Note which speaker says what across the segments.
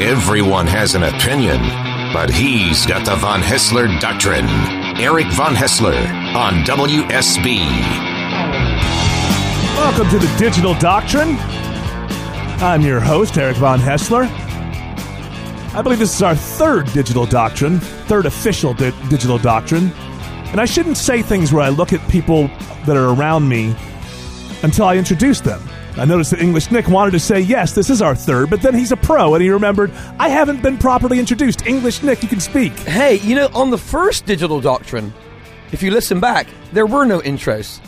Speaker 1: Everyone has an opinion, but he's got the Von Hessler Doctrine. Eric Von Hessler on WSB.
Speaker 2: Welcome to the Digital Doctrine. I'm your host, Eric Von Hessler. I believe this is our third Digital Doctrine, third official di- Digital Doctrine. And I shouldn't say things where I look at people that are around me until I introduce them. I noticed that English Nick wanted to say, yes, this is our third, but then he's a pro and he remembered, I haven't been properly introduced. English Nick, you can speak.
Speaker 3: Hey, you know, on the first Digital Doctrine, if you listen back, there were no intros.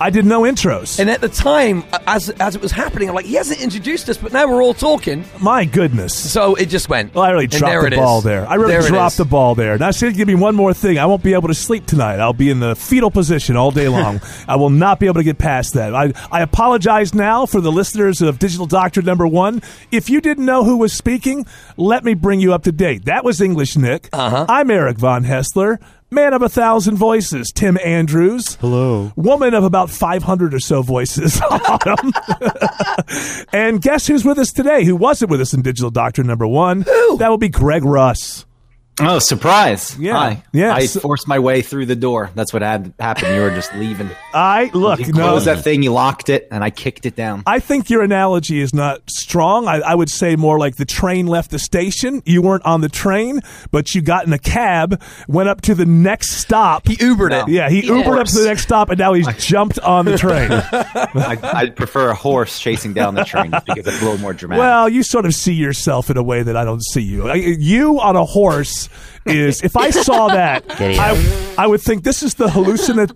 Speaker 2: I did no intros.
Speaker 3: And at the time, a- as, as it was happening, I'm like, he hasn't introduced us, but now we're all talking.
Speaker 2: My goodness.
Speaker 3: So it just went.
Speaker 2: Well, I really
Speaker 3: and there
Speaker 2: dropped the
Speaker 3: it is.
Speaker 2: ball there. I really
Speaker 3: There it
Speaker 2: dropped
Speaker 3: is.
Speaker 2: the ball there. Now, she's give me one more thing. I won't be able to sleep tonight. I'll be in the fetal position all day long. I will not be able to get past that. I, I apologize now for the listeners of Digital Doctor number one. If you didn't know who was speaking, let me bring you up to date. That was English Nick. Uh-huh. I'm Eric Von Hessler. Man of a thousand voices, Tim Andrews. Hello. Woman of about 500 or so voices, Autumn. and guess who's with us today? Who wasn't with us in Digital Doctor number one? Who? That would be Greg Russ.
Speaker 4: Oh, surprise!
Speaker 2: Yeah.
Speaker 4: Hi.
Speaker 2: Yeah,
Speaker 4: I
Speaker 2: so-
Speaker 4: forced my way through the door. That's what had happened. You were just leaving.
Speaker 2: I look,
Speaker 4: You
Speaker 2: no,
Speaker 4: closed that thing. You locked it, and I kicked it down.
Speaker 2: I think your analogy is not strong. I, I would say more like the train left the station. You weren't on the train, but you got in a cab, went up to the next stop.
Speaker 3: He Ubered it.
Speaker 2: yeah, he Ubered up to the next stop, and now he's jumped on the train.
Speaker 4: I, I'd prefer a horse chasing down the train because it's a little more dramatic.
Speaker 2: well, you sort of see yourself in a way that I don't see you. I, you on a horse is. If I saw that, I, I would think this is the hallucinate.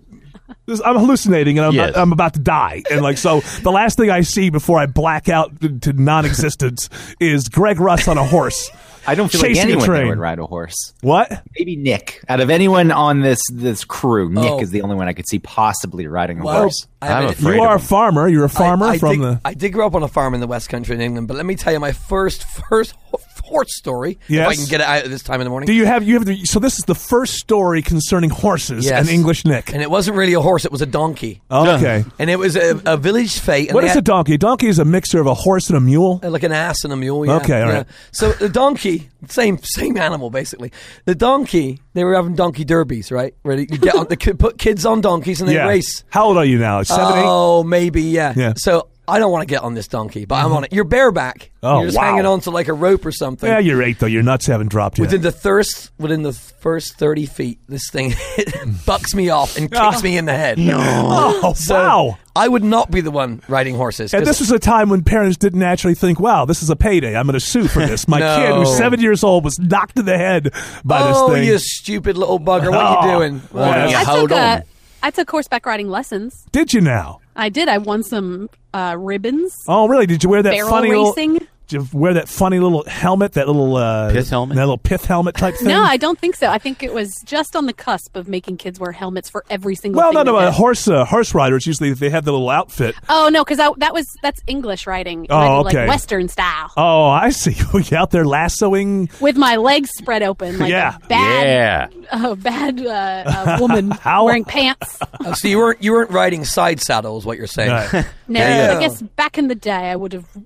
Speaker 2: This, I'm hallucinating and I'm,
Speaker 5: Yes.
Speaker 2: I'm about to die. And like, so the last thing I see before I black out to- to non existence is Greg Russ on a horse.
Speaker 4: I don't feel like
Speaker 2: chasing a
Speaker 4: anyone
Speaker 2: train.
Speaker 4: here would ride a horse.
Speaker 2: What?
Speaker 4: Maybe Nick. Out of anyone on this this crew, Nick
Speaker 3: Oh.
Speaker 4: is the only one I could see possibly riding a
Speaker 3: Well,
Speaker 4: horse.
Speaker 3: I
Speaker 5: I'm
Speaker 3: mean,
Speaker 5: afraid
Speaker 2: You
Speaker 5: of
Speaker 2: are a
Speaker 5: him.
Speaker 2: farmer. You're a farmer
Speaker 3: I, I
Speaker 2: from
Speaker 3: did,
Speaker 2: the.
Speaker 3: I did grow up on a farm in the West Country in England, but let me tell you my first, first horse story. If I
Speaker 2: Yes.
Speaker 3: can get it out at this time in the morning.
Speaker 2: Do you have you have the, so this is the first story concerning horses
Speaker 3: Yes.
Speaker 2: and English Nick.
Speaker 3: and it wasn't really a horse, it was a donkey.
Speaker 2: Okay.
Speaker 3: And it was a, a village fete. and
Speaker 2: What
Speaker 3: they
Speaker 2: is
Speaker 3: had-
Speaker 2: a donkey? A donkey is a mixture of a horse and a mule.
Speaker 3: Uh, like an ass and a mule. Yeah.
Speaker 2: Okay, all
Speaker 3: yeah.
Speaker 2: right.
Speaker 3: So the donkey, same same animal basically. The donkey, they were having donkey derbies, right? Ready? You get on, they could put kids on donkeys and they
Speaker 2: yeah.
Speaker 3: race.
Speaker 2: How old are you now? Seven, eight?
Speaker 3: oh, maybe yeah.
Speaker 2: Yeah. Mm-hmm.
Speaker 3: So I don't want to get on this donkey, but I'm on it. You're bareback.
Speaker 2: Oh,
Speaker 3: You're just
Speaker 2: wow.
Speaker 3: hanging on to like a rope or something.
Speaker 2: Yeah, you're eight though. Your nuts haven't dropped yet.
Speaker 3: Within the first, within the first thirty feet, this thing bucks me off and kicks me in the head. No,
Speaker 2: oh
Speaker 3: so
Speaker 2: wow!
Speaker 3: I would not be the one riding horses.
Speaker 2: And
Speaker 3: 'cause
Speaker 2: this was a time when parents didn't naturally think, "Wow, this is a payday. I'm going to sue for this." My
Speaker 3: No.
Speaker 2: kid, who's seven years old, was knocked in the head by
Speaker 3: oh,
Speaker 2: this thing.
Speaker 3: you stupid little bugger! What
Speaker 2: Oh.
Speaker 3: are you doing?
Speaker 2: Well,
Speaker 3: Oh,
Speaker 2: that's-
Speaker 3: yeah.
Speaker 6: I
Speaker 4: Hold
Speaker 6: took
Speaker 4: on.
Speaker 6: a, I took horseback riding lessons.
Speaker 2: Did you now?
Speaker 6: I did. I won some uh, ribbons.
Speaker 2: Oh, really? Did you wear that
Speaker 6: Barrel
Speaker 2: funny
Speaker 6: racing?
Speaker 2: little? Did you wear that funny little helmet? That little uh,
Speaker 5: Pith helmet?
Speaker 2: That little pith helmet type thing.
Speaker 6: No, I don't think so. I think it was just on the cusp of making kids wear helmets for every single.
Speaker 2: well,
Speaker 6: thing
Speaker 2: no, no.
Speaker 6: they
Speaker 2: A
Speaker 6: did.
Speaker 2: horse, uh, horse riders usually they have the little outfit.
Speaker 6: Oh no, because that was that's English riding. and I
Speaker 2: Oh,
Speaker 6: did, like,
Speaker 2: okay.
Speaker 6: Western style
Speaker 2: Oh, I see. Were you out there lassoing?
Speaker 6: with my legs spread open, like
Speaker 2: Yeah.
Speaker 6: a bad,
Speaker 5: Yeah.
Speaker 6: a bad uh, uh, woman
Speaker 2: How-
Speaker 6: wearing pants.
Speaker 3: Oh, so you weren't you weren't riding side saddle is what you're saying.
Speaker 2: No.
Speaker 6: No,
Speaker 3: Yeah.
Speaker 6: I guess back in the day, I would have, would-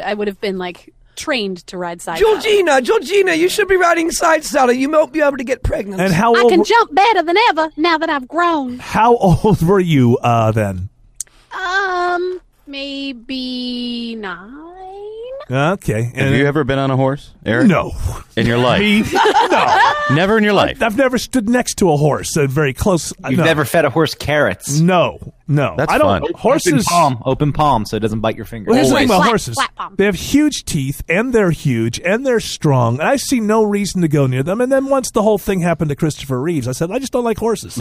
Speaker 6: I would have been like trained to ride side. saddle.
Speaker 3: Georgina, Georgina, you should be riding side saddle. You won't be able to get pregnant.
Speaker 2: And how
Speaker 6: I
Speaker 2: old?
Speaker 6: can jump better than ever now that I've grown.
Speaker 2: how old were you uh, then?
Speaker 6: Um, maybe nine.
Speaker 2: Okay.
Speaker 5: Have
Speaker 2: And-
Speaker 5: you ever been on a horse, Eric?
Speaker 2: no.
Speaker 5: In your life?
Speaker 2: Me? no.
Speaker 5: Never in your life.
Speaker 2: I've never stood next to a horse. uh, very close. uh,
Speaker 4: You've
Speaker 2: no.
Speaker 4: never fed a horse carrots.
Speaker 2: No, no.
Speaker 5: That's
Speaker 2: I don't.
Speaker 5: fun.
Speaker 4: Open
Speaker 2: Horses.
Speaker 4: palm, open palm, so it doesn't bite your finger.
Speaker 2: Well, here's the
Speaker 3: Always.
Speaker 2: thing about
Speaker 6: Flat-
Speaker 2: horses.
Speaker 6: flat palm.
Speaker 2: They have huge teeth, and they're huge, and they're strong, and I see no reason to go near them. And then once the whole thing happened to Christopher Reeves, I said, I just don't like horses.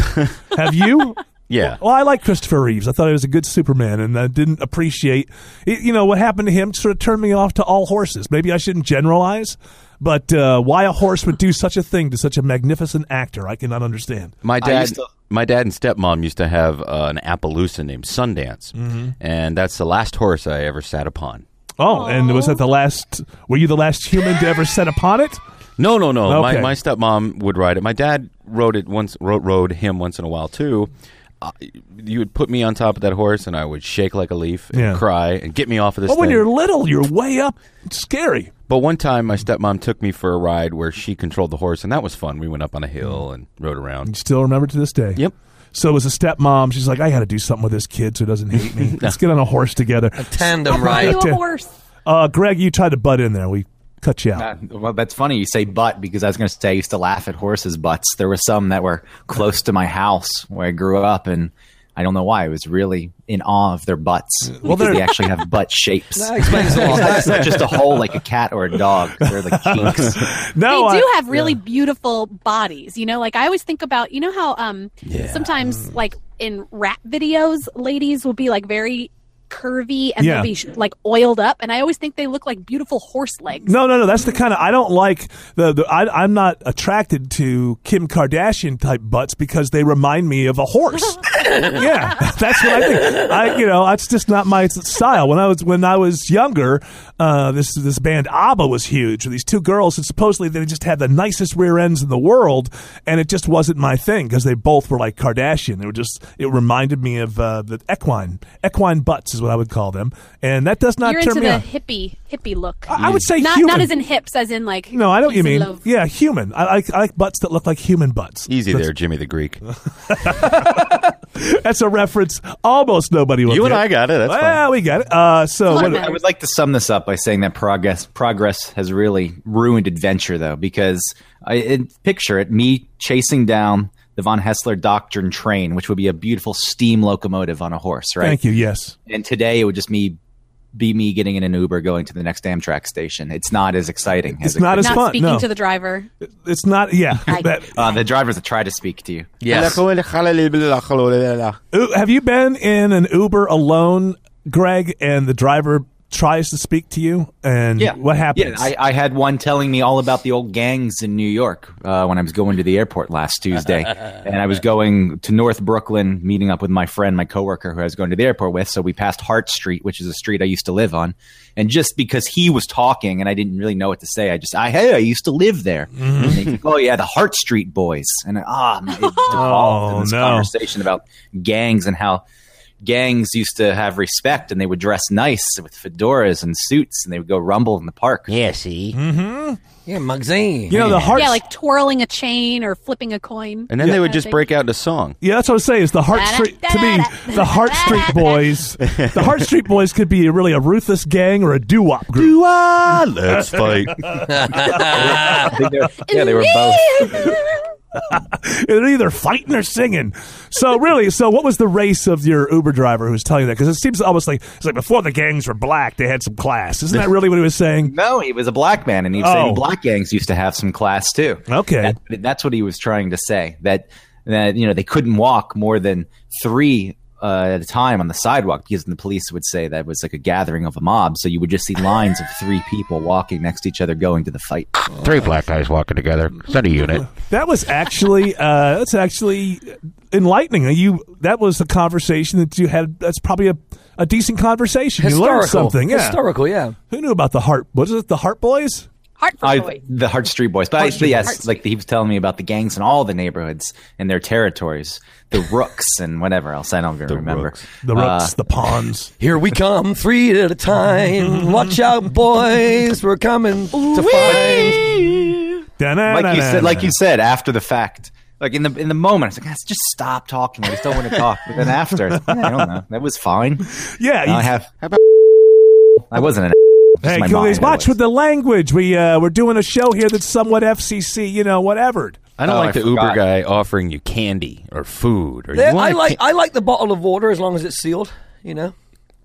Speaker 2: have you?
Speaker 5: Yeah.
Speaker 2: Well, I like Christopher Reeves. I thought he was a good Superman, and I didn't appreciate, y- you know, what happened to him. Sort of turned me off to all horses. Maybe I shouldn't generalize, but uh, why a horse would do such a thing to such a magnificent actor, I cannot understand.
Speaker 5: My
Speaker 4: I
Speaker 5: dad,
Speaker 4: used to-
Speaker 5: my dad and stepmom used to have uh, an Appaloosa named Sundance,
Speaker 2: Mm-hmm.
Speaker 5: and that's the last horse I ever sat upon.
Speaker 2: Oh, and was that the last? Were you the last human to ever set upon it?
Speaker 5: No, no, no.
Speaker 2: Okay.
Speaker 5: My, my stepmom would ride it. My dad rode it once. Rode, rode him once in a while too. I, you would put me on top of that horse, and I would shake like a leaf and
Speaker 2: Yeah.
Speaker 5: cry and get me off of this.
Speaker 2: But when
Speaker 5: thing.
Speaker 2: you're little, you're way up. It's scary.
Speaker 5: But one time, my stepmom took me for a ride where she controlled the horse, and that was fun. We went up on a hill
Speaker 2: Mm.
Speaker 5: and rode around.
Speaker 2: Still remember to this day.
Speaker 5: Yep.
Speaker 2: So it was a stepmom. She's like, I got to do something with this kid so he doesn't hate me. Let's get on a horse together.
Speaker 3: Tandem
Speaker 6: Are
Speaker 3: ride.
Speaker 6: you a horse?
Speaker 2: Uh, Greg, you tried to butt in there. We cut you out.
Speaker 4: Uh, well, that's funny you say butt because I was going to say I used to laugh at horses' butts. There were some that were close to my house where I grew up, and I don't know why. I was really in awe of their butts. Well,
Speaker 2: they're-
Speaker 4: they actually have butt shapes.
Speaker 3: That explains a lot.
Speaker 4: it's not just a hole like a cat or a dog. They're like cheeks.
Speaker 2: no,
Speaker 6: they do
Speaker 2: Oh, I-
Speaker 6: have really beautiful bodies. You know, like I always think about, you know how um sometimes
Speaker 4: Mm.
Speaker 6: like in rap videos, ladies will be like very curvy and
Speaker 2: Yeah.
Speaker 6: they'll be sh- like oiled up, and I always think they look like beautiful horse legs.
Speaker 2: No, no, no. That's the kind of I don't like the. the I, I'm not attracted to Kim Kardashian type butts because they remind me of a horse. yeah, that's what I think. I, you know, that's just not my style. When I was when I was younger, uh, this this band ABBA was huge. These two girls, and supposedly they just had the nicest rear ends in the world, and it just wasn't my thing because they both were like Kardashian. They were just. It reminded me of uh, the equine equine butts is what I would call them, and that does not
Speaker 6: You're
Speaker 2: turn
Speaker 6: into
Speaker 2: me
Speaker 6: the
Speaker 2: on.
Speaker 6: hippie hippie look.
Speaker 2: I I would say
Speaker 6: not
Speaker 2: human.
Speaker 6: not as in hips, as in like
Speaker 2: No, I know what you
Speaker 6: peace and
Speaker 2: mean.
Speaker 6: love.
Speaker 2: Yeah, human. I like I like butts that look like human butts.
Speaker 5: Easy
Speaker 2: that's,
Speaker 5: there, Jimmy the Greek.
Speaker 2: That's a reference almost nobody will.
Speaker 5: You
Speaker 2: get.
Speaker 5: and I got it. That's
Speaker 2: well, we got it. Uh, so
Speaker 6: Florida
Speaker 2: what-
Speaker 6: man.
Speaker 4: I would like to sum this up by saying that progress progress has really ruined adventure, though, because I it, picture it me chasing down the von Hessler Doctrine train, which would be a beautiful steam locomotive on a horse, right?
Speaker 2: thank you. Yes,
Speaker 4: And today it would just me be me getting in an Uber going to the next Amtrak station. It's not as exciting.
Speaker 2: It's
Speaker 4: as it
Speaker 2: not
Speaker 4: could
Speaker 2: as
Speaker 4: be.
Speaker 6: Not
Speaker 2: fun,
Speaker 6: speaking
Speaker 2: no.
Speaker 6: to the driver.
Speaker 2: it's not. Yeah.
Speaker 6: I-
Speaker 2: That-
Speaker 4: Uh, the drivers that try to speak to you.
Speaker 5: fun.
Speaker 2: Ooh, uh, have you been in an Uber alone, Greg, and the driver tries to speak to you? And what happens?
Speaker 4: Yeah, I, I had one telling me all about the old gangs in New York uh, when I was going to the airport last Tuesday, and I was going to North Brooklyn, meeting up with my friend, my coworker, who I was going to the airport with. So we passed Hart Street, which is a street I used to live on, and just because he was talking and I didn't really know what to say, I just, I hey, I used to live there.
Speaker 2: Mm-hmm.
Speaker 4: And he's like, oh yeah, the Hart Street Boys, and ah, man, it devolved
Speaker 2: Oh,
Speaker 4: in this
Speaker 2: no.
Speaker 4: conversation about gangs and how gangs used to have respect and they would dress nice with fedoras and suits and they would go rumble in the park.
Speaker 5: Yeah, see.
Speaker 3: Yeah, magazine.
Speaker 2: Mm-hmm. you know the heart.
Speaker 6: Yeah, like twirling a chain or flipping a coin.
Speaker 5: And then they would just
Speaker 6: Perfect.
Speaker 5: break out into song.
Speaker 2: Yeah, that's what I was saying. Is the Heart Street to me the Heart Street Boys? The Heart Street Boys could be really a ruthless gang or a doo wop group.
Speaker 5: Do I? Let's fight.
Speaker 4: I think they were- yeah, they were both.
Speaker 2: They're either fighting or singing. So really, so what was the race of your Uber driver who was telling you that? Because it seems almost like it's like before the gangs were black, they had some class. Isn't that really what he was saying?
Speaker 4: No, he was a black man, and he was
Speaker 2: Oh.
Speaker 4: saying black gangs used to have some class too.
Speaker 2: Okay.
Speaker 4: That- that's what he was trying to say. That that you know they couldn't walk more than three. Uh, at a time on the sidewalk, because the police would say that was like a gathering of a mob. So you would just see lines of three people walking next to each other going to the fight.
Speaker 5: Three black guys walking together. It's not a unit.
Speaker 2: That was actually uh, that's actually enlightening. You that was a conversation that you had. That's probably a, a decent conversation. You learned something. Yeah.
Speaker 3: Historical, yeah.
Speaker 2: Who knew about the Heart? Was it the Heart Boys?
Speaker 6: Hartford
Speaker 4: I,
Speaker 6: boy.
Speaker 4: the Hart Street Boys, but, I, but yes, like he was telling me about the gangs in all the neighborhoods and their territories, the Rooks and whatever else. I don't even remember.
Speaker 5: Rooks.
Speaker 2: The
Speaker 4: Uh,
Speaker 2: Rooks, the Pawns.
Speaker 3: Here we come, three at a time. Watch out, boys. We're coming to find.
Speaker 4: Uh, like you said, like you said, after the fact, like in the in the moment, it's like "Ah, just stop talking. I just don't want to talk. But then after, it's like, "Yeah, I don't know. That was fine.
Speaker 2: Yeah.
Speaker 4: Now I
Speaker 2: you-
Speaker 4: have. I wasn't an.
Speaker 2: Hey,
Speaker 4: my
Speaker 2: Coolies,
Speaker 4: mind,
Speaker 2: watch
Speaker 4: anyways.
Speaker 2: with the language. We uh, we're doing a show here that's somewhat FCC, you know, whatever.
Speaker 5: I don't
Speaker 4: Oh,
Speaker 5: like
Speaker 4: I
Speaker 5: the Uber
Speaker 4: forgot.
Speaker 5: guy offering you candy or food or
Speaker 3: There-
Speaker 5: you want
Speaker 3: I
Speaker 5: a
Speaker 3: like
Speaker 5: ca-
Speaker 3: I like the bottle of water as long as it's sealed. You know,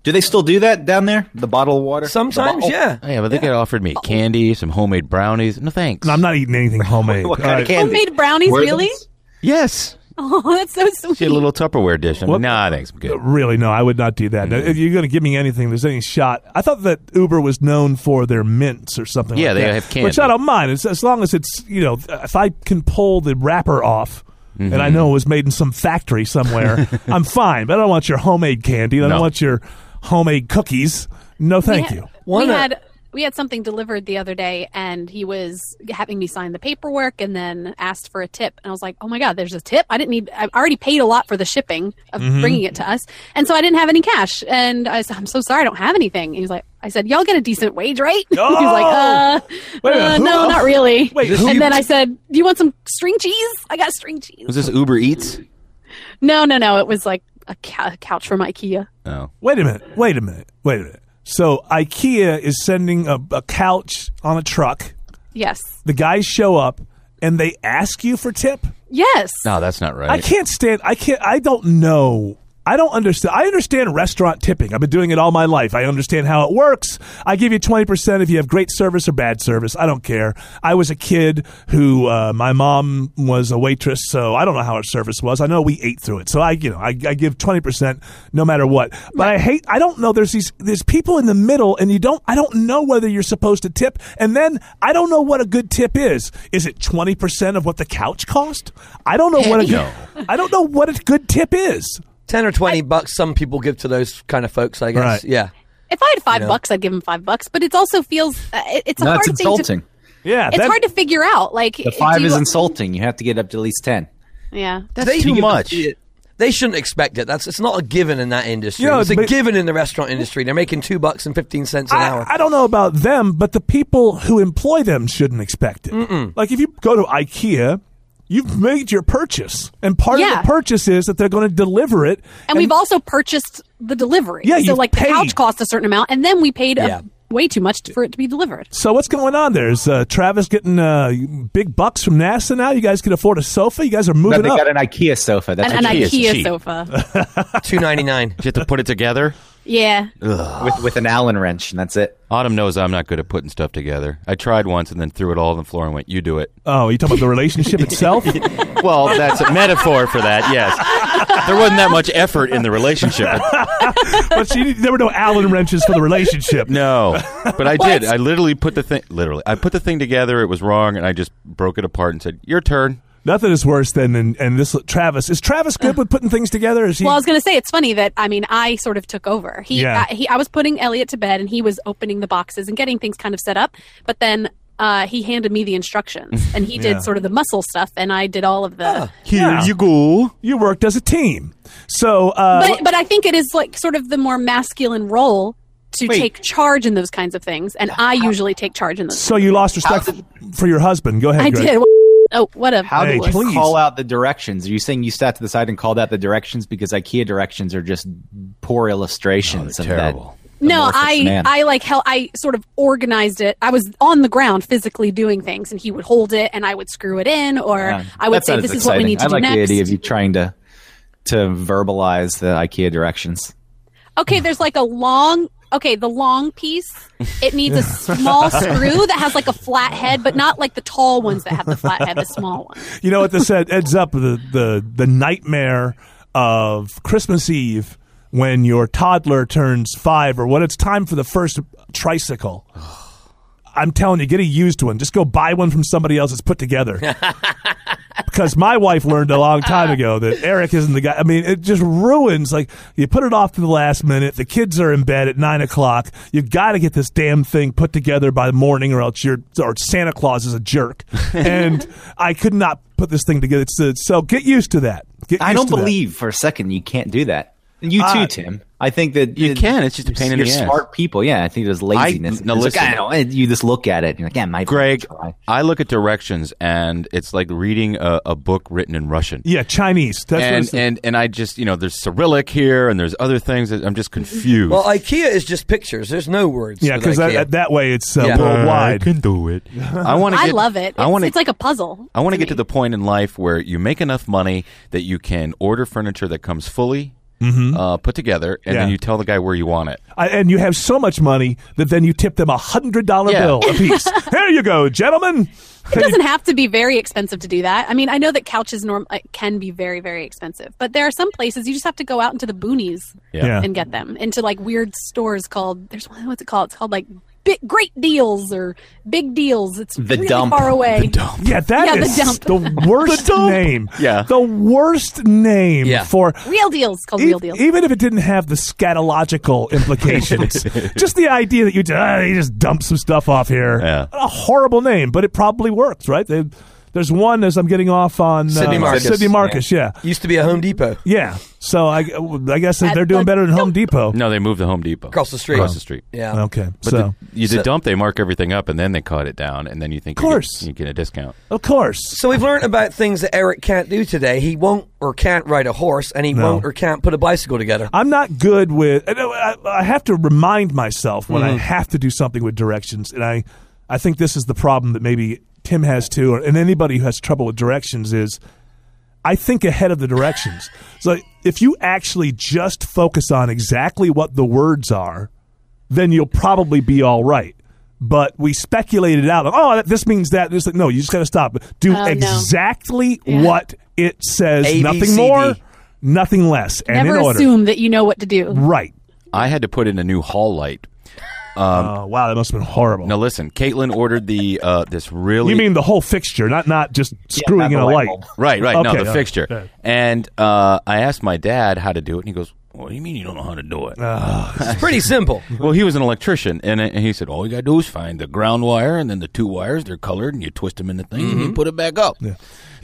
Speaker 4: Do they still do that down there? The bottle of water.
Speaker 3: sometimes
Speaker 4: The bottle-
Speaker 3: yeah.
Speaker 5: Oh, yeah, but they guy offered me candy, some homemade brownies. No thanks.
Speaker 2: I'm not eating anything homemade.
Speaker 4: Oh, What
Speaker 2: All
Speaker 4: kind
Speaker 2: right.
Speaker 4: of candy?
Speaker 6: Homemade brownies,
Speaker 4: Were
Speaker 6: really?
Speaker 4: those-
Speaker 5: yes.
Speaker 6: Oh, that's so
Speaker 5: She
Speaker 6: sweet.
Speaker 5: had a little Tupperware dish. I'm
Speaker 2: What-
Speaker 5: like, nah, thanks. I'm good.
Speaker 2: Really, no, I would not do that. Now,
Speaker 5: Mm.
Speaker 2: If you're going to give me anything, there's any shot. I thought that Uber was known for their mints or something.
Speaker 5: Yeah,
Speaker 2: like
Speaker 5: they
Speaker 2: that,
Speaker 5: have candy.
Speaker 2: which I don't mind. It's, as long as it's you know, if I can pull the wrapper off. And
Speaker 5: Mm-hmm.
Speaker 2: I know it was made in some factory somewhere. I'm fine, but I don't want your homemade candy. I don't
Speaker 5: No.
Speaker 2: want your homemade cookies. No, thank
Speaker 6: ha-
Speaker 2: you.
Speaker 6: We
Speaker 3: Why not?
Speaker 6: had we had something delivered the other day and he was having me sign the paperwork and then asked for a tip and i was like oh my god there's a tip i didn't need i already paid a lot for the shipping of
Speaker 2: Mm-hmm.
Speaker 6: bringing it to us and so i didn't have any cash and i said i'm so sorry i don't have anything and he's like i said y'all get a decent wage right
Speaker 2: Oh!
Speaker 6: he's like uh,
Speaker 2: Wait a minute,
Speaker 6: uh,
Speaker 2: who-
Speaker 6: no not really
Speaker 2: Wait, who-
Speaker 6: and then i said do you want some string cheese i got string cheese
Speaker 5: Was this Uber Eats?
Speaker 6: no no no it was like a cou- couch from ikea
Speaker 5: Oh,
Speaker 2: Wait a minute. Wait a minute. Wait a minute. So IKEA is sending a, a couch on a truck.
Speaker 6: yes
Speaker 2: The guys show up and they ask you for tip.
Speaker 6: yes
Speaker 5: no, that's not right.
Speaker 2: I can't stand. I can't. I don't know. I don't understand. I understand restaurant tipping. I've been doing it all my life. I understand how it works. I give you 20% if you have great service or bad service. I don't care. I was a kid who uh, my mom was a waitress, so I don't know how her service was. I know we ate through it. So I, you know, I, I give 20% no matter what. But I hate I don't know there's these there's people in the middle and you don't I don't know whether you're supposed to tip and then I don't know what a good tip is. Is it 20% of what the couch cost? I don't know what a
Speaker 5: No.
Speaker 2: I don't know what a good tip is.
Speaker 3: Ten or twenty bucks. Some people give to those kind of folks. I guess.
Speaker 2: Right.
Speaker 3: Yeah.
Speaker 6: If I had five bucks, I'd give him five bucks. But it also feels uh, it- it's a
Speaker 4: No,
Speaker 6: hard
Speaker 4: it's
Speaker 6: thing
Speaker 4: insulting.
Speaker 6: to.
Speaker 2: Yeah,
Speaker 6: It's hard to figure out. Like
Speaker 4: The five is insulting. You have to get up to at least ten.
Speaker 6: Yeah,
Speaker 5: that's
Speaker 3: They
Speaker 5: too
Speaker 3: give-
Speaker 5: much.
Speaker 3: They shouldn't expect it. That's it's not a given in that industry.
Speaker 2: Yeah,
Speaker 3: it's a
Speaker 2: but-
Speaker 3: given in the restaurant industry. They're making two bucks and fifteen cents an hour.
Speaker 2: I, I don't know about them, but the people who employ them shouldn't expect it. Like if you go to IKEA, you've made your purchase, and part of
Speaker 6: Yeah.
Speaker 2: the purchase is that they're going to deliver it.
Speaker 6: and we've also purchased the delivery.
Speaker 2: Yeah,
Speaker 6: so
Speaker 2: you've
Speaker 6: like
Speaker 2: paid.
Speaker 6: the couch cost a certain amount, and then we paid
Speaker 3: Yeah.
Speaker 6: a, way too much for it to be delivered.
Speaker 2: So what's going on there? Is uh, Travis getting uh, big bucks from NASA now? You guys can afford a sofa. You guys are
Speaker 4: No,
Speaker 2: moving
Speaker 4: they
Speaker 2: up.
Speaker 4: got an IKEA sofa. That's
Speaker 6: And an
Speaker 4: what
Speaker 5: IKEA is
Speaker 6: IKEA
Speaker 5: cheap.
Speaker 6: sofa.
Speaker 3: Two ninety nine.
Speaker 5: You have to put it together.
Speaker 6: yeah,
Speaker 4: with, with an Allen wrench, and that's it.
Speaker 5: Autumn knows I'm not good at putting stuff together. I tried once and then threw it all on the floor and went, "You do it."
Speaker 2: oh, you talking about the relationship itself?
Speaker 5: Well, that's a metaphor for that. Yes, there wasn't that much effort in the relationship.
Speaker 2: but she, there were no Allen wrenches for the relationship.
Speaker 5: No, but I did. I literally put the thing. Literally, I put the thing together. It was wrong, and I just broke it apart and said, "Your turn."
Speaker 2: Nothing is worse than and, and this Travis is Travis good with putting things together? Is he?
Speaker 6: Well, I was going to say it's funny that I mean I sort of took over. He,
Speaker 2: Yeah.
Speaker 6: I, he, I was putting Elliot to bed, and he was opening the boxes and getting things kind of set up. But then uh, he handed me the instructions, and he
Speaker 2: Yeah.
Speaker 6: did sort of the muscle stuff, and I did all of the.
Speaker 5: Here you go.
Speaker 2: you worked as a team, so uh,
Speaker 6: but but I think it is like sort of the more masculine role to take charge in those kinds of things, and I usually take charge in those.
Speaker 2: So you lost respect for your husband. Go ahead.
Speaker 6: I
Speaker 2: Greg.
Speaker 6: did. Oh, what a
Speaker 4: How
Speaker 2: Hey,
Speaker 4: did you
Speaker 2: please.
Speaker 4: call out the directions? Are you saying you sat to the side and called out the directions because IKEA directions are just poor illustrations of
Speaker 5: terrible.
Speaker 4: that?
Speaker 6: No,
Speaker 4: amorphous
Speaker 6: I
Speaker 4: man?
Speaker 6: I like hell. I sort of organized it. I was on the ground physically doing things, and he would hold it, and I would screw it in, or
Speaker 4: Yeah.
Speaker 6: I would
Speaker 4: That's
Speaker 6: say,
Speaker 4: not as
Speaker 6: "This is what
Speaker 4: exciting.
Speaker 6: we need to
Speaker 4: I
Speaker 6: do
Speaker 4: like
Speaker 6: next."
Speaker 4: the idea of you trying to to verbalize the IKEA directions.
Speaker 6: okay, there's like a long. Okay, the long piece. It needs a small screw that has like a flat head, but not like the tall ones that have the flat head. The small ones.
Speaker 2: You know what this said? Ends up with the the the nightmare of Christmas Eve when your toddler turns five or when it's time for the first tricycle. I'm telling you, get a used one. Just go buy one from somebody else that's put together. because my wife learned a long time ago that Eric isn't the guy. I mean, it just ruins. Like you put it off to the last minute. The kids are in bed at nine o'clock. You've got to get this damn thing put together by morning, or else you're or Santa Claus is a jerk. and I could not put this thing together. So, so get used to that. Get
Speaker 4: I
Speaker 2: used
Speaker 4: don't
Speaker 2: to that.
Speaker 4: believe for a second you can't do that. You too,
Speaker 2: Uh,
Speaker 4: Tim. I think that
Speaker 5: you can. It's just a pain in
Speaker 4: you're
Speaker 5: the ass.
Speaker 4: smart people. Yeah, I think there's laziness.
Speaker 5: now
Speaker 4: It's like,
Speaker 5: listen.
Speaker 4: I don't know, and you just look at it. And you're like, yeah, my
Speaker 5: Greg,
Speaker 4: try.
Speaker 5: I look at directions and it's like reading a, a book written in Russian.
Speaker 2: Yeah, Chinese. That's what
Speaker 5: and
Speaker 2: it's-
Speaker 5: and and I just you know there's Cyrillic here and there's other things that I'm just confused.
Speaker 3: Well, IKEA is just pictures. There's no words.
Speaker 2: yeah,
Speaker 3: with
Speaker 2: because
Speaker 3: IKEA.
Speaker 2: that, that way it's uh,
Speaker 3: Yeah.
Speaker 2: worldwide.
Speaker 5: do it. I want to.
Speaker 6: I love it. It's,
Speaker 5: I want
Speaker 6: it's like a puzzle.
Speaker 5: I want to get to
Speaker 6: me.
Speaker 5: the point in life where you make enough money that you can order furniture that comes fully uh, put together, and then
Speaker 2: Yeah.
Speaker 5: you tell the guy where you want it.
Speaker 2: I, and you have so much money that then you tip them a hundred dollar
Speaker 5: Yeah.
Speaker 2: bill apiece. Here you go, gentlemen.
Speaker 6: It doesn't have to be very expensive to do that. I mean, I know that couches norm uh, can be very, very expensive, but there are some places you just have to go out into the boonies
Speaker 5: Yeah.
Speaker 2: Yeah.
Speaker 6: and get them into like weird stores called. There's one. What's it called? It's called like big, great deals or big deals. It's
Speaker 4: The
Speaker 6: really
Speaker 4: dump.
Speaker 6: far away.
Speaker 2: Yeah, that
Speaker 6: Yeah, the
Speaker 2: is
Speaker 6: dump.
Speaker 2: the, worst name.
Speaker 5: Yeah.
Speaker 2: The worst name
Speaker 3: Yeah.
Speaker 2: for
Speaker 6: Real deals called
Speaker 2: e-
Speaker 6: real deals.
Speaker 2: even if it didn't have the scatological implications. just the idea that you, ah, you just dump some stuff off here.
Speaker 5: Yeah.
Speaker 2: A horrible name, but it probably works, right? They, there's one as I'm getting off on
Speaker 3: Sidney
Speaker 2: uh,
Speaker 3: Marcus.
Speaker 2: Sidney Marcus, yeah. yeah.
Speaker 3: Used to be a Home Depot
Speaker 2: So I, I guess that
Speaker 6: At
Speaker 2: they're doing
Speaker 6: the
Speaker 2: better than Home Depot.
Speaker 5: No, they moved to Home Depot
Speaker 3: across the street.
Speaker 5: Across the street.
Speaker 3: Yeah.
Speaker 2: Okay.
Speaker 5: But
Speaker 2: so,
Speaker 5: the, you, the dump, they mark everything up, and then they cut it down, and then you think
Speaker 2: Of
Speaker 5: you get-
Speaker 2: course.
Speaker 5: you get a discount.
Speaker 2: of course.
Speaker 3: So we've learned about things that Eric can't do today. He won't or can't ride a horse, and he
Speaker 2: No.
Speaker 3: won't or can't put a bicycle together.
Speaker 2: I'm not good with. I know- I, I have to remind myself when I have to do something with directions, and I, I think this is the problem that maybe Tim has too, or, and anybody who has trouble with directions is, I think ahead of the directions. so if you actually just focus on exactly what the words are, then you'll probably be all right. But we speculated out. Like, oh, that- this means that. This no, you just got to stop. Do
Speaker 6: no.
Speaker 2: exactly
Speaker 6: Yeah.
Speaker 2: what it says.
Speaker 3: A, B,
Speaker 2: nothing
Speaker 3: C, D.
Speaker 2: more, nothing less, and
Speaker 6: Never
Speaker 2: in order.
Speaker 6: assume that you know what to do.
Speaker 2: Right.
Speaker 5: I had to put in a new hall light. Um,
Speaker 2: oh, wow, that must have been horrible.
Speaker 5: Now listen, Caitlin ordered the uh, this really
Speaker 2: you mean the whole fixture, not not just screwing
Speaker 4: not
Speaker 2: in
Speaker 4: the
Speaker 2: a light.
Speaker 4: light bulb.
Speaker 5: right, right?
Speaker 2: Okay,
Speaker 5: no, the
Speaker 2: all right,
Speaker 5: fixture.
Speaker 2: all right.
Speaker 5: And uh, I asked my dad how to do it, and he goes, "What do you mean you don't know how to do it?"
Speaker 2: Ah.
Speaker 3: It's pretty simple.
Speaker 5: well, he was an electrician, and, and he said, "All you gotta do is find the ground wire, and then the two wires. They're colored, and you twist them into thing,
Speaker 2: Mm-hmm.
Speaker 5: and you put it back up."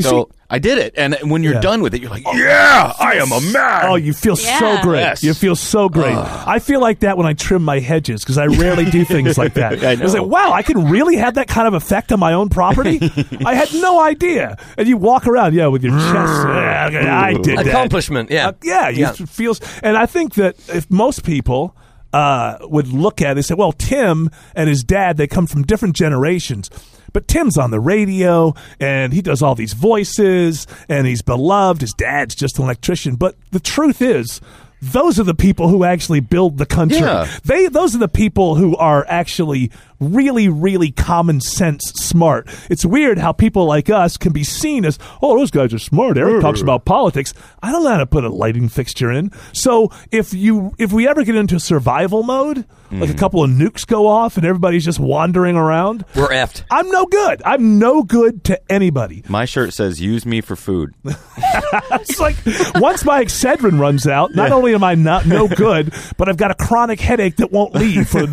Speaker 5: so I did it, and when you're
Speaker 2: Yeah.
Speaker 5: done with it, you're like, "Yeah, Ah, I am a man."
Speaker 2: Oh, you feel so
Speaker 6: Yeah.
Speaker 2: great.
Speaker 5: Yes.
Speaker 2: You feel so great. I feel like that when I trim my hedges because I rarely do things like that.
Speaker 5: I
Speaker 2: was
Speaker 5: know.
Speaker 2: like, wow, I can really have that kind of effect on my own property. I had no idea. And you walk around, yeah, with your chest. "Yeah, okay, I did that.
Speaker 3: Accomplishment. Yeah.
Speaker 2: Uh, yeah, you
Speaker 3: Yeah.
Speaker 2: f- feels, and I think that if most people uh, would look at it and say, "Well, Tim and his dad, they come from different generations." But Tim's on the radio and he does all these voices and he's beloved. His dad's just an electrician. But the truth is, those are the people who actually build the country.
Speaker 5: Yeah.
Speaker 2: They those are the people who are actually really, really common sense smart. It's weird how people like us can be seen as, oh, those guys are smart. Eric talks about politics. I don't know how to put a lighting fixture in. So if you if we ever get into survival mode, like a couple of nukes go off and everybody's just wandering around,
Speaker 3: We're effed.
Speaker 2: I'm no good. I'm no good to anybody.
Speaker 5: My shirt says, "Use me for food."
Speaker 2: It's like once my Excedrin runs out, not only am I not no good, but I've got a chronic headache that won't leave for.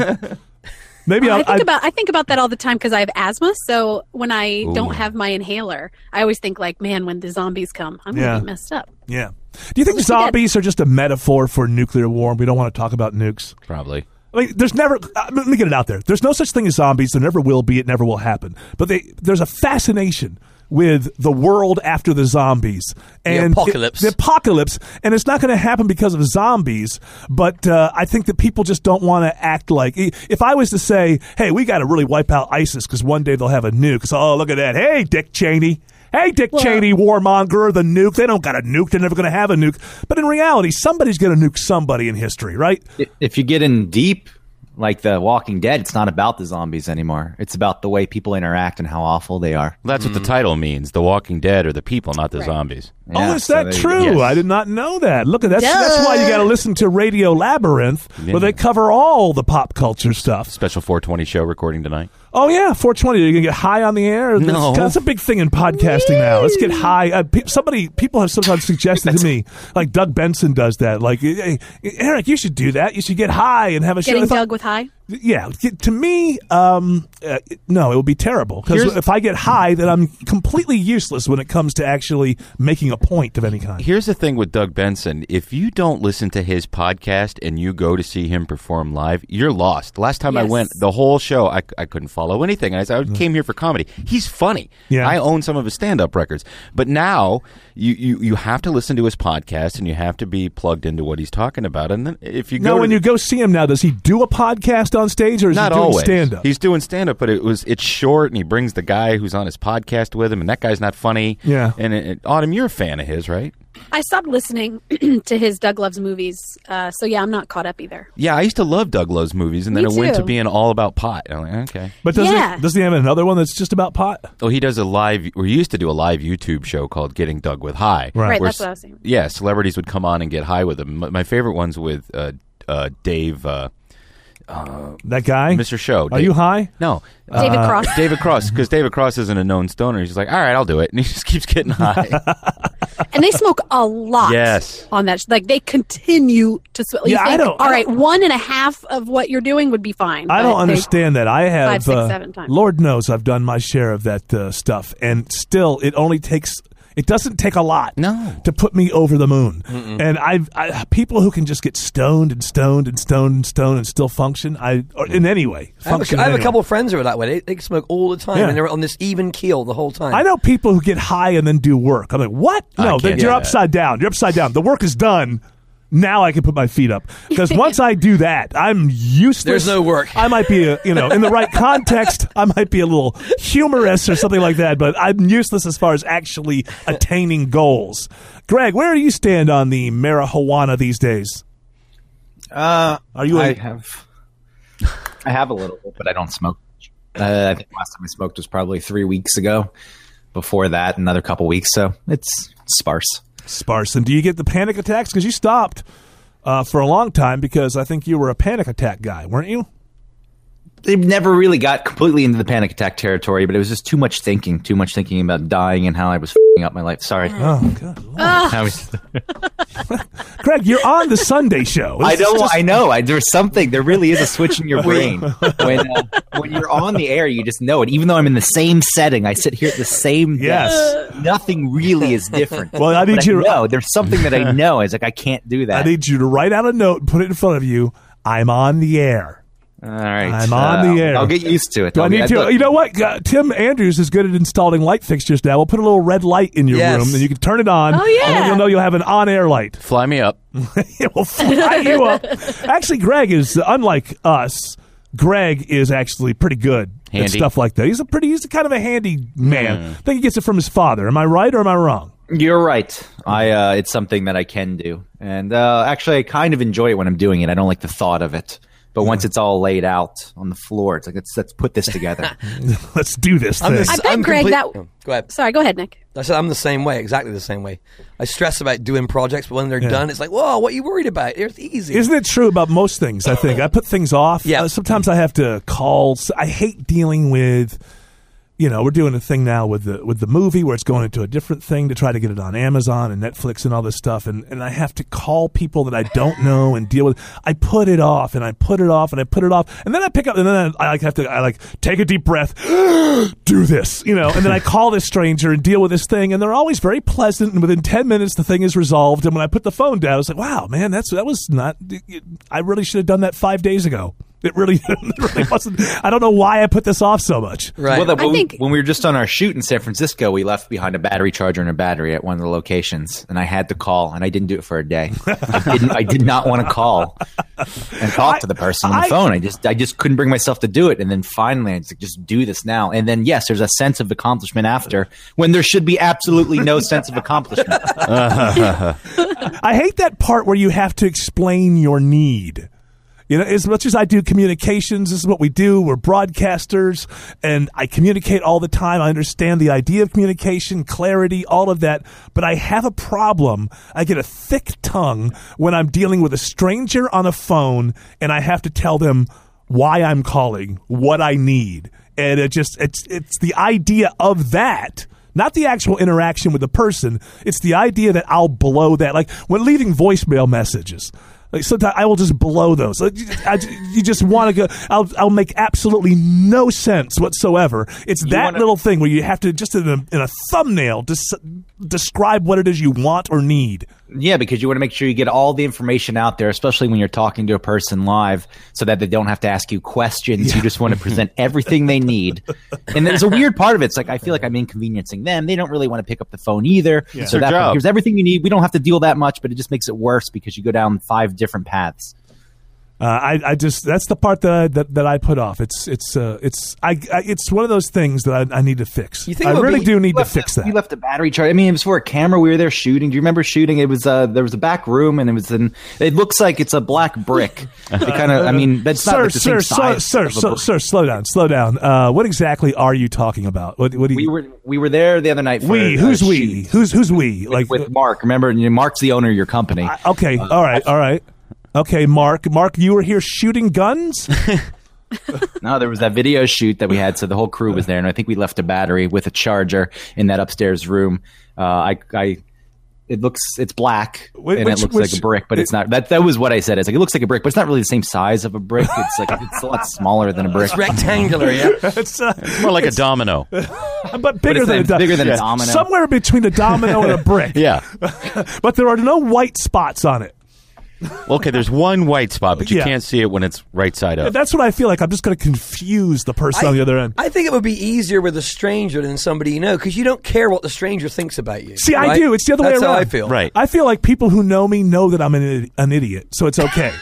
Speaker 2: Maybe
Speaker 6: I
Speaker 2: I'll,
Speaker 6: think about I think about that all the time because I have asthma. So when I
Speaker 5: Ooh.
Speaker 6: don't have my inhaler, I always think like, man, when the zombies come, I'm
Speaker 2: Yeah.
Speaker 6: gonna be messed up.
Speaker 2: Yeah. Do you think
Speaker 6: least we did.
Speaker 2: zombies are just a metaphor for nuclear war? and We don't want to talk about nukes.
Speaker 5: Probably.
Speaker 2: Like, there's never. Uh, let me get it out there. There's no such thing as zombies. There never will be. It never will happen. But they, there's a fascination with the world after the zombies and it-
Speaker 3: apocalypse.
Speaker 2: the apocalypse, and it's not going to happen because of zombies. But uh, I think that people just don't want to act like. If I was to say, "Hey, we got to really wipe out ISIS because one day they'll have a nuke," it's oh look at that. Hey, Dick Cheney. Hey, Dick Cheney, warmonger, the nuke. They don't got a nuke. They're never going to have a nuke. But in reality, somebody's going to nuke somebody in history, right?
Speaker 4: If you get in deep, like The Walking Dead, it's not about the zombies anymore. It's about the way people interact and how awful they are.
Speaker 5: Well, that's what
Speaker 2: Mm.
Speaker 5: the title means: the Walking Dead or the people, not the
Speaker 6: Right.
Speaker 5: zombies.
Speaker 2: oh,
Speaker 4: Yeah,
Speaker 2: is
Speaker 4: so
Speaker 2: that
Speaker 4: there you go.
Speaker 2: true?
Speaker 5: Yes.
Speaker 2: I did not know that. Look at that. That's
Speaker 6: Duh.
Speaker 2: why you got to listen to Radio Labyrinth, where they cover all the pop culture stuff.
Speaker 5: Special 420 show recording tonight.
Speaker 2: Oh yeah, 420. Are you gonna get high on the air?
Speaker 5: No.
Speaker 2: that's, that's a big thing in podcasting now. Let's get high. Uh, pe- somebody, people have sometimes suggested to me, like Doug Benson does that. Like, hey, Eric, you should do that. You should get high and have a show.
Speaker 6: Getting
Speaker 2: If I-
Speaker 6: dug with high.
Speaker 2: yeah, get- to me, um, uh, no, it would be terrible because
Speaker 5: Here's-
Speaker 2: if I get high, then I'm completely useless when it comes to actually making a point of any kind.
Speaker 5: Here's the thing with Doug Benson: if you don't listen to his podcast and you go to see him perform live, you're lost. Last time I
Speaker 6: Yes.
Speaker 5: went, the whole show, I, I couldn't follow anything. I, said, I came here for comedy. He's funny.
Speaker 2: Mm. Yeah.
Speaker 5: I own some of his stand-up records, but now you, you you have to listen to his podcast and you have to be plugged into what he's talking about. And then if you
Speaker 2: Now,
Speaker 5: go
Speaker 2: when
Speaker 5: to,
Speaker 2: you go see him now, does he do a podcast on stage or is
Speaker 5: not
Speaker 2: he doing
Speaker 5: always
Speaker 2: stand up?
Speaker 5: He's doing stand up, but it was it's short, and he brings the guy who's on his podcast with him, and that guy's not funny.
Speaker 2: Yeah.
Speaker 5: And it, it- Autumn, you're a fan of his, right?
Speaker 6: I stopped listening to his Doug Loves movies, uh, so yeah, I'm not caught up either.
Speaker 5: Yeah, I used to love Doug Lowe's movies, and then
Speaker 6: Me
Speaker 5: it went
Speaker 6: too.
Speaker 5: to being all about pot. I'm like, okay.
Speaker 2: But does
Speaker 6: Yeah.
Speaker 2: he, does he have another one that's just about pot?
Speaker 5: Oh, he does a live. Or he used to do a live YouTube show called Getting Doug with High.
Speaker 2: Right.
Speaker 6: Right,
Speaker 5: where
Speaker 6: that's what I was saying.
Speaker 5: Yeah, celebrities would come on and get high with him. My, my favorite ones with uh, uh, Dave. Uh,
Speaker 2: That guy,
Speaker 5: Mr. Show.
Speaker 2: Are you high?
Speaker 5: No. Uh,
Speaker 6: David
Speaker 2: uh,
Speaker 6: Cross.
Speaker 5: David Cross, because David Cross isn't a known stoner. He's like, all right, I'll do it. And he just keeps getting high.
Speaker 6: and they smoke a lot.
Speaker 5: Yes.
Speaker 6: on that, sh- like they continue to smoke. You
Speaker 2: Yeah, I
Speaker 6: think,
Speaker 2: don't- I
Speaker 6: all right, one and a half of what you're doing would be fine.
Speaker 2: I
Speaker 6: but
Speaker 2: don't
Speaker 6: they-
Speaker 2: understand that. I have,
Speaker 6: Five, six,
Speaker 2: uh,
Speaker 6: seven times.
Speaker 2: Lord knows, I've done my share of that uh, stuff, and still, it only takes. It doesn't take a lot
Speaker 5: No.
Speaker 2: to put me over the moon. And I've I, people who can just get stoned and stoned and stoned and stoned and still function. I or in any way
Speaker 3: I have,
Speaker 2: function.
Speaker 3: a, I
Speaker 2: in
Speaker 3: have a
Speaker 2: any
Speaker 3: couple
Speaker 2: way.
Speaker 3: of friends who are that way. They, they smoke all the time
Speaker 2: Yeah.
Speaker 3: and they're on this even keel the whole time.
Speaker 2: I know people who get high and then do work. I'm like, what? No,
Speaker 5: can't
Speaker 2: then
Speaker 5: do
Speaker 2: you're
Speaker 5: that.
Speaker 2: upside down. You're upside down. The work is done. Now I can put my feet up because once I do that, I'm useless.
Speaker 3: There's no work.
Speaker 2: I might be, a, you know, in the right context, I might be a little humorous or something like that. But I'm useless as far as actually attaining goals. Greg, where do you stand on the marijuana these days?
Speaker 4: Uh,
Speaker 2: Are you? a-
Speaker 4: I have. I have a little bit, but I don't smoke. Uh, I think last time I smoked was probably three weeks ago. Before that, another couple weeks, so it's sparse.
Speaker 2: sparse. And do you get the panic attacks? Because you stopped uh, for a long time because I think you were a panic attack guy, weren't you?
Speaker 4: It never really got completely into the panic attack territory, but it was just too much thinking, too much thinking about dying and how I was fing up my life. Sorry,
Speaker 2: Oh God.
Speaker 4: I, was-
Speaker 2: Greg, you're on the Sunday show.
Speaker 4: I
Speaker 2: This is
Speaker 4: don't.
Speaker 2: just-
Speaker 4: I know. I, there's something. There really is a switch in your brain when uh, when you're on the air. You just know it. Even though I'm in the same setting, I sit here at the same.
Speaker 2: Yes.
Speaker 4: desk, Nothing really is different.
Speaker 2: Well, I need
Speaker 4: But
Speaker 2: you-
Speaker 4: know there's something that I know. It's like I can't do
Speaker 2: I
Speaker 4: that.
Speaker 2: need you to write out a note and put it in front of you. I'm on the air.
Speaker 4: All right. uh,
Speaker 2: I'm on the air.
Speaker 4: I'll get used to it.
Speaker 2: Do I
Speaker 4: I'll
Speaker 2: need
Speaker 4: get-
Speaker 2: to?
Speaker 4: look,
Speaker 2: You know what? Uh, Tim Andrews is good at installing light fixtures now. We'll put a little red light in your
Speaker 3: Yes.
Speaker 2: room, and you can turn it on.
Speaker 6: Oh, yeah.
Speaker 2: And then you'll know you'll have an on-air light.
Speaker 5: Fly me up.
Speaker 2: it will fly you up. Actually, Greg is unlike us. Greg is actually pretty good at
Speaker 5: Handy.
Speaker 2: stuff like that. He's a pretty. He's kind of a handy man. I think he gets it from his father. Am I right or am I wrong?
Speaker 4: You're right. I uh, it's something that I can do, and uh, actually, I kind of enjoy it when I'm doing it. I don't like the thought of it, but
Speaker 2: Hmm.
Speaker 4: once it's all laid out on the floor, it's like let's let's put this together.
Speaker 2: Let's do this thing.
Speaker 3: the s-
Speaker 6: I bet, Greg, that-
Speaker 3: Oh, Go ahead.
Speaker 6: Sorry, go ahead, Nick.
Speaker 3: I said I'm the same way, exactly the same way. I stress about doing projects, but when they're done, it's like, whoa, what are you worried about? It's easy.
Speaker 2: Isn't it true about most things? I think I put things off.
Speaker 3: Yeah.
Speaker 2: Uh, sometimes I have to call. s- I hate dealing with. You know, we're doing a thing now with the with the movie where it's going into a different thing to try to get it on Amazon and Netflix and all this stuff, and and I have to call people that I don't know and deal with. I put it off and I put it off and I put it off, and then I pick up and then I, I like have to I like take a deep breath, do this, you know, and then I call this stranger and deal with this thing, and they're always very pleasant. And within ten minutes, the thing is resolved. And when I put the phone down, I was like, "Wow, man, that's that was not. I really should have done that five days ago. It really, it really wasn't. I don't know why I put this off so much.
Speaker 3: right.
Speaker 4: Well, the,
Speaker 6: I think-
Speaker 4: when we were just on our shoot in San Francisco, we left behind a battery charger and a battery at one of the locations, and I had to call, and I didn't do it for a day. I, didn't, I did not want to call and talk to the person on the
Speaker 2: I-
Speaker 4: phone. I just I just couldn't bring myself to do it, and then finally, I just, just do this now. And then yes, there's a sense of accomplishment after when there should be absolutely no sense of accomplishment.
Speaker 2: I hate that part where you have to explain your need. You know, as much as I do communications, this is what we do. We're broadcasters, and I communicate all the time. I understand the idea of communication, clarity, all of that. But I have a problem. I get a thick tongue when I'm dealing with a stranger on a phone, and I have to tell them why I'm calling, what I need, and it just it's it's the idea of that. Not the actual interaction with the person. It's the idea that I'll blow that. Like when leaving voicemail messages, like sometimes I will just blow those. Like, you- I, you just want to go. I'll I'll make absolutely no sense whatsoever. It's that
Speaker 4: wanna-
Speaker 2: little thing where you have to just in a, in a thumbnail dis- describe what it is you want or need.
Speaker 4: Yeah, because you want to make sure you get all the information out there, especially when you're talking to a person live, so that they don't have to ask you questions. You just want to present everything they need. And there's a weird part of it. It's like I feel like I'm inconveniencing them. They don't really want to pick up the phone either. So
Speaker 5: their
Speaker 4: that
Speaker 5: job.
Speaker 4: here's everything you need. We don't have to deal that much, but it just makes it worse because you go down five different paths.
Speaker 2: Uh, I, I just that's the part that I, that, that I put off. It's it's uh, it's I, I it's one of those things that I, I need to fix.
Speaker 3: You think it
Speaker 2: I
Speaker 3: would
Speaker 2: really
Speaker 3: be-
Speaker 2: do need to
Speaker 4: left
Speaker 2: fix
Speaker 4: the-
Speaker 2: that.
Speaker 4: We left a battery charge. I mean, it was for a camera. We were there shooting. Do you remember shooting? It was uh, there was a back room, and it was in. It looks like it's a black brick. it kind of. I mean, that's not
Speaker 2: sir,
Speaker 4: like the
Speaker 2: sir, sir,
Speaker 4: same size
Speaker 2: sir,
Speaker 4: of a
Speaker 2: sir,
Speaker 4: brick.
Speaker 2: sir, slow down, slow down. Uh, what exactly are you talking about? What, what do
Speaker 4: We
Speaker 2: you?
Speaker 4: were we were there the other night. For,
Speaker 2: we
Speaker 4: uh,
Speaker 2: who's
Speaker 4: shoot
Speaker 2: we? Who's who's we? Like
Speaker 4: with Mark. Remember, and Mark's the owner of your company.
Speaker 2: uh, okay, all right, all right. Okay, Mark. Mark, you were here shooting guns?
Speaker 4: No, there was that video shoot that we had, so the whole crew was there, and I think we left a battery with a charger in that upstairs room. Uh, I, I, it looks, it's black,
Speaker 2: Whi-
Speaker 4: and
Speaker 2: which-
Speaker 4: it looks
Speaker 2: which-
Speaker 4: like a brick, but it's not. That that was what I said. It's like it looks like a brick, but it's not really the same size of a brick. It's like it's a lot smaller than a brick.
Speaker 3: It's rectangular, yeah.
Speaker 2: it's, uh,
Speaker 5: More like a domino.
Speaker 2: but bigger
Speaker 4: it's
Speaker 2: than a
Speaker 4: like
Speaker 2: do-
Speaker 4: bigger than a domino.
Speaker 2: Somewhere between a domino and a brick.
Speaker 5: Yeah.
Speaker 2: But there are no white spots on it.
Speaker 5: Okay, there's one white spot, but you
Speaker 2: Yeah.
Speaker 5: can't see it when it's right side up.
Speaker 2: That's what I feel like. I'm just going to confuse the person on the other end.
Speaker 3: I think it would be easier with a stranger than somebody you know because you don't care what the stranger thinks about you.
Speaker 2: See, I
Speaker 3: right?
Speaker 2: do. It's the other
Speaker 3: That's
Speaker 2: way around.
Speaker 3: How I feel.
Speaker 5: Right.
Speaker 2: I feel like people who know me know that I'm an, idi- an idiot, so it's okay.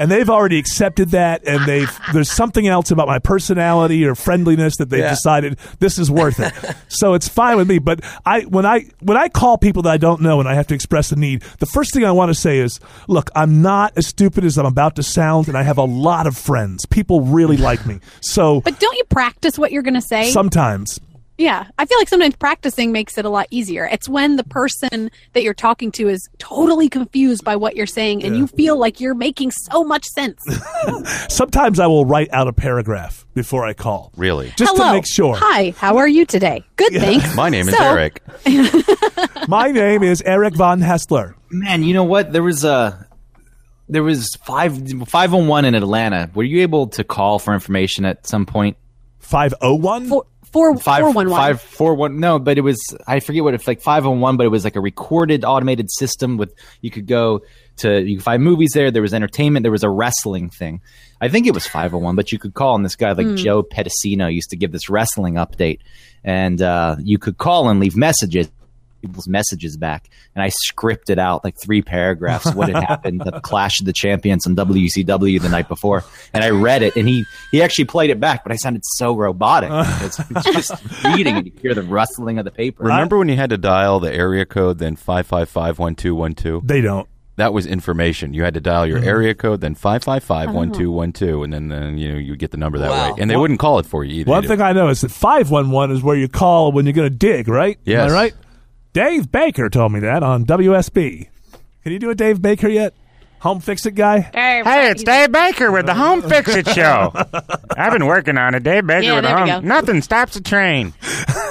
Speaker 2: and they've already accepted that, and they've there's something else about my personality or friendliness that they've
Speaker 3: Yeah.
Speaker 2: decided this is worth it. so it's fine with me. But I when I when I call people that I don't know and I have to express a need, the first thing I want to say is, look, I'm not as stupid as I'm about to sound, and I have a lot of friends. People really like me, so
Speaker 6: But don't you practice what you're going to say?
Speaker 2: sometimes.
Speaker 6: yeah. I feel like sometimes practicing makes it a lot easier. It's when the person that you're talking to is totally confused by what you're saying and you feel like you're making so much sense.
Speaker 2: Sometimes I will write out a paragraph before I call.
Speaker 5: Really?
Speaker 2: Just
Speaker 6: Hello.
Speaker 2: to make sure.
Speaker 6: Hi, how are you today? Good, thanks.
Speaker 5: My name is
Speaker 6: So-
Speaker 5: Eric.
Speaker 7: uh,
Speaker 2: My name is Eric Von Hessler.
Speaker 4: Man, you know what? There was a there was five five on one in Atlanta. Were you able to call for information at some point?
Speaker 2: 501?
Speaker 6: Four, four,
Speaker 4: Five
Speaker 6: four, one, one.
Speaker 4: five- four, one- No, but it was I forget what it's like five on one, but it was like a recorded automated system with you could go to you could find movies there. There was entertainment. There was a wrestling thing. I think it was five on one, but you could call and this guy
Speaker 6: Hmm.
Speaker 4: like Joe Pedicino used to give this wrestling update, and uh, you could call and leave messages. People's messages back, and I scripted out like three paragraphs of what had happened at the Clash of the Champions on WCW the night before, and I read it, and he he actually played it back, but I sounded so robotic. It's, it's just reading, and you hear the rustling of the paper.
Speaker 5: Remember when you had to dial the area code, then 555 1212?
Speaker 2: They don't.
Speaker 5: That was information. You had to dial
Speaker 7: Mm-hmm.
Speaker 5: your area code, then 555
Speaker 7: Uh-huh.
Speaker 5: 1212, and then, then you know, you get the number that
Speaker 3: Wow.
Speaker 5: way. And they wouldn't call it for you either.
Speaker 2: One thing I know is that 511 is where you call when you're going to dig, right? Am
Speaker 5: Yes.
Speaker 2: I right? Dave Baker told me that on WSB. Can you do a Dave Baker yet? Home Fix It guy?
Speaker 7: Hey, it's Dave Baker with the Home Fix It Show. I've been working on it. Dave Baker
Speaker 6: Yeah,
Speaker 7: with the
Speaker 6: there we
Speaker 7: Home.
Speaker 6: go.
Speaker 7: Nothing stops a train.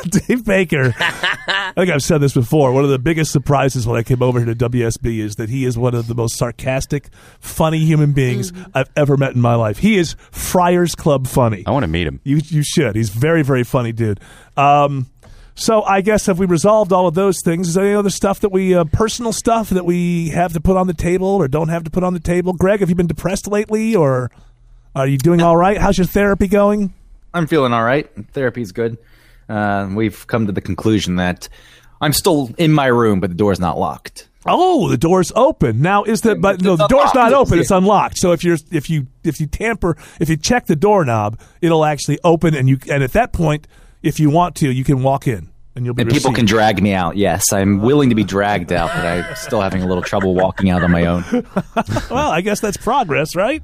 Speaker 2: Dave Baker. I think I've said this before. One of the biggest surprises when I came over here to WSB is that he is one of the most sarcastic, funny human beings I've ever met in my life. He is Friars Club funny.
Speaker 5: I want to meet him.
Speaker 2: You you should. He's very very funny, dude. Um, so I guess have we resolved all of those things? Is there any other stuff that we uh, personal stuff that we have to put on the table or don't have to put on the table? Greg, have you been depressed lately, or are you doing all right? How's your therapy going?
Speaker 4: I'm feeling all right. Therapy's good. Uh, we've come to the conclusion that I'm still in my room, but the door's not locked.
Speaker 2: Oh, the door's open now. Is that but no, the door's not open. It's unlocked. So if you're if you if you tamper if you check the doorknob, it'll actually open and you and at that point, if you want to, you can walk in and you'll be
Speaker 4: And people
Speaker 2: received.
Speaker 4: can drag me out. Yes, I'm willing to be dragged out, but I'm still having a little trouble walking out on my own.
Speaker 2: well, I guess that's progress, right?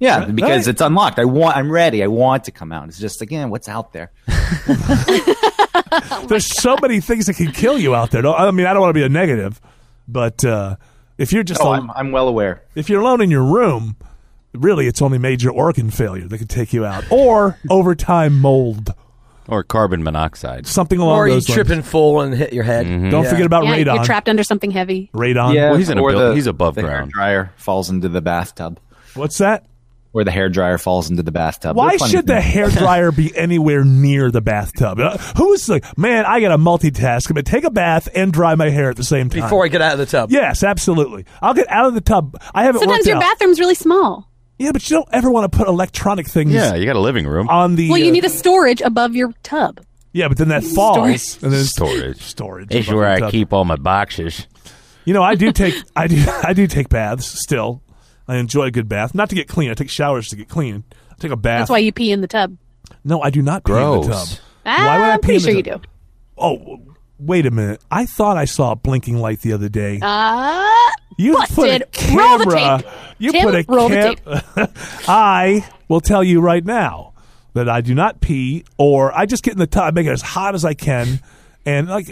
Speaker 4: Yeah, because
Speaker 2: right.
Speaker 4: it's unlocked. I want. I'm ready. I want to come out. It's just again, what's out there? Oh
Speaker 2: There's so many things that can kill you out there. Don't- I mean, I don't want to be a negative, but uh, if you're just
Speaker 4: Oh,
Speaker 2: al-
Speaker 4: I'm, I'm well aware.
Speaker 2: if you're alone in your room, really, it's only major organ failure that could take you out, or overtime mold,
Speaker 5: Or carbon monoxide.
Speaker 2: something along
Speaker 3: Or you
Speaker 2: those lines.
Speaker 3: trip and fall and hit your head.
Speaker 2: Don't
Speaker 3: Yeah.
Speaker 2: forget about
Speaker 6: yeah,
Speaker 2: radon.
Speaker 6: you're trapped under something heavy.
Speaker 2: radon.
Speaker 5: Well, he's in a
Speaker 4: or
Speaker 5: buil- he's above
Speaker 4: the
Speaker 5: ground.
Speaker 4: Dryer falls into the bathtub,
Speaker 2: What's that?
Speaker 4: or the hair dryer falls into the bathtub. There
Speaker 2: Why
Speaker 4: are plenty
Speaker 2: should
Speaker 4: of
Speaker 2: the
Speaker 4: things.
Speaker 2: hairdryer be anywhere near the bathtub? Uh, Who's like, man, I got to multitask. I'm going to take a bath and dry my hair at the same time.
Speaker 3: Before I get out of the tub.
Speaker 2: Yes, absolutely. I'll get out of the tub. I haven't
Speaker 6: Sometimes
Speaker 2: worked
Speaker 6: your
Speaker 2: out.
Speaker 6: bathroom's really small.
Speaker 2: yeah, but you don't ever want to put electronic things
Speaker 5: Yeah, you got a living room.
Speaker 2: on the.
Speaker 6: Well,
Speaker 2: uh,
Speaker 6: you need a storage above your tub.
Speaker 2: Yeah, but then that falls
Speaker 6: Storage.
Speaker 2: and then it's
Speaker 5: Storage.
Speaker 2: storage.
Speaker 7: This is
Speaker 2: above
Speaker 7: where
Speaker 2: the
Speaker 7: I
Speaker 2: tub.
Speaker 7: keep all my boxes.
Speaker 2: You know, I do take I do I do take baths still. I enjoy a good bath, not to get clean. I take showers to get clean. I take a bath.
Speaker 6: That's why you pee in the tub. Ah,
Speaker 2: no, I do not pee in the tub.
Speaker 5: Gross.
Speaker 2: why would I
Speaker 6: I'm
Speaker 2: pee
Speaker 6: pretty
Speaker 2: in the
Speaker 6: sure you do.
Speaker 2: tub? Oh, wait a minute. I thought I saw a blinking light the other day.
Speaker 6: Uh,
Speaker 2: you put a
Speaker 6: busted. Roll the
Speaker 2: camera.
Speaker 6: tape.
Speaker 2: You
Speaker 6: Tim,
Speaker 2: put a
Speaker 6: roll the
Speaker 2: camera. I will tell you right now that I do not pee, or I just get in the tub, I make it as hot as I can, and like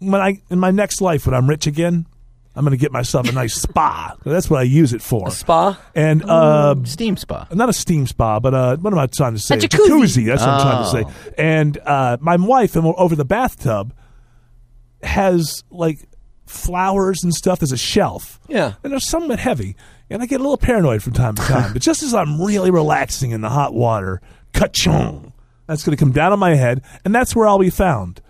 Speaker 2: when I in my next life when I'm rich again, I'm going to get myself a nice spa. That's what I use it for.
Speaker 3: Spa.
Speaker 2: and uh,
Speaker 5: Steam spa.
Speaker 2: not a steam spa, but uh, what am I trying to say?
Speaker 6: A jacuzzi.
Speaker 2: That's what I'm trying to say. And uh, my wife, and we're over the bathtub, has like flowers and stuff. There's a shelf.
Speaker 3: Yeah.
Speaker 2: And there's some that heavy. And I get a little paranoid from time to time. but just as I'm really relaxing in the hot water, ka-chung, that's going to come down on my head, and that's where I'll be found.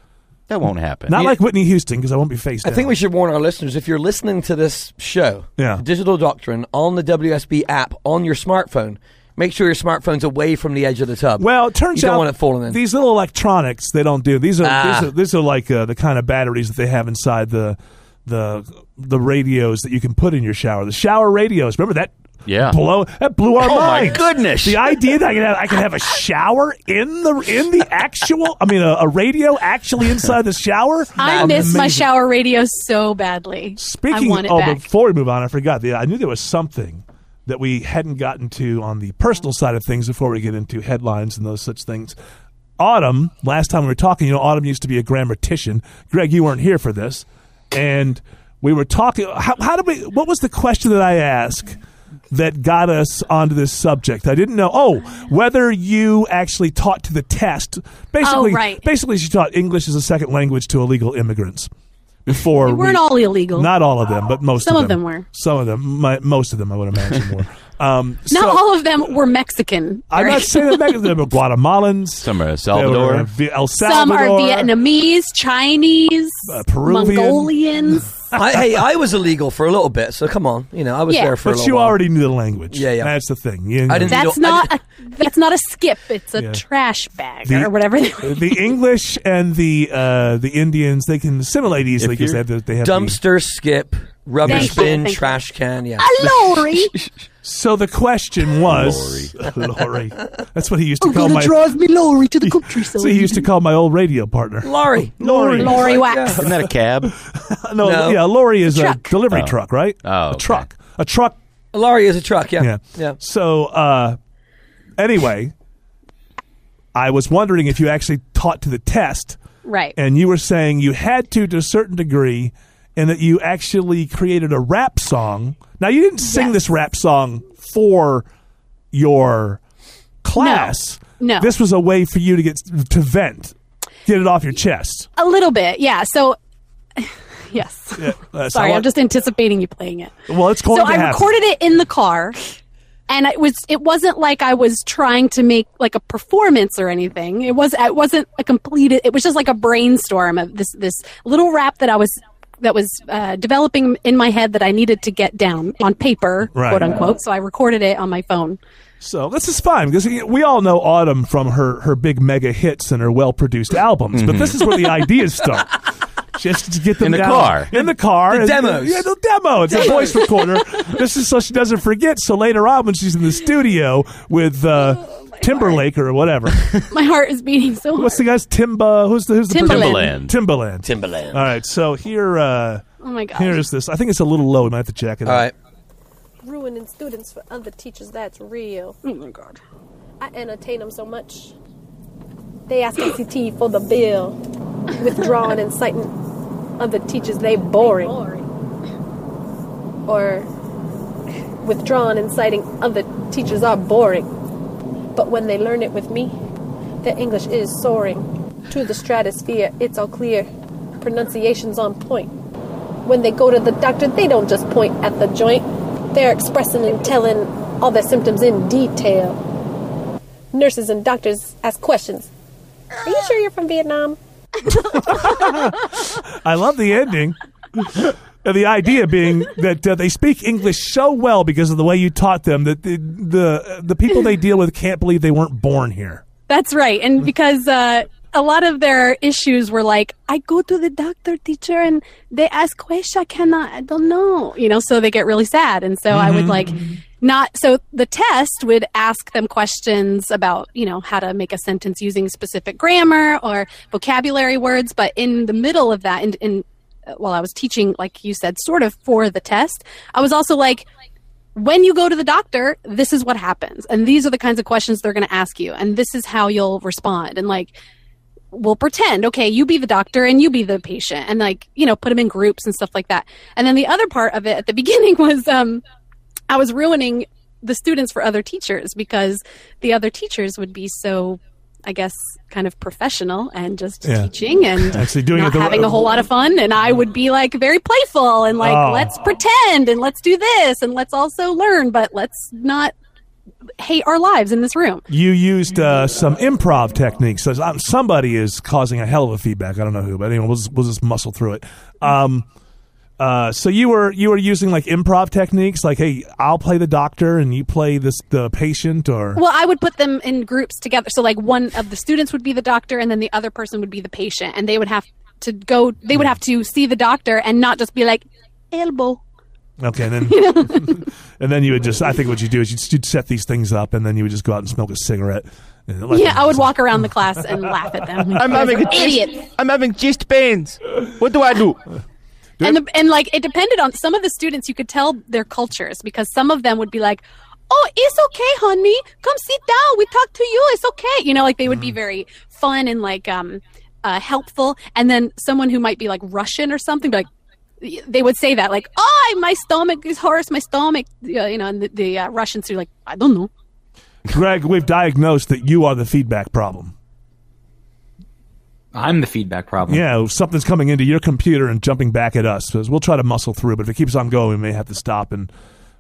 Speaker 5: That won't happen.
Speaker 2: Not like Whitney Houston, because I won't be faced.
Speaker 3: I think we should warn our listeners if you're listening to this show,
Speaker 2: Yeah.
Speaker 3: Digital Doctrine, on the WSB app, on your smartphone, make sure your smartphone's away from the edge of the tub.
Speaker 2: Well, it turns
Speaker 3: you don't
Speaker 2: out
Speaker 3: want it falling in.
Speaker 2: these little electronics they don't do. These are
Speaker 3: Ah.
Speaker 2: these are, these are like uh, the kind of batteries that they have inside the the the radios that you can put in your shower. The shower radios. Remember that?
Speaker 5: Yeah.
Speaker 2: Blow that blew our
Speaker 5: Oh, my
Speaker 2: minds.
Speaker 5: goodness.
Speaker 2: The idea that I can have I can have a shower in the in the actual I mean a, a radio actually inside the shower.
Speaker 6: I miss my
Speaker 2: Amazing.
Speaker 6: shower radio so badly.
Speaker 2: Speaking
Speaker 6: I want it
Speaker 2: oh,
Speaker 6: back.
Speaker 2: before we move on, I forgot. The, I knew there was something that we hadn't gotten to on the personal side of things before we get into headlines and those such things. Autumn, last time we were talking, you know, Autumn used to be a grammatician. Greg, you weren't here for this. And we were talking. How, how did we. What was the question that I asked? That got us onto this subject. I didn't know. Oh, whether you actually taught to the test. Basically,
Speaker 6: Oh, right.
Speaker 2: basically, she taught English as a second language to illegal immigrants before
Speaker 6: They weren't
Speaker 2: we-
Speaker 6: all illegal.
Speaker 2: not all of them, but most
Speaker 6: Some
Speaker 2: of
Speaker 6: of
Speaker 2: them.
Speaker 6: them were.
Speaker 2: Some of them, my, most of them, I would imagine were. Um,
Speaker 6: Not
Speaker 2: so-
Speaker 6: all of them were Mexican.
Speaker 2: I'm not
Speaker 6: Eric.
Speaker 2: saying that Mexican- there were Guatemalans.
Speaker 5: Some are El
Speaker 2: there were uh,
Speaker 5: Salvador.
Speaker 2: Vi- El
Speaker 6: Some are
Speaker 2: Salvador,
Speaker 6: Vietnamese, Chinese,
Speaker 2: Uh, Peruvian.
Speaker 6: Mongolians.
Speaker 3: I, hey, I was illegal for a little bit, so come on. You know, I was
Speaker 6: Yeah.
Speaker 3: there for a
Speaker 2: But
Speaker 3: little
Speaker 2: you
Speaker 3: while.
Speaker 2: already knew the language.
Speaker 3: Yeah, yeah.
Speaker 2: That's the thing. You
Speaker 3: I didn't-
Speaker 6: That's
Speaker 3: You know, I
Speaker 6: not a that's not a skip. It's a
Speaker 2: Yeah.
Speaker 6: trash bag
Speaker 2: The-
Speaker 6: or whatever.
Speaker 2: the English and the uh, the Indians they can assimilate easily because they have, the, they have the-
Speaker 3: Dumpster skip, rubbish
Speaker 6: Thank you,
Speaker 3: bin,
Speaker 6: thank you.
Speaker 3: trash can. Yeah.
Speaker 6: a lorry.
Speaker 2: so the question was, Lori. That's what he
Speaker 6: Oh,
Speaker 2: used to call
Speaker 8: gonna
Speaker 2: my.
Speaker 8: drive me lorry to the countryside.
Speaker 2: So he used to call my old radio partner.
Speaker 3: Lorry.
Speaker 2: Lorry.
Speaker 6: Lorry wax.
Speaker 5: Isn't that a cab?
Speaker 2: No,
Speaker 3: No.
Speaker 2: yeah, lorry is a
Speaker 6: Truck.
Speaker 2: delivery truck, right?
Speaker 5: Oh,
Speaker 2: a
Speaker 5: okay.
Speaker 2: truck. A truck
Speaker 3: A lorry is a truck. Yeah.
Speaker 2: Yeah.
Speaker 3: Yeah.
Speaker 2: So uh, anyway, I was wondering if you actually taught to the test,
Speaker 6: Right.
Speaker 2: and you were saying you had to to a certain degree, and that you actually created a rap song. Now you didn't sing
Speaker 6: Yes.
Speaker 2: this rap song for your class.
Speaker 6: No.
Speaker 2: this was a way for you to get to vent, get it off your chest.
Speaker 6: a little bit. Yeah. So yes.
Speaker 2: That's
Speaker 6: Sorry,
Speaker 2: how I-
Speaker 6: I'm just anticipating you playing it.
Speaker 2: well. It's going
Speaker 6: so
Speaker 2: to
Speaker 6: I
Speaker 2: happen.
Speaker 6: recorded it in the car, and it was it wasn't like I was trying to make like a performance or anything. It was it wasn't a completed. It was just like a brainstorm of this this little rap that I was that was uh, developing in my head that I needed to get down on paper,
Speaker 2: Right.
Speaker 6: quote unquote. So I recorded it on my phone.
Speaker 2: So this is fine because we all know Autumn from her, her big mega hits and her well produced albums, but this is where the ideas start. Just to get them
Speaker 5: In the
Speaker 2: down.
Speaker 5: car.
Speaker 2: in the car,
Speaker 3: The
Speaker 2: And-
Speaker 3: demos.
Speaker 2: Yeah, the demo. It's a voice recorder. this is so she doesn't forget. So later on, when she's in the studio with uh, Timberlake or whatever,
Speaker 6: My heart is beating so hard.
Speaker 2: what's the guy's Timba? Who's the who's the
Speaker 6: Timbaland.
Speaker 2: Timbaland.
Speaker 3: Timberland.
Speaker 2: All right, so here, uh,
Speaker 6: oh my god!
Speaker 2: here is this. I think it's a little low. We might have to check it.
Speaker 3: All
Speaker 2: out.
Speaker 3: right.
Speaker 9: ruining students for other teachers. That's real.
Speaker 6: oh my god!
Speaker 9: I entertain them so much. They ask ACT for the bill, withdrawing and citing other teachers. They boring. Or withdrawing and citing other teachers are boring. But when they learn it with me, their English is soaring to the stratosphere. It's all clear. Pronunciation's on point. When they go to the doctor, they don't just point at the joint. They're expressing and telling all their symptoms in detail nurses and doctors ask questions. Are you sure you're from Vietnam?
Speaker 2: I love the ending. And the idea being that uh, they speak English so well because of the way you taught them that the the, the people they deal with can't believe they weren't born here.
Speaker 6: That's right, and because uh, a lot of their issues were like, I go to the doctor, teacher, and they ask questions. I cannot, I don't know, you know. So they get really sad, and so I would like not. So the test would ask them questions about, you know, how to make a sentence using specific grammar or vocabulary words, but in the middle of that, in, in uh, while I was teaching, like you said, sort of for the test, I was also like when you go to the doctor, this is what happens. And these are the kinds of questions they're going to ask you. And this is how you'll respond. And like, we'll pretend okay you be the doctor and you be the patient and like you know put them in groups and stuff like that and then the other part of it at the beginning was um i was ruining the students for other teachers because the other teachers would be so i guess kind of professional and just
Speaker 2: Yeah.
Speaker 6: teaching and
Speaker 2: Actually doing
Speaker 6: not
Speaker 2: it the-
Speaker 6: having a whole lot of fun and i would be like very playful and like
Speaker 2: Oh.
Speaker 6: let's pretend and let's do this and let's also learn but let's not hate our lives in this room
Speaker 2: You used uh, some improv techniques. So um, somebody is causing a hell of a feedback. I don't know who, but anyway, we'll just, we'll just muscle through it. Um, uh, so you were you were using like improv techniques, like hey, I'll play the doctor and you play this the patient, or
Speaker 6: Well, I would put them in groups together. So, like, one of the students would be the doctor, and then the other person would be the patient, and they would have to go. They would have to see the doctor and not just be like elbow.
Speaker 2: okay, and then and then you would just I think what you do is you'd, you'd set these things up and then you would just go out and smoke a cigarette. And let
Speaker 6: Yeah,
Speaker 2: them-
Speaker 6: I would walk around the class and laugh at them.
Speaker 7: I'm
Speaker 6: Like,
Speaker 7: having a
Speaker 6: idiot.
Speaker 7: chest, I'm having chest pains. What do I do?
Speaker 6: And the, and like it depended on some of the students. You could tell their cultures because some of them would be like, "Oh, it's okay, honey. Come sit down. We talk to you. It's okay." You know, like they would
Speaker 2: Mm-hmm.
Speaker 6: be very fun and like um uh, helpful. And then someone who might be like Russian or something, be like they would say that like, "Oh, my stomach is hoarse. My stomach." Yeah, You know, and the, the uh, Russians are like, "I don't know."
Speaker 2: Greg, we've diagnosed that you are the feedback problem.
Speaker 4: I'm the feedback problem.
Speaker 2: Yeah, something's coming into your computer and jumping back at us. So we'll try to muscle through, but if it keeps on going, we may have to stop and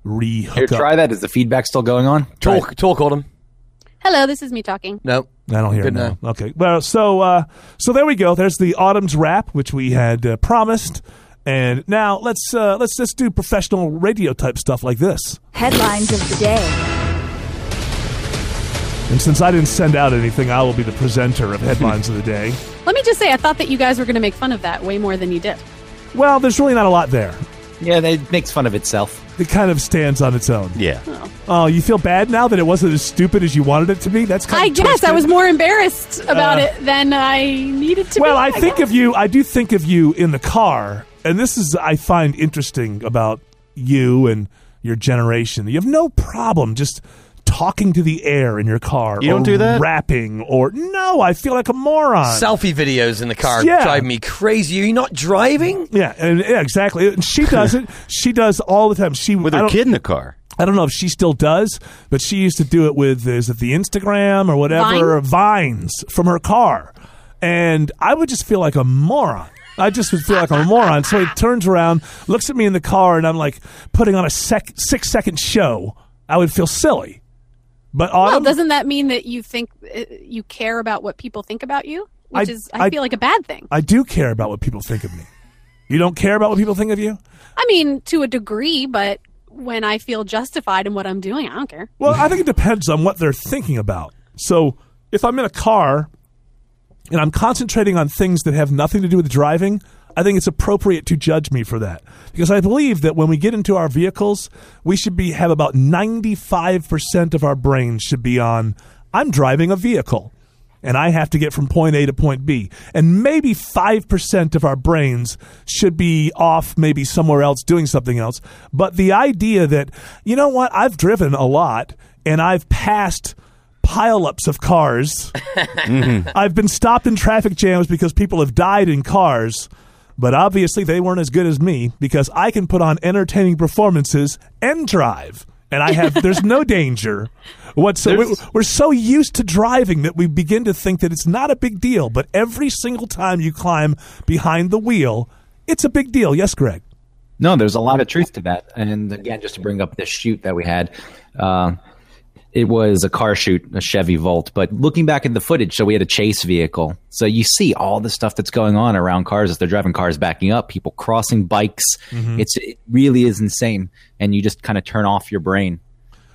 Speaker 2: re-hook
Speaker 4: Here,
Speaker 2: up.
Speaker 4: try that. Is the feedback still going on?
Speaker 3: Talk, talk on them.
Speaker 6: Hello, this is me talking.
Speaker 3: No.
Speaker 2: I don't hear it
Speaker 3: Good
Speaker 2: now. Okay. Well, so uh, so there we go. There's the autumn's wrap, which we had uh, promised, and now let's uh, let's just do professional radio type stuff like this.
Speaker 8: Headlines of the day.
Speaker 2: And since I didn't send out anything, I will be the presenter of headlines of the day.
Speaker 6: Let me just say, I thought that you guys were going to make fun of that way more than you did.
Speaker 2: Well, there's really not a lot there.
Speaker 4: Yeah, that it makes fun of itself.
Speaker 2: It kind of stands on its own.
Speaker 5: Yeah.
Speaker 2: Oh, you feel bad now that it wasn't as stupid as you wanted it to be. That's kind
Speaker 6: I
Speaker 2: of
Speaker 6: guess I
Speaker 2: twisted.
Speaker 6: was more embarrassed about
Speaker 2: Uh,
Speaker 6: it than I needed to be.
Speaker 2: Well, I think
Speaker 6: guess.
Speaker 2: of you. I do think of you in the car, and this is I find interesting about you and your generation. You have no problem just talking to the air in your car.
Speaker 5: You don't
Speaker 2: or
Speaker 5: do that?
Speaker 2: Rapping or no? I feel like a moron.
Speaker 3: Selfie videos in the car
Speaker 2: Yeah.
Speaker 3: drive me crazy. Are you not driving?
Speaker 2: yeah, and, yeah, exactly. And she does it. She does all the time. She
Speaker 5: With
Speaker 2: I
Speaker 5: her
Speaker 2: don't-
Speaker 5: kid in the car.
Speaker 2: I don't know if she still does, but she used to do it with is it the Instagram or whatever vines from her car, and I would just feel like a moron. I just would feel like a moron. So he turns around, looks at me in the car, and I'm like putting on a sec- six second show. I would feel silly, but
Speaker 6: Well,
Speaker 2: Autumn,
Speaker 6: doesn't that mean that you think uh, you care about what people think about you? Which
Speaker 2: I-
Speaker 6: is, I,
Speaker 2: I-
Speaker 6: feel like a bad thing. I,
Speaker 2: I do care about what people think of me. You don't care about what people think of you.
Speaker 6: mean, to a degree, but when I feel justified in what I'm doing, I don't care.
Speaker 2: Well, I think it depends on what they're thinking about. So if I'm in a car and I'm concentrating on things that have nothing to do with driving, I think it's appropriate to judge me for that because I believe that when we get into our vehicles, we should be have about 95% of our brains should be on I'm driving a vehicle and I have to get from point A to point B. And maybe 5% of our brains should be off, maybe somewhere else doing something else. But the idea that, you know what, I've driven a lot and I've passed pileups of cars, I've been stopped in traffic jams because people have died in cars. But obviously, they weren't as good as me because I can put on entertaining performances and drive. And I have, there's no danger whatsoever. We're, we're so used to driving that we begin to think that it's not a big deal. But every single time you climb behind the wheel, it's a big deal. Yes, Greg.
Speaker 4: No, there's a lot of truth to that. And again, just to bring up this shoot that we had, uh, it was a car shoot, a Chevy Volt. But looking back at the footage, so we had a chase vehicle. So you see all the stuff that's going on around cars as they're driving cars backing up, people crossing bikes. It's it really is insane, and you just kind of turn off your brain.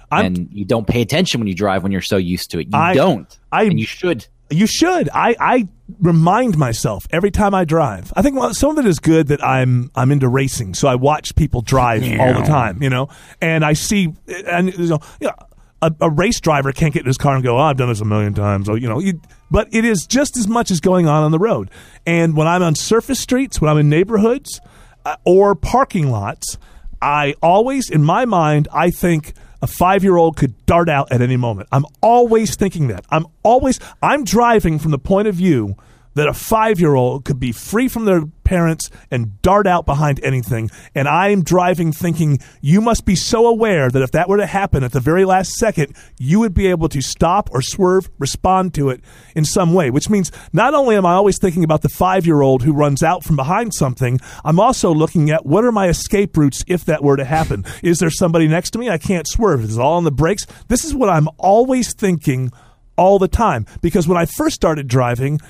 Speaker 2: I'm-
Speaker 4: and you don't pay attention when you drive when you're so used to it. You
Speaker 2: I-
Speaker 4: don't.
Speaker 2: I-
Speaker 4: and you should.
Speaker 2: You should. I, I remind myself every time I drive. I think well, some of it is good that I'm I'm into racing, so I watch people drive all the time, you know. And I see, and you know, you know, a, a race driver can't get in his car and go, oh, "I've done this a million times," or you know. You, but it is just as much as going on on the road. And when I'm on surface streets, when I'm in neighborhoods uh, or parking lots, I always, in my mind, I think a five year old could dart out at any moment. I'm always thinking that. I'm always, I'm driving from the point of view that a five year old could be free from their parents and dart out behind anything. And I'm driving thinking you must be so aware that if that were to happen at the very last second, you would be able to stop or swerve, respond to it in some way. Which means not only am I always thinking about the five year old who runs out from behind something, I'm also looking at what are my escape routes if that were to happen. Is there somebody next to me? I can't swerve. It's all on the brakes. This is what I'm always thinking all the time because when I first started driving,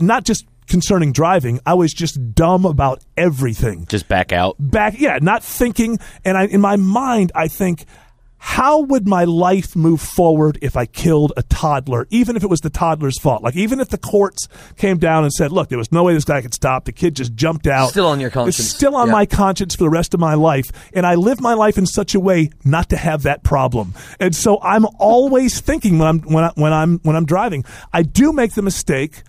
Speaker 2: not just concerning driving, I was just dumb about everything.
Speaker 5: Just back out.
Speaker 2: Back, yeah, not thinking. And I, in my mind, I think, how would my life move forward if I killed a toddler, even if it was the toddler's fault? Like, even if the courts came down and said, look, there was no way this guy could stop, the kid just jumped out.
Speaker 3: Still on your conscience.
Speaker 2: It's still on
Speaker 3: Yeah.
Speaker 2: my conscience for the rest of my life. And I live my life in such a way not to have that problem. And so I'm always thinking when I'm, when I, when I'm, when I'm driving, I do make the mistake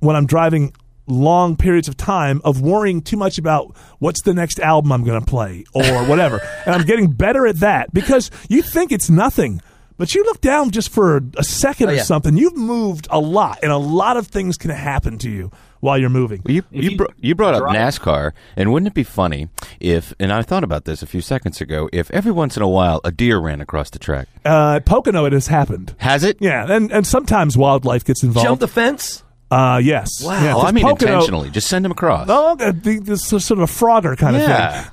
Speaker 2: when I'm driving long periods of time of worrying too much about what's the next album I'm going to play or whatever. and I'm getting better at that because you think it's nothing. But you look down just for a second
Speaker 3: Oh,
Speaker 2: or
Speaker 3: yeah.
Speaker 2: something, you've moved a lot, and a lot of things can happen to you while you're moving.
Speaker 5: You you,
Speaker 4: you
Speaker 5: br- you brought up
Speaker 4: drive-
Speaker 5: NASCAR, and wouldn't it be funny if? And I thought about this a few seconds ago. If every once in a while a deer ran across the track,
Speaker 2: Uh, at Pocono, it has happened.
Speaker 5: has it?
Speaker 2: Yeah, and, and sometimes wildlife gets involved.
Speaker 3: Jump the fence.
Speaker 2: uh, yes.
Speaker 3: Wow.
Speaker 2: Yeah,
Speaker 5: Oh, I
Speaker 2: 'cause
Speaker 5: mean
Speaker 2: Pocono-
Speaker 5: intentionally. Just send them across.
Speaker 2: Oh, uh, the, this is sort of a Frogger kind of thing.
Speaker 5: yeah.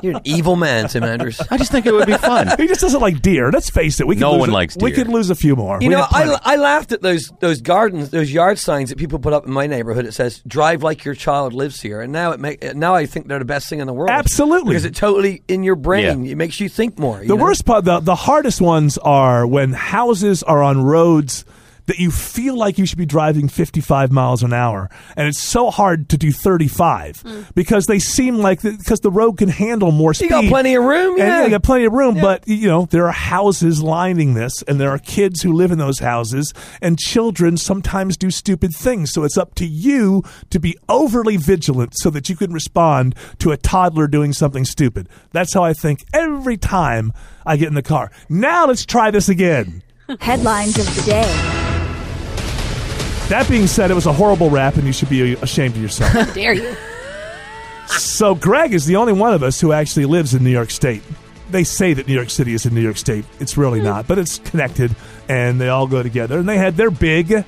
Speaker 3: You're an evil man, Tim Andrews.
Speaker 5: I just think it would be fun.
Speaker 2: He just doesn't like deer. Let's face it. We could
Speaker 5: No
Speaker 2: lose
Speaker 5: one
Speaker 2: a-
Speaker 5: likes
Speaker 2: We
Speaker 5: deer.
Speaker 2: could lose a few more.
Speaker 3: You
Speaker 2: We
Speaker 3: know,
Speaker 2: have plenty.
Speaker 3: I, I laughed at those those gardens, those yard signs that people put up in my neighborhood. It says "Drive like your child lives here," and now it make, now I think they're the best thing in the world.
Speaker 2: Absolutely.
Speaker 3: because it totally in your brain.
Speaker 5: Yeah.
Speaker 3: It makes you think more. you
Speaker 2: The
Speaker 3: know?
Speaker 2: worst part, the, the hardest ones are when houses are on roads that you feel like you should be driving 55 miles an hour. And it's so hard to do 35
Speaker 5: Hmm.
Speaker 2: because they seem like, because the road can handle more speed.
Speaker 3: You got plenty of
Speaker 2: And,
Speaker 3: room, yeah.
Speaker 2: you got plenty of room, but, you know, there are houses lining this, and there are kids who live in those houses, and children sometimes do stupid things. So it's up to you to be overly vigilant so that you can respond to a toddler doing something stupid. That's how I think every time I get in the car. Now let's try this again.
Speaker 8: Headlines of the day.
Speaker 2: That being said, it was a horrible rap, and you should be ashamed of yourself.
Speaker 6: How dare you?
Speaker 2: So Greg is the only one of us who actually lives in New York State. They say that New York City is in New York State. It's
Speaker 4: Hmm.
Speaker 2: really not, but it's connected, and they all go together. And they had their big, they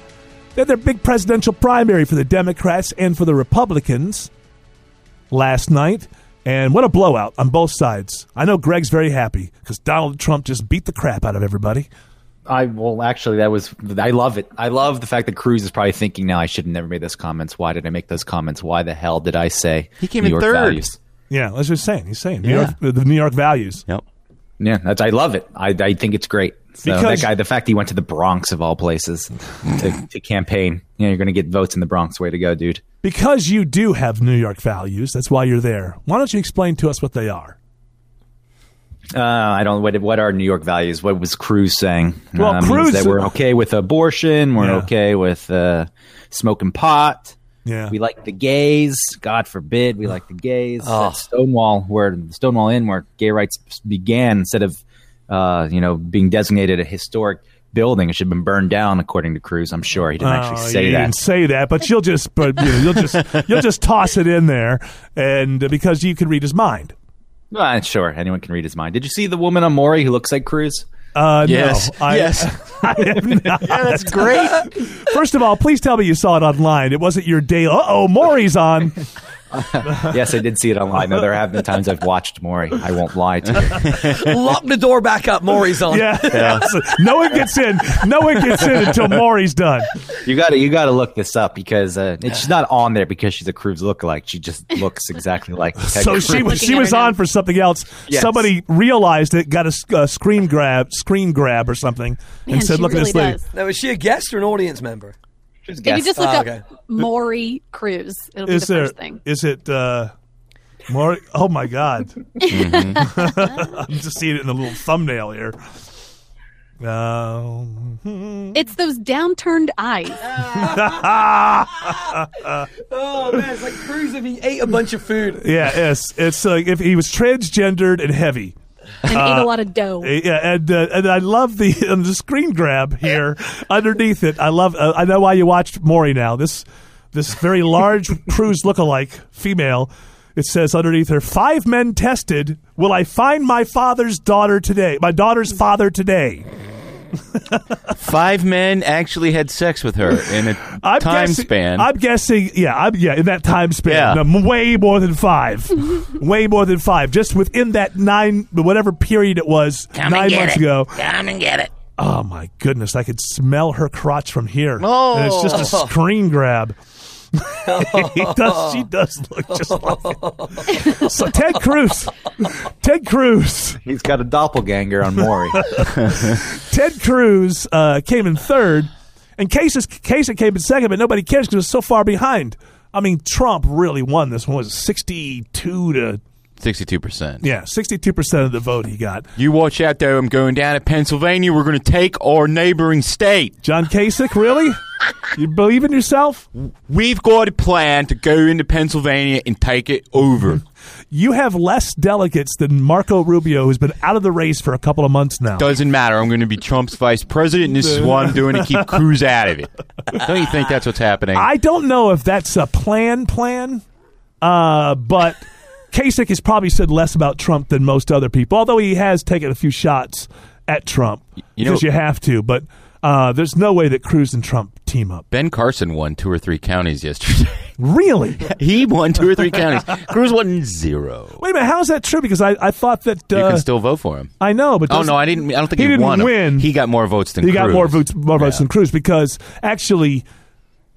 Speaker 2: had their big presidential primary for the Democrats and for the Republicans last night. And what a blowout on both sides. I know Greg's very happy because Donald Trump just beat the crap out of everybody.
Speaker 4: I well, actually, that was I love it. I love the fact that Cruz is probably thinking now I should have never made those comments. Why did I make those comments? Why the hell did I say
Speaker 5: He came
Speaker 4: New
Speaker 5: in
Speaker 4: York
Speaker 5: third.
Speaker 4: values?
Speaker 2: Yeah, that's what he's saying. He's saying New
Speaker 4: Yeah.
Speaker 2: York, the New York values.
Speaker 5: Yep.
Speaker 4: Yeah, that's I love it. I, I think it's great. So
Speaker 2: Because-
Speaker 4: that guy, the fact he went to the Bronx of all places to, to campaign. You know, you're going to get votes in the Bronx. Way to go, dude.
Speaker 2: Because you do have New York values, that's why you're there. Why don't you explain to us what they are?
Speaker 4: Uh, I don't. What, what are New York values? What was Cruz saying?
Speaker 2: Well,
Speaker 4: means
Speaker 2: Cruz-
Speaker 4: that we're okay with abortion. We're
Speaker 2: Yeah.
Speaker 4: okay with uh, smoking pot.
Speaker 2: Yeah.
Speaker 4: We like the gays. God forbid we like the gays. At Stonewall, where Stonewall Inn, where gay rights began, instead of uh, you know being designated a historic building, it should have been burned down, according to Cruz. I'm sure he didn't
Speaker 2: Oh,
Speaker 4: actually say
Speaker 2: you
Speaker 4: that.
Speaker 2: didn't say that, but you'll just but you know, you'll just you'll just toss it in there, and uh, because you can read his mind.
Speaker 4: Well, sure, anyone can read his mind. Did you see the woman on Maury who looks like Cruz?
Speaker 2: Uh,
Speaker 5: Yes.
Speaker 2: no, I,
Speaker 5: Yes.
Speaker 2: I have not.
Speaker 5: That's great.
Speaker 2: First of all, please tell me you saw it online. It wasn't your day. Uh oh, Maury's on.
Speaker 4: yes, I did see it online. Though there have been times I've watched Maury. I won't lie to you.
Speaker 3: Lock the door back up. Maury's on.
Speaker 2: Yeah, no one gets in. No one gets in until Maury's done.
Speaker 4: You gotta you gotta look this up because uh, and she's not on there because she's a Cruz lookalike. She just looks exactly like Ted
Speaker 2: So
Speaker 4: Cruz.
Speaker 2: she was
Speaker 6: Looking
Speaker 2: she
Speaker 6: at her
Speaker 2: was
Speaker 6: now.
Speaker 2: on for something else.
Speaker 4: Yes.
Speaker 2: Somebody realized it, got a s- uh, screen grab, screen grab or something,
Speaker 6: Man,
Speaker 2: and said,
Speaker 6: she
Speaker 2: "Look
Speaker 6: really
Speaker 2: at this lady."
Speaker 6: does.
Speaker 3: Now, is she a guest or an audience member?
Speaker 4: She's
Speaker 6: If you
Speaker 4: guest.
Speaker 6: just look
Speaker 5: Oh,
Speaker 3: Ah,
Speaker 6: up
Speaker 3: okay.
Speaker 6: Maury Cruz, it'll be the
Speaker 2: Is there? Is
Speaker 6: first thing.
Speaker 2: it uh more oh my god. I'm just seeing it in the little thumbnail here. Um,
Speaker 6: It's those downturned eyes.
Speaker 3: Oh man, it's like Cruz if he ate a bunch of food.
Speaker 2: yeah, it's it's like if he was transgendered and heavy.
Speaker 6: and
Speaker 2: Uh,
Speaker 6: ate a lot of dough.
Speaker 2: Yeah, and uh, and I love the um, the screen grab here underneath it. I love. Uh, I know why you watched Maury now. This this very large cruise lookalike female. It says underneath her, five men tested. Will I find my father's daughter today? My daughter's father today.
Speaker 5: Five men actually had sex with her in a
Speaker 2: I'm
Speaker 5: time
Speaker 2: guessing,
Speaker 5: span.
Speaker 2: I'm guessing, yeah, I'm, yeah, in that time span,
Speaker 5: Yeah.
Speaker 2: um, way more than five, way more than five. Just within that nine, whatever period it was, nine months ago.
Speaker 7: Come and get it.
Speaker 2: Oh my goodness, I could smell her crotch from here.
Speaker 5: Oh.
Speaker 2: And it's just a screen grab. It does, she does look just like it. So Ted Cruz, Ted Cruz,
Speaker 4: He's got a doppelganger on Maury.
Speaker 2: Ted Cruz uh, came in third, and Kasich, Kasich came in second, but nobody cares because it was so far behind. I mean, Trump really won this one. It was sixty-two to
Speaker 5: Sixty-two percent.
Speaker 2: yeah, sixty-two percent of the vote he got.
Speaker 5: You watch out, though. I'm going down to Pennsylvania. We're going to take our neighboring state.
Speaker 2: John Kasich, really? You believe in yourself?
Speaker 5: We've got a plan to go into Pennsylvania and take it over.
Speaker 2: You have less delegates than Marco Rubio, who's been out of the race for a couple of months now.
Speaker 5: Doesn't matter. I'm going to be Trump's vice president, and this is what I'm doing to keep Cruz out of it. Don't you think that's what's happening?
Speaker 2: I don't know if that's a plan plan, uh, but Kasich has probably said less about Trump than most other people, although he has taken a few shots at Trump
Speaker 5: you know-
Speaker 2: because you have to. But uh, there's no way that Cruz and Trump team up.
Speaker 5: ben Carson won two or three counties yesterday.
Speaker 2: Really?
Speaker 5: he won two or three counties. Cruz won zero.
Speaker 2: Wait a minute, how is that true? Because I, I thought that uh,
Speaker 5: you can still vote for him.
Speaker 2: I know, but
Speaker 5: Oh
Speaker 2: doesn't-
Speaker 5: no, I didn't. I don't think
Speaker 2: he
Speaker 5: he,
Speaker 2: didn't
Speaker 5: won 'em.
Speaker 2: win.
Speaker 5: He got more votes than
Speaker 2: he got
Speaker 5: Cruz.
Speaker 2: more votes, more votes than Cruz because actually,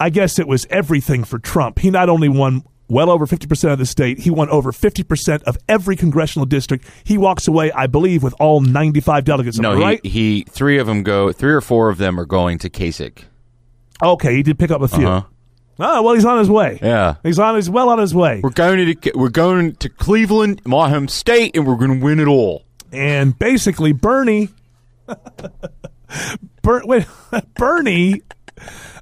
Speaker 2: I guess it was everything for Trump. He not only won well over 50% of the state, he won over 50% of every congressional district. He walks away, I believe, with all 95 delegates. Am I
Speaker 5: No, he,
Speaker 2: right?
Speaker 5: he. Three of them go. Three or four of them are going to Kasich.
Speaker 2: okay, he did pick up a few.
Speaker 5: Uh-huh.
Speaker 2: Oh, well, he's on his way.
Speaker 5: Yeah.
Speaker 2: He's on his well on his way.
Speaker 5: We're going to we're going to Cleveland, my home state, and we're going to win it all.
Speaker 2: and basically Bernie, Ber- wait, Bernie,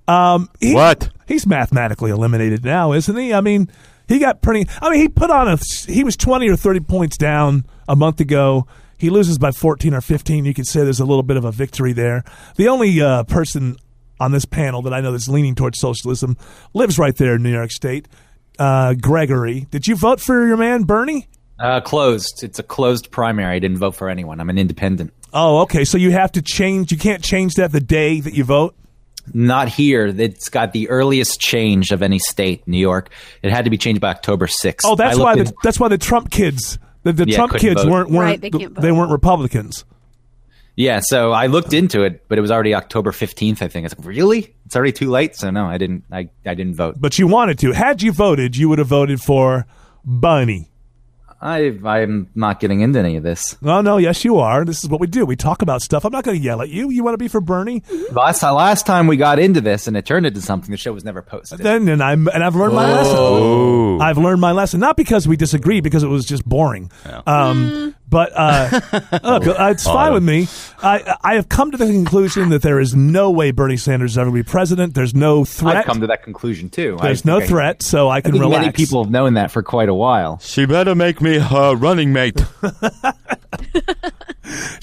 Speaker 2: um, he-
Speaker 5: What?
Speaker 2: He's mathematically eliminated now, isn't he? I mean, he got pretty. I mean, he put on a. He was twenty or thirty points down a month ago. He loses by fourteen or fifteen. You could say there's a little bit of a victory there. The only uh, person on this panel that I know that's leaning towards socialism lives right there in New York State. Uh, Gregory, did you vote for your man Bernie?
Speaker 4: Uh, closed. It's a closed primary. I didn't vote for anyone. I'm an independent.
Speaker 2: Oh, okay. So you have to change. You can't change that the day that you vote.
Speaker 4: Not here. It's got the earliest change of any state, New York. It had to be changed by October 6th.
Speaker 2: Oh, that's
Speaker 4: I
Speaker 2: why.
Speaker 4: looked
Speaker 2: The, that's why the Trump kids. The, the
Speaker 4: Yeah,
Speaker 2: Trump
Speaker 4: couldn't
Speaker 2: kids
Speaker 4: vote.
Speaker 2: weren't weren't
Speaker 6: Right, they can't vote.
Speaker 2: they weren't Republicans.
Speaker 4: Yeah, so I looked into it, but it was already October 15th, I think. It's like, really? It's already too late? So no, I didn't I, I didn't vote.
Speaker 2: But you wanted to. Had you voted, you would have voted for Bunny.
Speaker 4: I I'm not getting into any of this.
Speaker 2: Oh no, yes you are. This is what we do. We talk about stuff. I'm not going to yell at you. You want to be for Bernie?
Speaker 4: Last time, last time we got into this and it turned into something, the show was never posted.
Speaker 2: Then and I'm and I've learned my lesson. I've learned my lesson not because we disagree, because it was just boring. Um, but uh, look, uh, it's fine with me. I I have come to the conclusion that there is no way Bernie Sanders is ever going to be president. There's no threat.
Speaker 4: I've come to that conclusion too. I
Speaker 2: There's no
Speaker 4: think I-
Speaker 2: threat, so I
Speaker 4: I
Speaker 2: can
Speaker 4: think
Speaker 2: relax.
Speaker 4: many people have known that for quite a while.
Speaker 5: She better make me her running mate.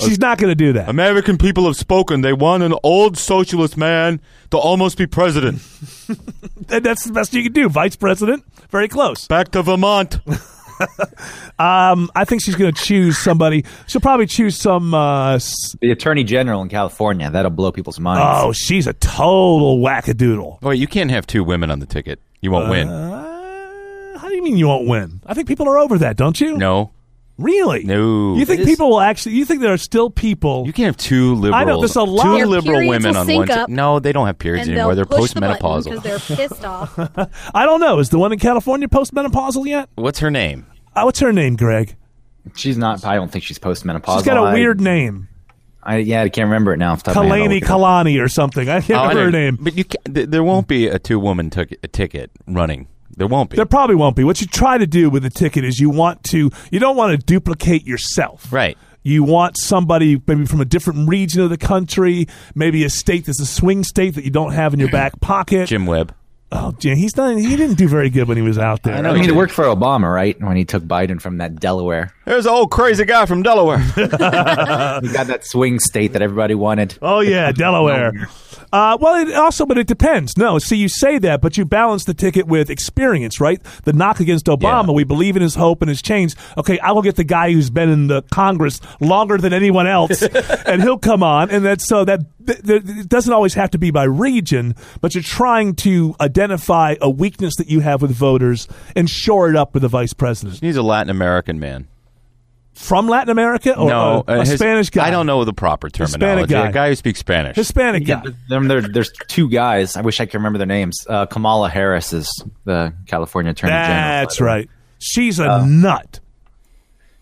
Speaker 2: She's not going to do that.
Speaker 5: American people have spoken. They want an old socialist man to almost be president.
Speaker 2: And that's the best you can do. Vice president, very close.
Speaker 5: Back to Vermont.
Speaker 2: Um, I think she's going to choose somebody. She'll probably choose some. Uh, s-
Speaker 4: The Attorney General in California, that'll blow people's minds.
Speaker 2: oh, she's a total wackadoodle.
Speaker 5: Boy, you can't have two women on the ticket. You won't win.
Speaker 2: Uh, how do you mean you won't win? I think people are over that, don't you?
Speaker 5: No,
Speaker 2: really.
Speaker 5: No.
Speaker 2: You think
Speaker 3: It is-
Speaker 2: people will actually? You think there are still people?
Speaker 5: you can't have two liberals.
Speaker 2: I know, there's a lot-
Speaker 5: two
Speaker 2: Their
Speaker 5: liberal
Speaker 6: periods
Speaker 5: women
Speaker 6: will
Speaker 5: on
Speaker 6: sync
Speaker 5: one.
Speaker 6: up,
Speaker 5: ticket. no, they don't have periods
Speaker 6: And
Speaker 5: anymore.
Speaker 6: they'll
Speaker 5: They're
Speaker 6: push the button because
Speaker 5: postmenopausal.
Speaker 6: they're pissed off.
Speaker 2: I don't know. Is the one in California postmenopausal yet?
Speaker 5: What's her name?
Speaker 2: Uh, what's her name, Greg?
Speaker 4: She's not I don't think she's postmenopausal.
Speaker 2: Oh. She's got a
Speaker 4: I-
Speaker 2: weird name,
Speaker 4: I, yeah, I can't remember it now. off the top of my head. I'll
Speaker 2: Kalani
Speaker 4: look it up.
Speaker 2: Kalani or something. I can't
Speaker 5: Oh, I
Speaker 2: remember her
Speaker 5: know.
Speaker 2: name.
Speaker 5: But you can't, th- there won't be a two-woman tick- a ticket running. There won't be.
Speaker 2: There probably won't be. What you try to do with a ticket is you want to you don't want to duplicate yourself.
Speaker 5: Right.
Speaker 2: You want somebody maybe from a different region of the country, maybe a state that's a swing state that you don't have in your back pocket.
Speaker 5: Jim Webb.
Speaker 2: Oh, Jan, he's not. He didn't do very good when he was out there.
Speaker 5: I
Speaker 4: I
Speaker 5: know.
Speaker 4: mean, it worked for Obama, right? When he took Biden from that Delaware,
Speaker 5: There's an old crazy guy from Delaware.
Speaker 4: he got that swing state that everybody wanted.
Speaker 2: Oh yeah, Delaware. Uh, well, it also, but it depends. No, see, you say that, but you balance the ticket with experience, right? The knock against Obama,
Speaker 4: Yeah.
Speaker 2: we believe in his hope and his change. Okay, I will get the guy who's been in the Congress longer than anyone else, and he'll come on. And that's so that th- th- it doesn't always have to be by region, but you're trying to identify a weakness that you have with voters and shore it up with the vice president
Speaker 5: He's a Latin American man.
Speaker 2: from Latin America or
Speaker 5: no,
Speaker 2: a, a
Speaker 5: uh, his-
Speaker 2: Spanish guy.
Speaker 5: I don't know the proper
Speaker 2: Hispanic
Speaker 5: terminology.
Speaker 2: guy.
Speaker 5: A guy who speaks Spanish.
Speaker 2: Hispanic guy.
Speaker 4: Then there, there's two guys. I wish I could remember their names. Uh, Kamala Harris is the California Attorney General.
Speaker 2: That's right. She's a nut.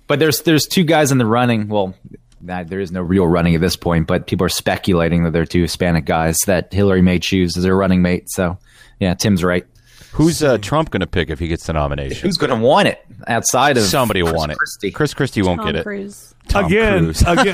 Speaker 4: But there's there's two guys in the running. Well, nah, there is no real running at this point, but people are speculating that they're two Hispanic guys that Hillary may choose as their running mate. So, yeah, Tim's right.
Speaker 5: Who's uh, Trump going to pick if he gets the nomination?
Speaker 4: Who's going to want it outside of
Speaker 5: Somebody will
Speaker 4: Chris
Speaker 5: want it.
Speaker 4: Christie.
Speaker 5: Chris Christie won't
Speaker 6: Tom
Speaker 5: get it.
Speaker 6: Cruise.
Speaker 5: Tom
Speaker 2: again,
Speaker 5: Cruise.
Speaker 2: again,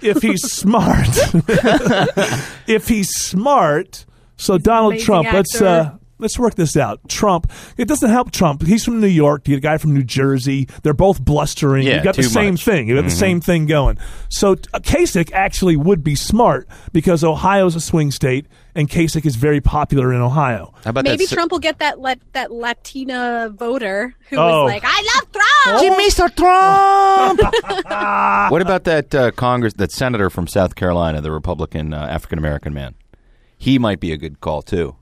Speaker 2: if he's smart, if he's smart. So Donald
Speaker 6: amazing
Speaker 2: Trump, let's uh,
Speaker 6: actor.
Speaker 2: let's work this out. Trump, it doesn't help Trump. He's from New York. The guy from New Jersey. They're both blustering.
Speaker 5: Yeah,
Speaker 2: you got the
Speaker 5: too
Speaker 2: same
Speaker 5: much.
Speaker 2: thing. You got the same thing going. So uh, Kasich actually would be smart because Ohio's a swing state, and Kasich is very popular in Ohio.
Speaker 5: How about
Speaker 6: Maybe
Speaker 5: that?
Speaker 6: Trump will get that let that Latina voter who
Speaker 2: Oh.
Speaker 6: was like, "I love Trump."
Speaker 5: Mr. Trump. what about that uh, Congress, that senator from South Carolina, the Republican uh, African American man? He might be a good call too.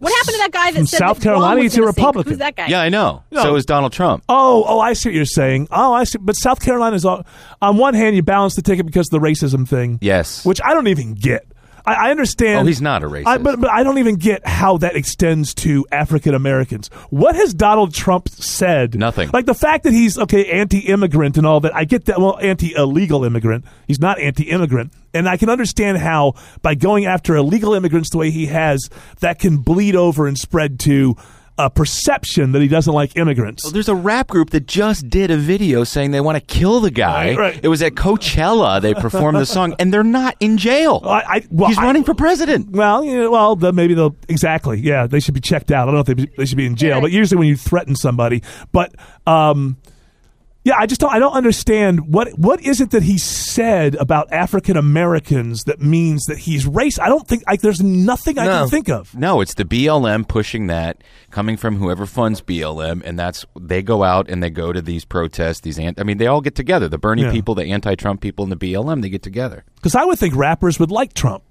Speaker 6: What happened to that guy that
Speaker 2: From
Speaker 6: said
Speaker 2: South
Speaker 6: that Guam
Speaker 2: Carolina,
Speaker 6: was
Speaker 2: he's a
Speaker 6: gonna sink?
Speaker 2: Republican.
Speaker 6: Who's that guy?
Speaker 5: Yeah, I know.
Speaker 2: No.
Speaker 5: So is Donald Trump.
Speaker 2: Oh, oh, I see what you're saying. Oh, I see. But South Carolina's all, on one hand, you balance the ticket because of the racism thing.
Speaker 5: Yes.
Speaker 2: which I don't even get. I, I understand.
Speaker 5: Oh, he's not a racist.
Speaker 2: I, but, but I don't even get how that extends to African Americans. What has Donald Trump said?
Speaker 5: Nothing.
Speaker 2: Like the fact that he's okay, anti-immigrant and all that. I get that. Well, anti-illegal immigrant. He's not anti-immigrant, and I can understand how by going after illegal immigrants the way he has, that can bleed over and spread to a perception that he doesn't like immigrants.
Speaker 5: Well, there's a rap group that just did a video saying they want to kill the guy.
Speaker 2: Right, right.
Speaker 5: It was at Coachella. They performed the song, and they're not in jail.
Speaker 2: I- I- well,
Speaker 5: He's
Speaker 2: I-
Speaker 5: running for president.
Speaker 2: Well, you know, well, the, maybe they'll exactly. Yeah, they should be checked out. I don't know if they, they should be in jail, but usually when you threaten somebody, but um, yeah, I just don't. I don't understand what what is it that he said about African Americans that means that he's race. I don't think like there's nothing I
Speaker 3: No.
Speaker 2: can think of.
Speaker 5: No, it's the BLM pushing that, coming from whoever funds BLM, and that's they go out and they go to these protests. These, ant- I mean, they all get together. The Bernie
Speaker 2: Yeah.
Speaker 5: people, the anti-Trump people, and the BLM, they get together.
Speaker 2: Because I would think rappers would like Trump.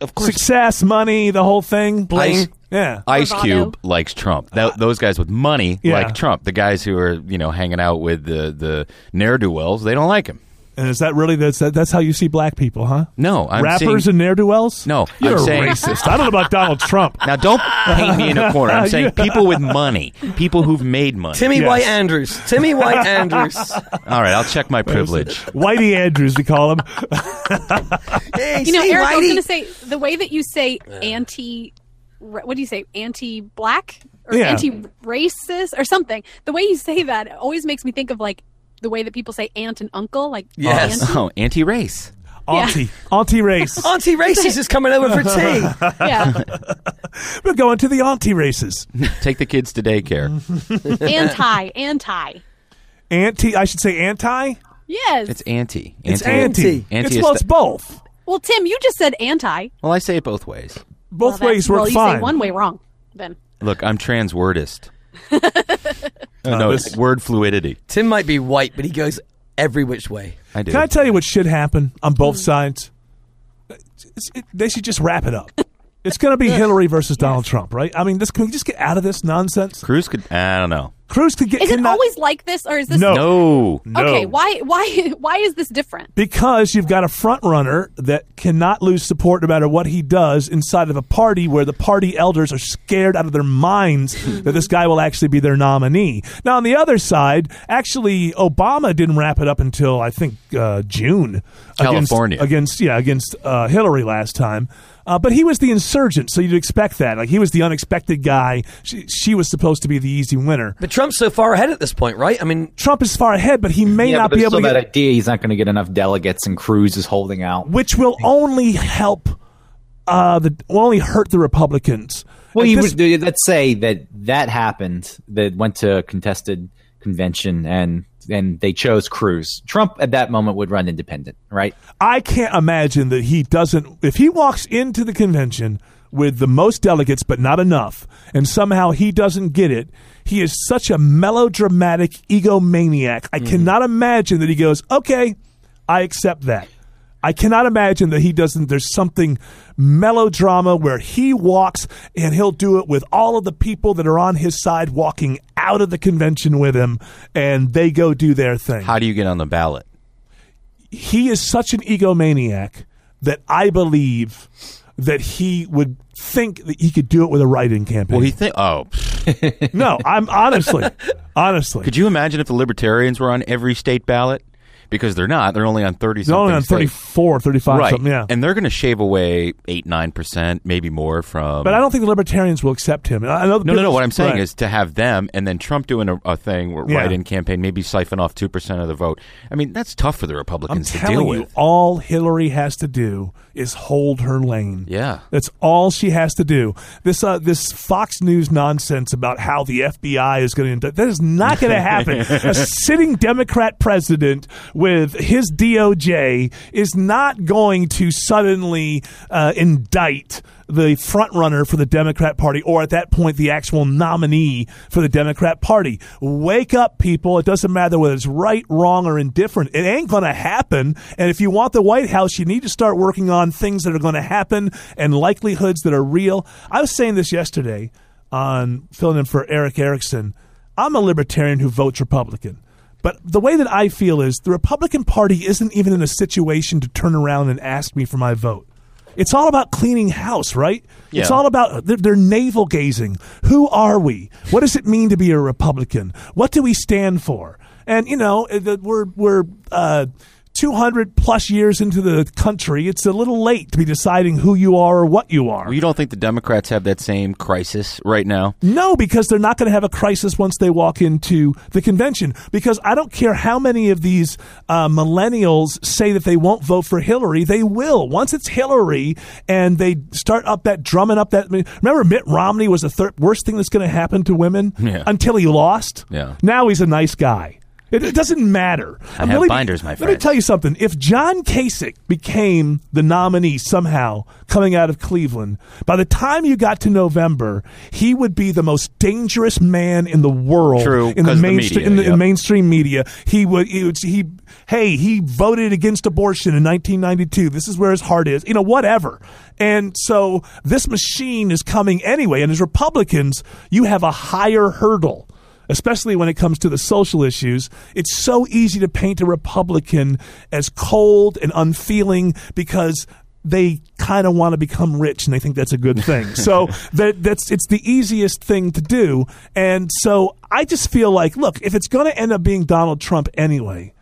Speaker 2: Of course, success, money, the whole thing.
Speaker 3: Bling.
Speaker 2: Yeah,
Speaker 5: Ice
Speaker 6: Bravado.
Speaker 5: Cube likes Trump. Tho- those guys with money
Speaker 2: Uh, Yeah.
Speaker 5: like Trump. The guys who are you know hanging out with the the ne'er do wells, they don't like him.
Speaker 2: and is that really that's that's how you see black people, huh?
Speaker 5: No, I'm
Speaker 2: rappers
Speaker 5: saying-
Speaker 2: and ne'er do wells.
Speaker 5: No,
Speaker 2: you're
Speaker 5: I'm
Speaker 2: a
Speaker 5: saying-
Speaker 2: racist. I don't know about Donald Trump.
Speaker 5: Now, don't paint me in a corner. I'm saying people with money, people who've made money.
Speaker 3: Timmy
Speaker 2: Yes.
Speaker 3: White Andrews. Timmy White Andrews.
Speaker 5: All right, I'll check my privilege.
Speaker 2: Whitey Andrews, we call him.
Speaker 3: Hey,
Speaker 6: You know,
Speaker 3: see,
Speaker 6: Eric, I was
Speaker 3: Whitey?
Speaker 6: going to say the way that you say anti, what do you say, anti-black or
Speaker 2: Yeah.
Speaker 6: anti-racist or something? The way you say that always makes me think of like the way that people say aunt and uncle, like
Speaker 3: Yes.
Speaker 6: auntie.
Speaker 5: Oh, anti-race.
Speaker 2: Auntie, auntie race.
Speaker 3: Auntie Racy's is coming over for tea.
Speaker 6: yeah,
Speaker 2: We're going to the auntie races.
Speaker 5: Take the kids to daycare.
Speaker 6: anti, anti.
Speaker 2: Anti, I should say anti.
Speaker 6: Yes.
Speaker 5: It's anti.
Speaker 2: It's anti.
Speaker 3: Anti.
Speaker 5: Anti
Speaker 2: it's
Speaker 5: is
Speaker 2: well, it's
Speaker 5: the-
Speaker 2: both.
Speaker 6: well, Tim, you just said anti.
Speaker 5: Well, I say it both ways.
Speaker 2: Both
Speaker 6: Well, that-
Speaker 2: ways work
Speaker 6: well, you
Speaker 2: fine.
Speaker 6: say one way wrong. Then
Speaker 5: Look, I'm trans wordist. no, it's word fluidity.
Speaker 3: Tim might be white, but he goes every which way.
Speaker 5: I do.
Speaker 2: Can I tell you what should happen on
Speaker 6: Mm.
Speaker 2: both sides? It's- it- they should just wrap it up. It's going to be Hillary versus Donald Trump, right? I mean, this can we just get out of this nonsense?
Speaker 5: Cruz could. I don't know.
Speaker 2: Cruz could get.
Speaker 6: is it
Speaker 2: cannot-
Speaker 6: always like this, or is this
Speaker 2: No.
Speaker 5: No.
Speaker 6: Okay,
Speaker 2: Oh. No.
Speaker 6: why why why is this different?
Speaker 2: Because you've got a front runner that cannot lose support no matter what he does inside of a party where the party elders are scared out of their minds that this guy will actually be their nominee. Now, on the other side, actually, Obama didn't wrap it up until I think uh, June. against-
Speaker 5: California.
Speaker 2: against yeah against uh, Hillary last time. Uh, but he was the insurgent, so you'd expect that. Like he was the unexpected guy. She, she was supposed to be the easy winner.
Speaker 3: But Trump's so far ahead at this point, right? I mean,
Speaker 2: Trump is far ahead, but he may
Speaker 4: Yeah,
Speaker 2: not
Speaker 4: but
Speaker 2: be
Speaker 4: there's
Speaker 2: able
Speaker 4: still
Speaker 2: to
Speaker 4: that
Speaker 2: get
Speaker 4: idea he's not going to get enough delegates, and Cruz is holding out.
Speaker 2: which will only help uh, the will only hurt the Republicans.
Speaker 4: Well,
Speaker 2: at
Speaker 4: you
Speaker 2: this-
Speaker 4: would, uh, let's say that that happened. That went to a contested convention and and they chose Cruz. Trump at that moment would run independent, right?
Speaker 2: I can't imagine that he doesn't. If he walks into the convention with the most delegates, but not enough, and somehow he doesn't get it, he is such a melodramatic egomaniac. I cannot imagine that he goes, okay, I accept that. I cannot imagine that he doesn't. There's something melodrama where he walks and he'll do it with all of the people that are on his side walking out of the convention with him, and they go do their thing
Speaker 5: How do you get on the ballot?
Speaker 2: he is such an egomaniac that I believe that he would think that he could do it with a write-in campaign.
Speaker 5: Well, he think. Oh, pfft.
Speaker 2: no, I'm honestly, honestly,
Speaker 5: could you imagine if the libertarians were on every state ballot? Because they're not. They're only on thirty.
Speaker 2: he's only on
Speaker 5: something
Speaker 2: 34, 35,
Speaker 5: right?
Speaker 2: something, yeah.
Speaker 5: And they're going to shave away eight, nine percent, maybe more from.
Speaker 2: but I don't think the libertarians will accept him. I I know the
Speaker 5: No, no,
Speaker 2: people-
Speaker 5: no. What I'm saying
Speaker 2: Right.
Speaker 5: is to have them and then Trump doing a, a thing where
Speaker 2: Yeah.
Speaker 5: write-in campaign, maybe siphon off two percent of the vote. I mean, that's tough for the
Speaker 2: I'm
Speaker 5: Republicans to
Speaker 2: telling
Speaker 5: deal
Speaker 2: you,
Speaker 5: with.
Speaker 2: all Hillary has to do is hold her lane.
Speaker 5: Yeah.
Speaker 2: That's all she has to do. This uh, this Fox News nonsense about how the FBI is going to that is not going to happen. A sitting Democrat president with his DOJ is not going to suddenly uh, indict the front runner for the Democrat Party, or at that point the actual nominee for the Democrat Party. Wake up, people! It doesn't matter whether it's right, wrong, or indifferent. It ain't going to happen. And if you want the White House, you need to start working on things that are going to happen and likelihoods that are real. I was saying this yesterday on filling in for Eric Erickson. I'm a libertarian who votes Republican. But the way that I feel is the Republican Party isn't even in a situation to turn around and ask me for my vote. It's all about cleaning house, right? It's
Speaker 5: Yeah.
Speaker 2: all about they're, they're navel gazing. Who are we? What does it mean to be a Republican? What do we stand for? And you know, uh, the- we're we're uh, 200 plus years into the country. It's a little late to be deciding who you are or what you are.
Speaker 5: Well, you don't think the Democrats have that same crisis right now?
Speaker 2: No, because they're not going to have a crisis once they walk into the convention. Because I don't care how many of these uh, millennials say that they won't vote for Hillary, they will. Once it's Hillary and they start up that drumming up that. I mean, Remember, Mitt Romney was the third worst thing that's going to happen to women
Speaker 5: Yeah.
Speaker 2: until he lost.
Speaker 5: Yeah.
Speaker 2: Now he's a nice guy. It, it doesn't matter. I
Speaker 5: have binders, my
Speaker 2: Let me
Speaker 5: friend.
Speaker 2: tell you something. If John Kasich became the nominee somehow coming out of Cleveland, by the time you got to November, he would be the most dangerous man in the world.
Speaker 5: True,
Speaker 2: in
Speaker 5: 'cause
Speaker 2: the,
Speaker 5: of the
Speaker 2: mainstream
Speaker 5: media,
Speaker 2: in the in
Speaker 5: yep.
Speaker 2: mainstream media. He would. He, would- he. Hey, he voted against abortion in 1992. This is where his heart is. You know, whatever. And so this machine is coming anyway. And as Republicans, you have a higher hurdle especially when it comes to the social issues. It's so easy to paint a Republican as cold and unfeeling because they kind of want to become rich and they think that's a good thing. so that that's it's the easiest thing to do. And so I just feel like, look, if it's going to end up being Donald Trump anyway,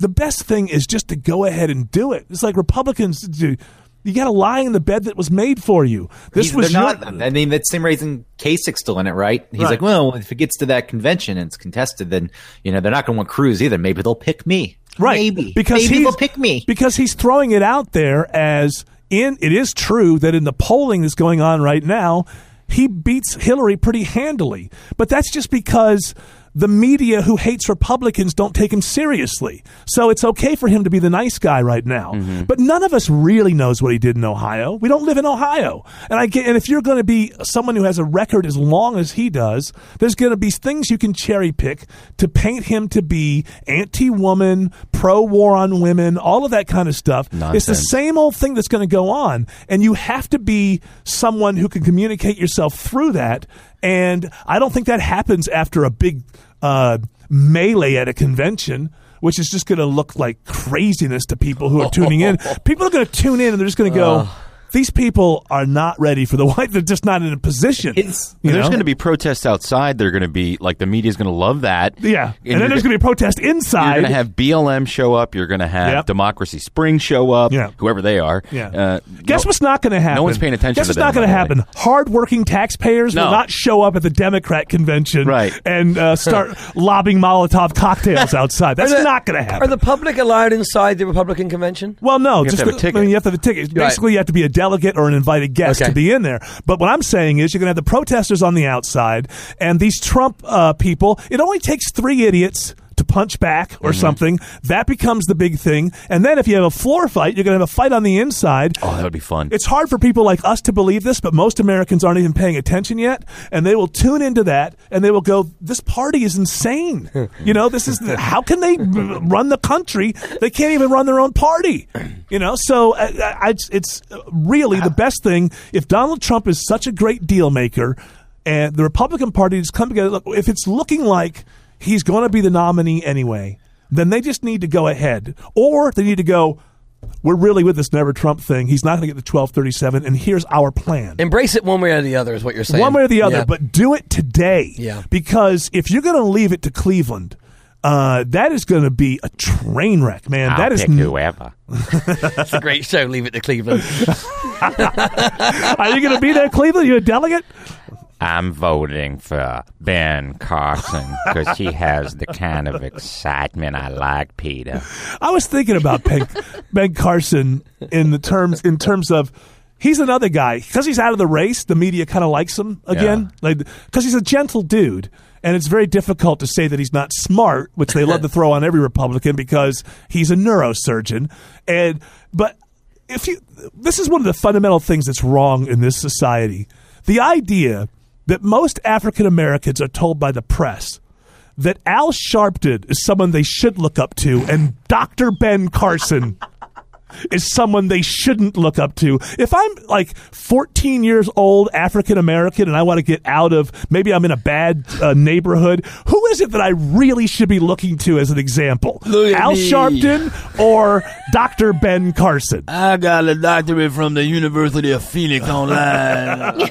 Speaker 2: the best thing is just to go ahead and do it. It's like Republicans do. You got to lie in the bed that was made for you. This
Speaker 4: He's-
Speaker 2: was
Speaker 4: they're
Speaker 2: your,
Speaker 4: not. I mean, that's the same reason Kasich's still in it, right? He's
Speaker 2: Right.
Speaker 4: like, well, if it gets to that convention and it's contested, then you know they're not going to want Cruz either. Maybe they'll pick me.
Speaker 2: right
Speaker 4: Maybe
Speaker 2: because
Speaker 4: maybe
Speaker 2: he's-
Speaker 4: they'll pick me.
Speaker 2: because he's throwing it out there as in it is true that in the polling that's going on right now he beats hillary pretty handily but that's just because the media who hates republicans don't take him seriously so it's okay for him to be the nice guy right now but none of us really knows what he did in ohio we don't live in ohio and i get and if you're going to be someone who has a record as long as he does there's going to be things you can cherry pick to paint him to be anti-woman pro-war on women all of that kind of stuff it's the
Speaker 5: Nonsense.
Speaker 2: same old thing that's going to go on and you have to be someone who can communicate yourself through that and i don't think that happens after a big uh, melee at a convention which is just going to look like craziness to people who are tuning in people are going to tune in and they're just going to go these people are not ready for the white they're just not in a position
Speaker 4: It's-
Speaker 2: you
Speaker 5: there's
Speaker 2: know?
Speaker 5: going to be protests outside. They're going to be like the media's going to love that.
Speaker 2: yeah and, then there's going to be a protest
Speaker 5: You're
Speaker 2: inside
Speaker 5: going to have BLM show up. You're going to have
Speaker 2: Yep.
Speaker 5: Democracy Spring show up.
Speaker 2: Yeah.
Speaker 5: Whoever they are.
Speaker 2: Yeah.
Speaker 5: Uh,
Speaker 2: Guess
Speaker 5: no-
Speaker 2: what's not going to happen?
Speaker 5: one's paying attention
Speaker 2: Guess
Speaker 5: to
Speaker 2: what's
Speaker 5: them,
Speaker 2: not going
Speaker 5: by the
Speaker 2: happen? Hardworking taxpayers will
Speaker 5: No.
Speaker 2: not show up at the Democrat convention
Speaker 5: Right.
Speaker 2: and uh, start lobbing Molotov cocktails outside. That's
Speaker 3: Are the-
Speaker 2: not going to happen.
Speaker 3: Are the public allowed inside the Republican convention?
Speaker 2: well, no,
Speaker 5: have
Speaker 2: just
Speaker 5: to have a
Speaker 2: the- I
Speaker 5: ticket.
Speaker 2: mean, you have to have a ticket.
Speaker 3: Right.
Speaker 2: Basically, you have to be a delegate or an invited guest
Speaker 3: Okay.
Speaker 2: to be in there. But what I'm saying is, you're going to have the protesters on the outside and these Trump uh, people. It only takes three idiots. To punch back
Speaker 5: Mm-hmm.
Speaker 2: or something, that becomes the big thing. And then if you have a floor fight, you're going to have a fight on the inside.
Speaker 5: Oh, that would be fun.
Speaker 2: It's hard for people like us to believe this, but most Americans aren't even paying attention yet, and they will tune into that and they will go, "This party is insane." you know, this is how can they run the country? They can't even run their own party. You know, so I, I, it's- it's really the best thing if Donald Trump is such a great deal maker, and the Republican Party has come together. Look, if it's looking like he's going to be the nominee anyway, then they just need to go ahead, or they need to go we're really with this never Trump thing. He's not going to get the 1237, and here's our plan.
Speaker 3: Embrace it one way or the other is what you're saying.
Speaker 2: One way or the other,
Speaker 3: Yeah.
Speaker 2: but do it today.
Speaker 3: Yeah.
Speaker 2: Because if you're going to leave it to Cleveland, uh, that is going to be a train wreck, man.
Speaker 7: I'll
Speaker 2: that is
Speaker 7: pick whoever.
Speaker 3: it's a great show. Leave it to Cleveland.
Speaker 2: Are you going to be there, Cleveland? You a delegate?
Speaker 7: I'm voting for Ben Carson because he has the kind of excitement I like, Peter.
Speaker 2: I was thinking about Ben, ben Carson in the terms in terms of he's another guy because he's out of the race. The media kind of likes him again, like because he's a gentle dude, and it's very difficult to say that he's not smart, which they love to throw on every Republican because he's a neurosurgeon. And but if you, this is one of the fundamental things that's wrong in this society: the idea that most African Americans are told by the press that Al Sharpton is someone they should look up to, and Dr. Ben Carson is someone they shouldn't look up to. If I'm like 14 years old, African American, and I want to get out of maybe I'm in a bad uh, neighborhood, who is it that I really should be looking to as an example?
Speaker 3: Look at
Speaker 2: Al
Speaker 3: me.
Speaker 2: Sharpton or Dr. Ben Carson?
Speaker 3: I got a doctorate from the University of Phoenix online.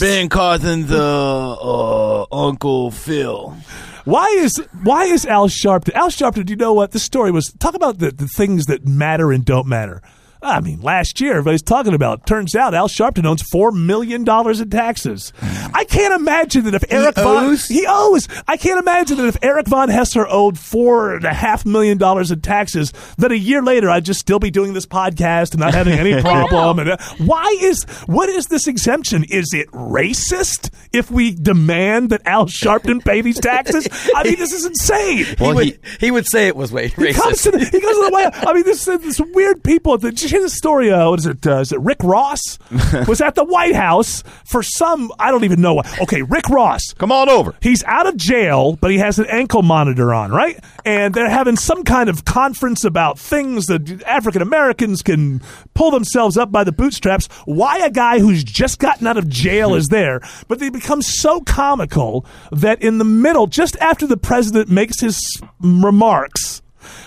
Speaker 3: ben Carson's uh, uh, Uncle Phil.
Speaker 2: Why is why is Al Sharpton? Al Sharpton, do you know what? This story was talk about the, the things that matter and don't matter. I mean, last year everybody's talking about. Turns out Al Sharpton owns four million dollars in taxes. I can't imagine that if Eric
Speaker 3: owes?
Speaker 2: Von he owes. I can't imagine that if Eric Von Hessler owed four and a half million dollars in taxes, that a year later I'd just still be doing this podcast and not having any problem. and uh, why is what is this exemption? Is it racist if we demand that Al Sharpton pay these taxes? I mean, this is insane.
Speaker 3: he, would, he, would say it was way
Speaker 2: He comes
Speaker 3: racist.
Speaker 2: to the, he comes to the White House. I mean, this this weird people. Did you hear the story? Uh, what is it? Uh, is it Rick Ross was at the White House for some? I don't even know. what. Okay, Rick Ross.
Speaker 5: Come on over.
Speaker 2: He's out of jail, but he has an ankle monitor on, right? And they're having some kind of conference about things that African Americans can pull themselves up by the bootstraps. Why a guy who's just gotten out of jail is there? But they become so comical that in the middle, just after the president makes his remarks,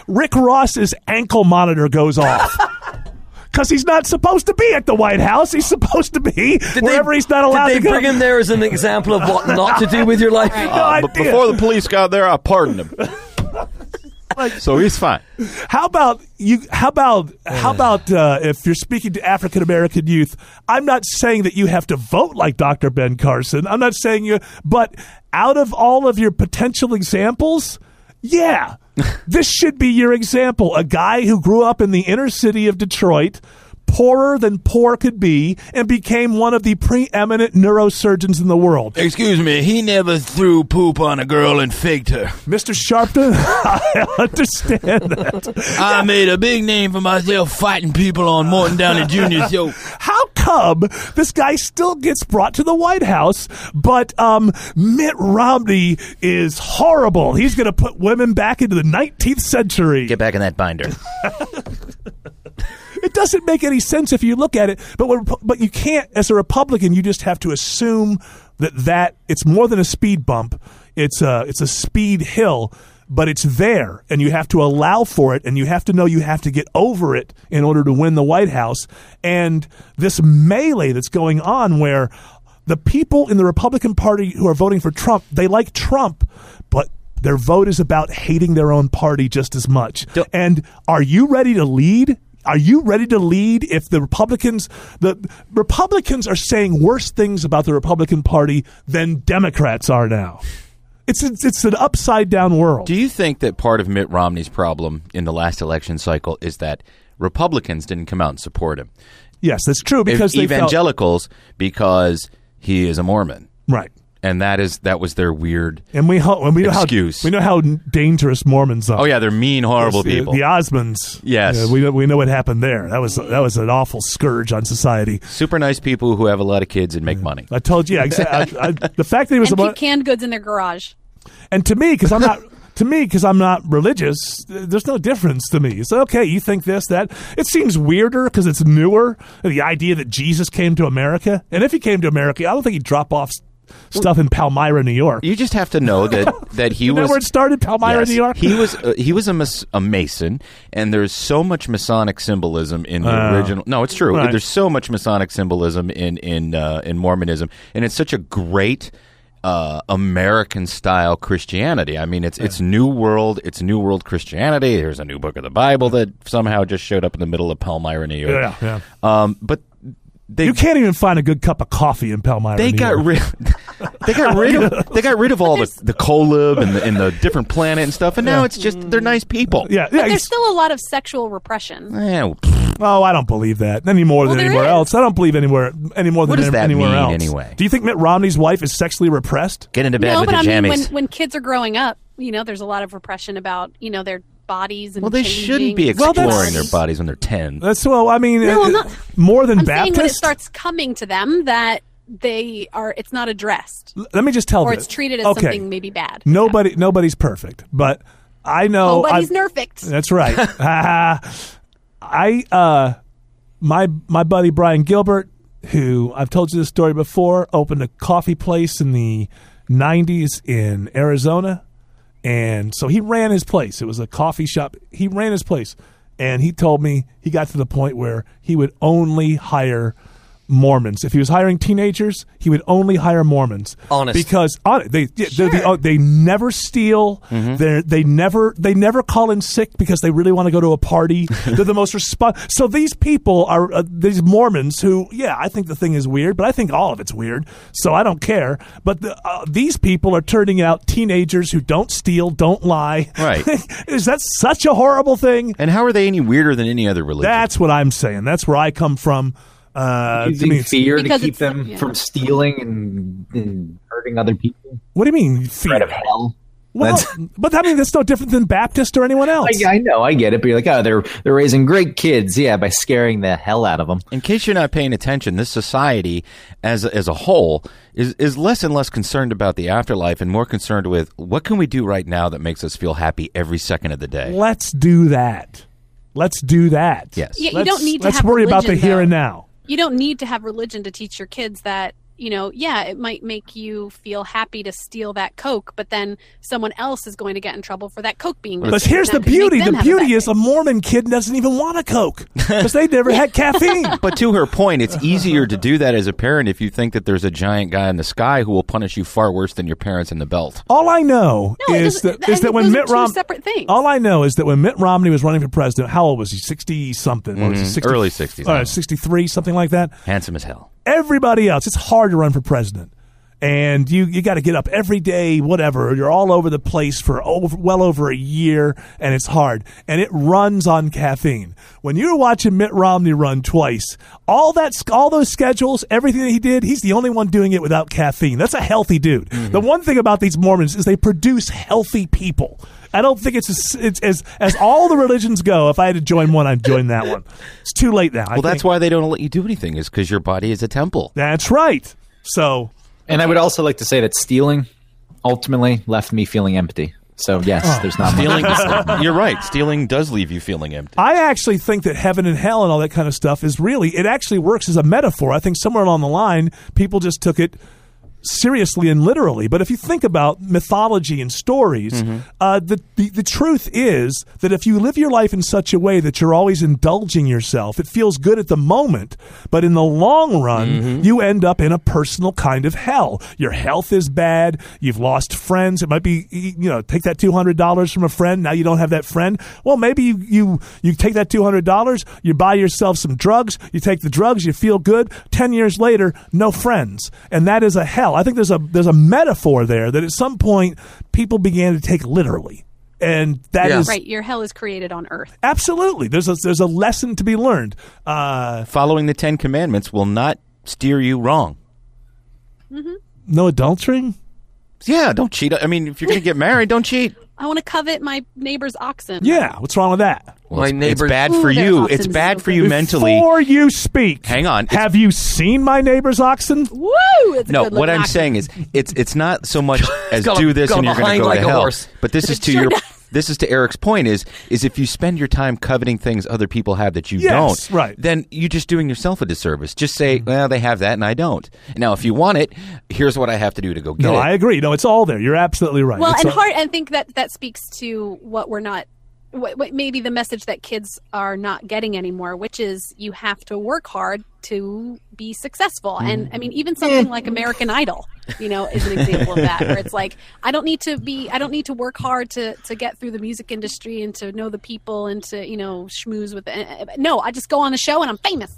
Speaker 2: Rick Ross's ankle monitor goes off. Because he's not supposed to be at the White House. He's supposed to be
Speaker 3: Did they-
Speaker 2: wherever he's not allowed
Speaker 3: did they
Speaker 2: to go. Oh,
Speaker 3: bring him there Uh, as an example of what not to do with your life?
Speaker 2: No idea.
Speaker 5: But before the police got there, I pardoned him. so he's fine.
Speaker 2: How about you? How about how about uh, if you're speaking to African American youth? I'm not saying that you have to vote like Dr. Ben Carson. I'm not saying you, but out of all of your potential examples, yeah, this should be your example. A guy who grew up in the inner city of Detroit. Poorer than poor could be, and became one of the preeminent neurosurgeons in the world.
Speaker 3: Excuse me, he never threw poop on a girl and faked her.
Speaker 2: Mr. Sharpton, I understand that.
Speaker 3: I made a big name for myself fighting people on Morton Downey Jr.'s show.
Speaker 2: How come this guy still gets brought to the White House, but um, Mitt Romney is horrible? He's going to put women back into the 19th century.
Speaker 5: Get back in that binder.
Speaker 2: It doesn't make any sense if you look at it. But when, but you can't, as a Republican, you just have to assume that that it's more than a speed bump. It's a it's a speed hill, but it's there, and you have to allow for it, and you have to know you have to get over it in order to win the White House. And this melee that's going on, where the people in the Republican Party who are voting for Trump, they like Trump, but their vote is about hating their own party just as much. And are you ready to lead? Are you ready to lead if the Republicans the Republicans are saying worse things about the Republican Party than Democrats are now? It's it's, it's an upside down world.
Speaker 5: Do you think that part of Mitt Romney's problem in the last election cycle is that Republicans didn't come out and support him. E-
Speaker 2: Yes, that's true because they felt-
Speaker 5: evangelicals because he is a Mormon,
Speaker 2: right.
Speaker 5: and that is that was their weird.
Speaker 2: And we ho- and we know
Speaker 5: Excuse.
Speaker 2: how we know how dangerous Mormons are.
Speaker 5: Oh yeah, they're mean, horrible
Speaker 2: the,
Speaker 5: people.
Speaker 2: The Osmonds.
Speaker 5: Yes.
Speaker 2: Yeah, we know, we know what happened there. That was that was an awful scourge on society.
Speaker 5: Super nice people who have a lot of kids and make money.
Speaker 2: I told you, yeah, exactly. I, I, the fact that he was
Speaker 6: and
Speaker 2: a
Speaker 6: keep
Speaker 2: Mo-
Speaker 6: canned goods in their garage.
Speaker 2: and to me because I'm not to me because I'm not religious. th- There's no difference to me. It's okay. You think this that it seems weirder because it's newer. The idea that Jesus came to America, and if he came to America, I don't think he'd drop off s- stuff in Palmyra, New York.
Speaker 5: You just have to know that that he
Speaker 2: You know
Speaker 5: was
Speaker 2: where it started, Palmyra,
Speaker 5: Yes.
Speaker 2: New York.
Speaker 5: He was uh, he was a, mas- a Mason, and there's so much Masonic symbolism in the
Speaker 2: Wow.
Speaker 5: original. No, it's true.
Speaker 2: Uh, Right.
Speaker 5: There's so much Masonic symbolism in in uh, in Mormonism, and it's such a great. Uh, American style Christianity. I mean, it's it's New World, it's New World Christianity. There's a new book of the Bible that somehow just showed up in the middle of Palmyra, New York.
Speaker 2: yeah, yeah.
Speaker 5: Um, but they
Speaker 2: You can't even find a good cup of coffee in Palmyra.
Speaker 5: they
Speaker 2: New
Speaker 5: got
Speaker 2: York.
Speaker 5: rid. They got rid of. They got rid of all the the colib and the, and the different planet and stuff. And now it's just they're nice people.
Speaker 2: Yeah,
Speaker 6: But
Speaker 2: yeah.
Speaker 6: there's
Speaker 2: it's-
Speaker 6: still a lot of sexual repression.
Speaker 5: Eh, pff,
Speaker 2: Oh, I don't believe that any more
Speaker 6: Well,
Speaker 2: than
Speaker 6: there
Speaker 2: anywhere
Speaker 6: is.
Speaker 2: else. I don't believe anywhere any more
Speaker 5: What
Speaker 2: than
Speaker 5: does that
Speaker 2: anywhere
Speaker 5: mean,
Speaker 2: else.
Speaker 5: anyway?
Speaker 2: Do you think Mitt Romney's wife is sexually repressed?
Speaker 5: get into bed
Speaker 6: No,
Speaker 5: with
Speaker 6: but
Speaker 5: the
Speaker 6: I mean,
Speaker 5: jammies.
Speaker 6: when, when kids are growing up, you know, there's a lot of repression about you know their bodies and
Speaker 5: well, they shouldn't be
Speaker 6: changing.
Speaker 2: Well, that's-
Speaker 5: exploring their bodies when they're ten.
Speaker 2: That's well. I mean,
Speaker 6: No,
Speaker 2: uh,
Speaker 6: I'm not-
Speaker 2: more than
Speaker 6: I'm saying
Speaker 2: Baptist.
Speaker 6: when it starts coming to them that they are, it's not addressed
Speaker 2: L- Let me just tell
Speaker 6: or
Speaker 2: this.
Speaker 6: it's treated as
Speaker 2: okay.
Speaker 6: something maybe bad.
Speaker 2: Nobody, nobody's perfect, but I know.
Speaker 6: Nobody's
Speaker 2: I-
Speaker 6: nerfed.
Speaker 2: That's right. I uh, my my buddy Brian Gilbert, who I've told you this story before, opened a coffee place in the '90s in Arizona, and so he ran his place. It was a coffee shop. He ran his place, and he told me he got to the point where he would only hire. Mormons. If he was hiring teenagers, he would only hire Mormons.
Speaker 3: Honest.
Speaker 2: because hon- they yeah, they're the, oh, they never steal. They're, Uh, they never they never call in sick because they really want to go to a party. they're the most respon So these people are uh, these Mormons who yeah I think the thing is weird, but I think all of it's weird. So I don't care. But the, uh, these people are turning out teenagers who don't steal, don't lie.
Speaker 5: Right.
Speaker 2: is that such a horrible thing?
Speaker 5: and how are they any weirder than any other religion?
Speaker 2: That's what I'm saying. That's where I come from. Uh, I
Speaker 4: Using
Speaker 2: mean,
Speaker 4: fear to
Speaker 6: Because
Speaker 4: keep
Speaker 6: it's-
Speaker 4: them
Speaker 6: yeah.
Speaker 4: from stealing and, and hurting other people.
Speaker 2: what do you mean fear?
Speaker 4: Threat of hell.
Speaker 2: Well,
Speaker 4: That's-
Speaker 2: but I mean that's no different than Baptist or anyone else.
Speaker 4: I, I know, I get it, but you're like, oh, they're they're raising great kids, yeah, by scaring the hell out of them.
Speaker 5: in case you're not paying attention, this society as as a whole is is less and less concerned about the afterlife and more concerned with what can we do right now that makes us feel happy every second of the day.
Speaker 2: Let's do that. Let's do that.
Speaker 5: Yes.
Speaker 6: Yeah, you
Speaker 2: Let's-
Speaker 6: don't need to
Speaker 2: Let's
Speaker 6: have
Speaker 2: worry about the
Speaker 6: religion,
Speaker 2: here
Speaker 6: though.
Speaker 2: and now.
Speaker 6: you don't need to have religion to teach your kids that you know yeah it might make you feel happy to steal that coke but then someone else is going to get in trouble for that coke being
Speaker 2: But
Speaker 6: missing,
Speaker 2: here's the
Speaker 6: and that could make
Speaker 2: beauty.
Speaker 6: them
Speaker 2: The
Speaker 6: have a
Speaker 2: beauty
Speaker 6: bad
Speaker 2: is
Speaker 6: day.
Speaker 2: a Mormon kid doesn't even want a Coke because they never had caffeine.
Speaker 5: But to her point, it's easier to do that as a parent if you think that there's a giant guy in the sky who will punish you far worse than your parents in the belt.
Speaker 2: All I know
Speaker 6: No, it
Speaker 2: is
Speaker 6: doesn't-
Speaker 2: that
Speaker 6: I
Speaker 2: is that
Speaker 6: think
Speaker 2: when
Speaker 6: those are
Speaker 2: Mitt
Speaker 6: two
Speaker 2: Romney
Speaker 6: separate things.
Speaker 2: All I know is that when Mitt Romney was running for president, how old was he? Sixty something? What was he? 60,
Speaker 5: Early 60s, I
Speaker 2: Uh,
Speaker 5: don't know.
Speaker 2: Sixty three, something like that.
Speaker 5: Handsome as hell.
Speaker 2: everybody else. It's hard to run for president. And you, you got to get up every day, whatever. You're all over the place for over, well over a year, and it's hard. And it runs on caffeine. When you're watching Mitt Romney run twice, all that, sch- all those schedules, everything that he did, he's the only one doing it without caffeine. That's a healthy dude.
Speaker 5: Mm-hmm.
Speaker 2: The one thing about these Mormons is they produce healthy people. I don't think it's as, it's as as all the religions go. If I had to join one, I'd join that one. It's too late now.
Speaker 5: Well, that's why they don't let you do anything is because your body is a temple.
Speaker 2: That's right. So
Speaker 4: And I would also like to say that stealing ultimately left me feeling empty. So yes, there's not
Speaker 5: Oh. Stealing,
Speaker 4: much.
Speaker 5: you're right. Stealing does leave you feeling empty.
Speaker 2: I actually think that heaven and hell and all that kind of stuff is really it actually works as a metaphor. I think somewhere along the line people just took it seriously and literally. But if you think about mythology and stories, uh, the, the the truth is that if you live your life in such a way that you're always indulging yourself, it feels good at the moment, but in the long run, you end up in a personal kind of hell. Your health is bad. You've lost friends. It might be you know take that two hundred dollars from a friend. Now you don't have that friend. Well, maybe you you, you take that two hundred dollars. You buy yourself some drugs. You take the drugs. You feel good. Ten years later, no friends, and that is a hell. I think there's a there's a metaphor there that at some point people began to take literally. and that is
Speaker 5: Yeah.
Speaker 6: Right, your hell is created on earth.
Speaker 2: absolutely there's a there's a lesson to be learned. Uh,
Speaker 5: Following the Ten Commandments will not steer you wrong.
Speaker 2: no adultering.
Speaker 5: Yeah, don't cheat. I mean, if you're going to get married, don't cheat.
Speaker 6: I want to covet my neighbor's oxen.
Speaker 2: Yeah, what's wrong with that?
Speaker 5: Well,
Speaker 3: My
Speaker 5: it's,
Speaker 3: neighbor-
Speaker 5: it's bad
Speaker 6: Ooh,
Speaker 5: for
Speaker 6: their
Speaker 5: you.
Speaker 6: oxen's
Speaker 5: It's bad
Speaker 6: so
Speaker 5: for you
Speaker 6: good.
Speaker 5: mentally.
Speaker 2: Before you speak,
Speaker 5: Hang on, it's-
Speaker 2: Have you seen my neighbor's oxen?
Speaker 6: Woo! It's a
Speaker 5: no,
Speaker 6: good
Speaker 5: what
Speaker 6: looking
Speaker 5: I'm
Speaker 6: oxen.
Speaker 5: saying is, it's it's not so much as
Speaker 3: got a-
Speaker 5: do this
Speaker 3: got
Speaker 5: and
Speaker 3: a
Speaker 5: you're going
Speaker 3: behind
Speaker 5: to go
Speaker 3: like
Speaker 5: to
Speaker 3: a
Speaker 5: hell.
Speaker 3: horse.
Speaker 5: But this is to
Speaker 6: sure
Speaker 5: your
Speaker 6: does.
Speaker 5: this is to Eric's point is is if you spend your time coveting things other people have that you
Speaker 2: Yes,
Speaker 5: don't,
Speaker 2: right.
Speaker 5: Then you're just doing yourself a disservice. Just say, well, they have that and I don't. Now, if you want it, here's what I have to do to go get
Speaker 2: No,
Speaker 5: it.
Speaker 2: I agree. No, it's all there. You're absolutely right.
Speaker 6: Well,
Speaker 2: It's
Speaker 6: and
Speaker 2: all-
Speaker 6: heart, I think that that speaks to what we're not, what, what maybe the message that kids are not getting anymore, which is you have to work hard to be successful. And I mean, even something like American Idol, you know, is an example of that, where it's like I don't need to be, I don't need to work hard to to get through the music industry and to know the people and to you know schmooze with. eh, No, I just go on a show and I'm famous.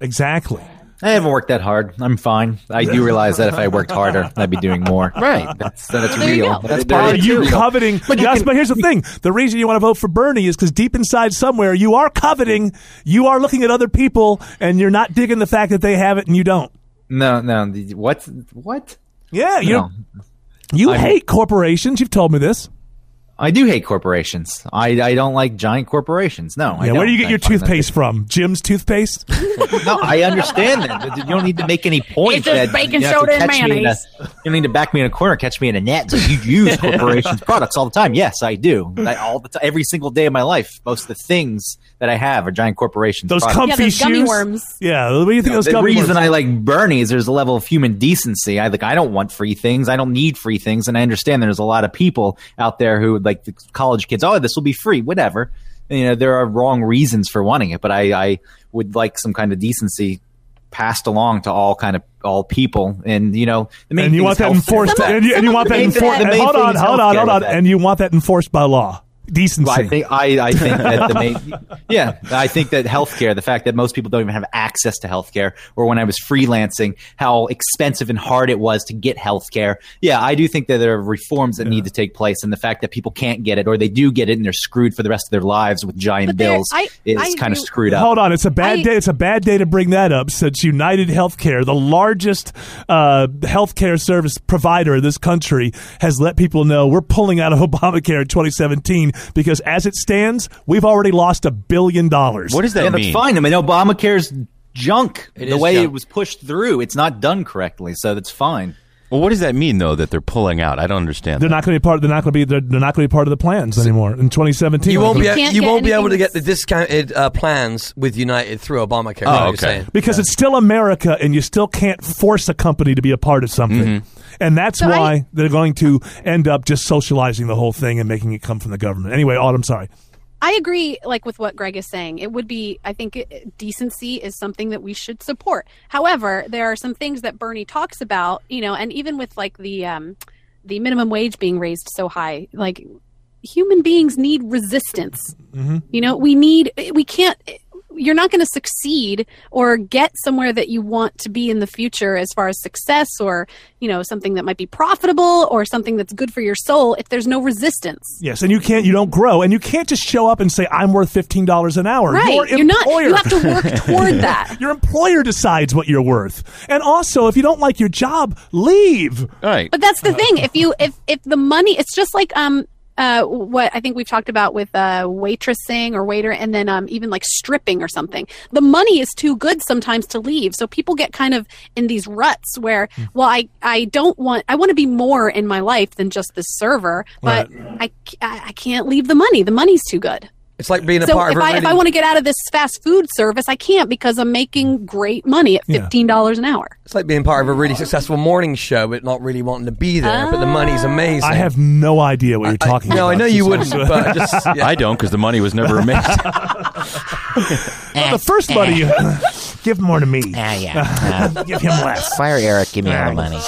Speaker 2: exactly.
Speaker 4: I haven't worked that hard. I'm fine. I do realize that if I worked harder, I'd be doing more.
Speaker 5: Right.
Speaker 4: That's that's
Speaker 6: There you
Speaker 4: real.
Speaker 6: go.
Speaker 4: That's
Speaker 2: Are
Speaker 4: part of
Speaker 2: you
Speaker 4: it.
Speaker 2: coveting? Yes,
Speaker 4: you can-
Speaker 2: but here's the thing: the reason you want to vote for Bernie is because deep inside somewhere you are coveting, you are looking at other people, and you're not digging the fact that they have it and you don't.
Speaker 4: No, no. the- What? What?
Speaker 2: Yeah, you
Speaker 4: No.
Speaker 2: you
Speaker 4: I'm-
Speaker 2: hate corporations. You've told me this.
Speaker 4: I do hate corporations. I, I don't like giant corporations. No. I
Speaker 2: Yeah, where do you get
Speaker 4: don't.
Speaker 2: your
Speaker 4: I find that-
Speaker 2: toothpaste from? Jim's toothpaste.
Speaker 4: No, I understand that. but You don't need to make any point.
Speaker 6: It's
Speaker 4: that
Speaker 6: just bacon
Speaker 4: you have to
Speaker 6: soda and
Speaker 4: catch me in a-
Speaker 6: mayonnaise.
Speaker 4: you don't need to back me in a corner, catch me in a net. Like, you use corporations' products all the time. Yes, I do. I, all the t- every single day of my life, most of the things that I have are giant corporations.
Speaker 2: Those
Speaker 4: products.
Speaker 2: comfy
Speaker 6: Yeah, those
Speaker 2: shoes.
Speaker 6: gummy worms.
Speaker 2: Yeah, what do you think of those
Speaker 4: the
Speaker 2: gummy
Speaker 4: reason
Speaker 2: worms?
Speaker 4: I like Bernie is there's a level of human decency. I like I don't want free things. I don't need free things, and I understand there's a lot of people out there who like the college kids. Oh, this will be free, whatever. You know, there are wrong reasons for wanting it, but I, I would like some kind of decency passed along to all kind of all people. And you know, the main
Speaker 2: and you
Speaker 4: thing
Speaker 2: want
Speaker 4: is
Speaker 2: that
Speaker 4: healthcare.
Speaker 2: enforced,
Speaker 6: Some of-
Speaker 2: and you, and
Speaker 6: some
Speaker 2: you
Speaker 6: of
Speaker 2: want
Speaker 6: the
Speaker 2: that
Speaker 6: main thing-
Speaker 2: enforced.
Speaker 6: the
Speaker 4: main
Speaker 2: Hold
Speaker 4: thing
Speaker 2: on,
Speaker 4: is
Speaker 2: hold on,
Speaker 4: healthcare
Speaker 2: hold
Speaker 4: with
Speaker 2: on,
Speaker 4: that.
Speaker 2: and you want that enforced by law, decency.
Speaker 4: Well, I think I, I think that the main, yeah, I think that healthcare, the fact that most people don't even have access to healthcare, or when I was freelancing, how expensive and hard it was to get healthcare. Yeah, I do think that there are reforms that need to take place, and the fact that people can't get it, or they do get it and they're screwed for the rest of their lives with giant
Speaker 6: But there-
Speaker 4: bills,
Speaker 6: I-
Speaker 4: is
Speaker 6: I
Speaker 4: kind of
Speaker 6: do-
Speaker 4: screwed up.
Speaker 2: Hold on, it's a bad
Speaker 6: I-
Speaker 2: day. It's a bad day to bring that up since United Healthcare, the largest uh, healthcare service provider in this country, has let people know we're pulling out of Obamacare in 2017 because, as it stands, we've already lost a billion dollars.
Speaker 5: what does that
Speaker 4: yeah, that's
Speaker 5: mean?
Speaker 4: fine. I mean, Obamacare's junk. the
Speaker 3: is
Speaker 4: way
Speaker 3: junk.
Speaker 4: it was pushed through, it's not done correctly, so that's fine.
Speaker 5: Well, what does that mean though that they're pulling out? I don't understand.
Speaker 2: They're
Speaker 5: that.
Speaker 2: not going to be part. They're not going to be. They're, they're not going to be part of the plans anymore in 2017.
Speaker 3: You won't be.
Speaker 6: You
Speaker 3: a-
Speaker 6: can't
Speaker 3: You
Speaker 6: get
Speaker 3: won't be able to
Speaker 6: anything
Speaker 3: get the discounted uh, plans with United through Obamacare.
Speaker 5: Oh,
Speaker 3: you're
Speaker 5: okay.
Speaker 3: saying.
Speaker 2: because it's still America, and you still can't force a company to be a part of something.
Speaker 3: Mm-hmm.
Speaker 2: And that's
Speaker 6: So I-
Speaker 2: why they're going to end up just socializing the whole thing and making it come from the government. Anyway, Autumn, sorry.
Speaker 6: I agree, like with what Greg is saying. It would be, I think, uh, decency is something that we should support. However, there are some things that Bernie talks about, you know, and even with like the um, the minimum wage being raised so high, like human beings need resistance. You know, we need, we can't. You're not going to succeed or get somewhere that you want to be in the future as far as success or, you know, something that might be profitable or something that's good for your soul if there's no resistance.
Speaker 2: Yes, and you can't. You don't grow, and you can't just show up and say, "I'm worth fifteen dollars an hour."
Speaker 6: Right.
Speaker 2: Your
Speaker 6: You're not.
Speaker 2: employer,
Speaker 6: You have to work toward that.
Speaker 2: your employer decides what you're worth, and also if you don't like your job, leave.
Speaker 5: All right.
Speaker 6: But that's the thing. If you if if the money, it's just like um uh what I think we've talked about with uh waitressing or waiter, and then um even like stripping or something. The money is too good sometimes to leave, so people get kind of in these ruts where,
Speaker 2: Hmm.
Speaker 6: well, I I don't want I want to be more in my life than just this server, but I c- I, I can't leave the money. The money's too good.
Speaker 3: It's like being a
Speaker 6: So
Speaker 3: part
Speaker 6: if
Speaker 3: of a
Speaker 6: I,
Speaker 3: really
Speaker 6: if I want to get out of this fast food service, I can't because I'm making great money at
Speaker 2: Yeah.
Speaker 6: fifteen dollars an hour.
Speaker 3: It's like being part of a really successful morning show, but not really wanting to be there. but the
Speaker 6: Ah.
Speaker 3: money's amazing.
Speaker 2: I have no idea what you're talking
Speaker 3: No,
Speaker 2: about.
Speaker 3: I know you wouldn't. But just yeah.
Speaker 5: I don't because the money was never made.
Speaker 2: the first money you give more to me.
Speaker 7: Ah, yeah. Uh,
Speaker 2: Give him less.
Speaker 7: fire Eric, give me all the money.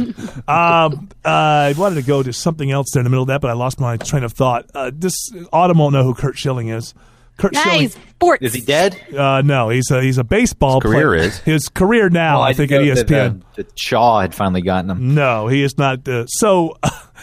Speaker 2: um, uh, I wanted to go to something else there in the middle of that, but I lost my train of thought. Uh, this Autumn won't know who Kurt Schilling is. Kurt
Speaker 6: Nice
Speaker 2: Schilling.
Speaker 6: sports.
Speaker 4: Is he dead?
Speaker 2: Uh, no, he's a he's a baseball
Speaker 5: His career
Speaker 2: player.
Speaker 5: is.
Speaker 2: his career now.
Speaker 4: Oh,
Speaker 2: I
Speaker 3: uh,
Speaker 4: didn't
Speaker 2: think at E
Speaker 4: know
Speaker 2: ESPN.
Speaker 4: That, uh, that Shaw had finally gotten him.
Speaker 2: No, he is not. Uh, so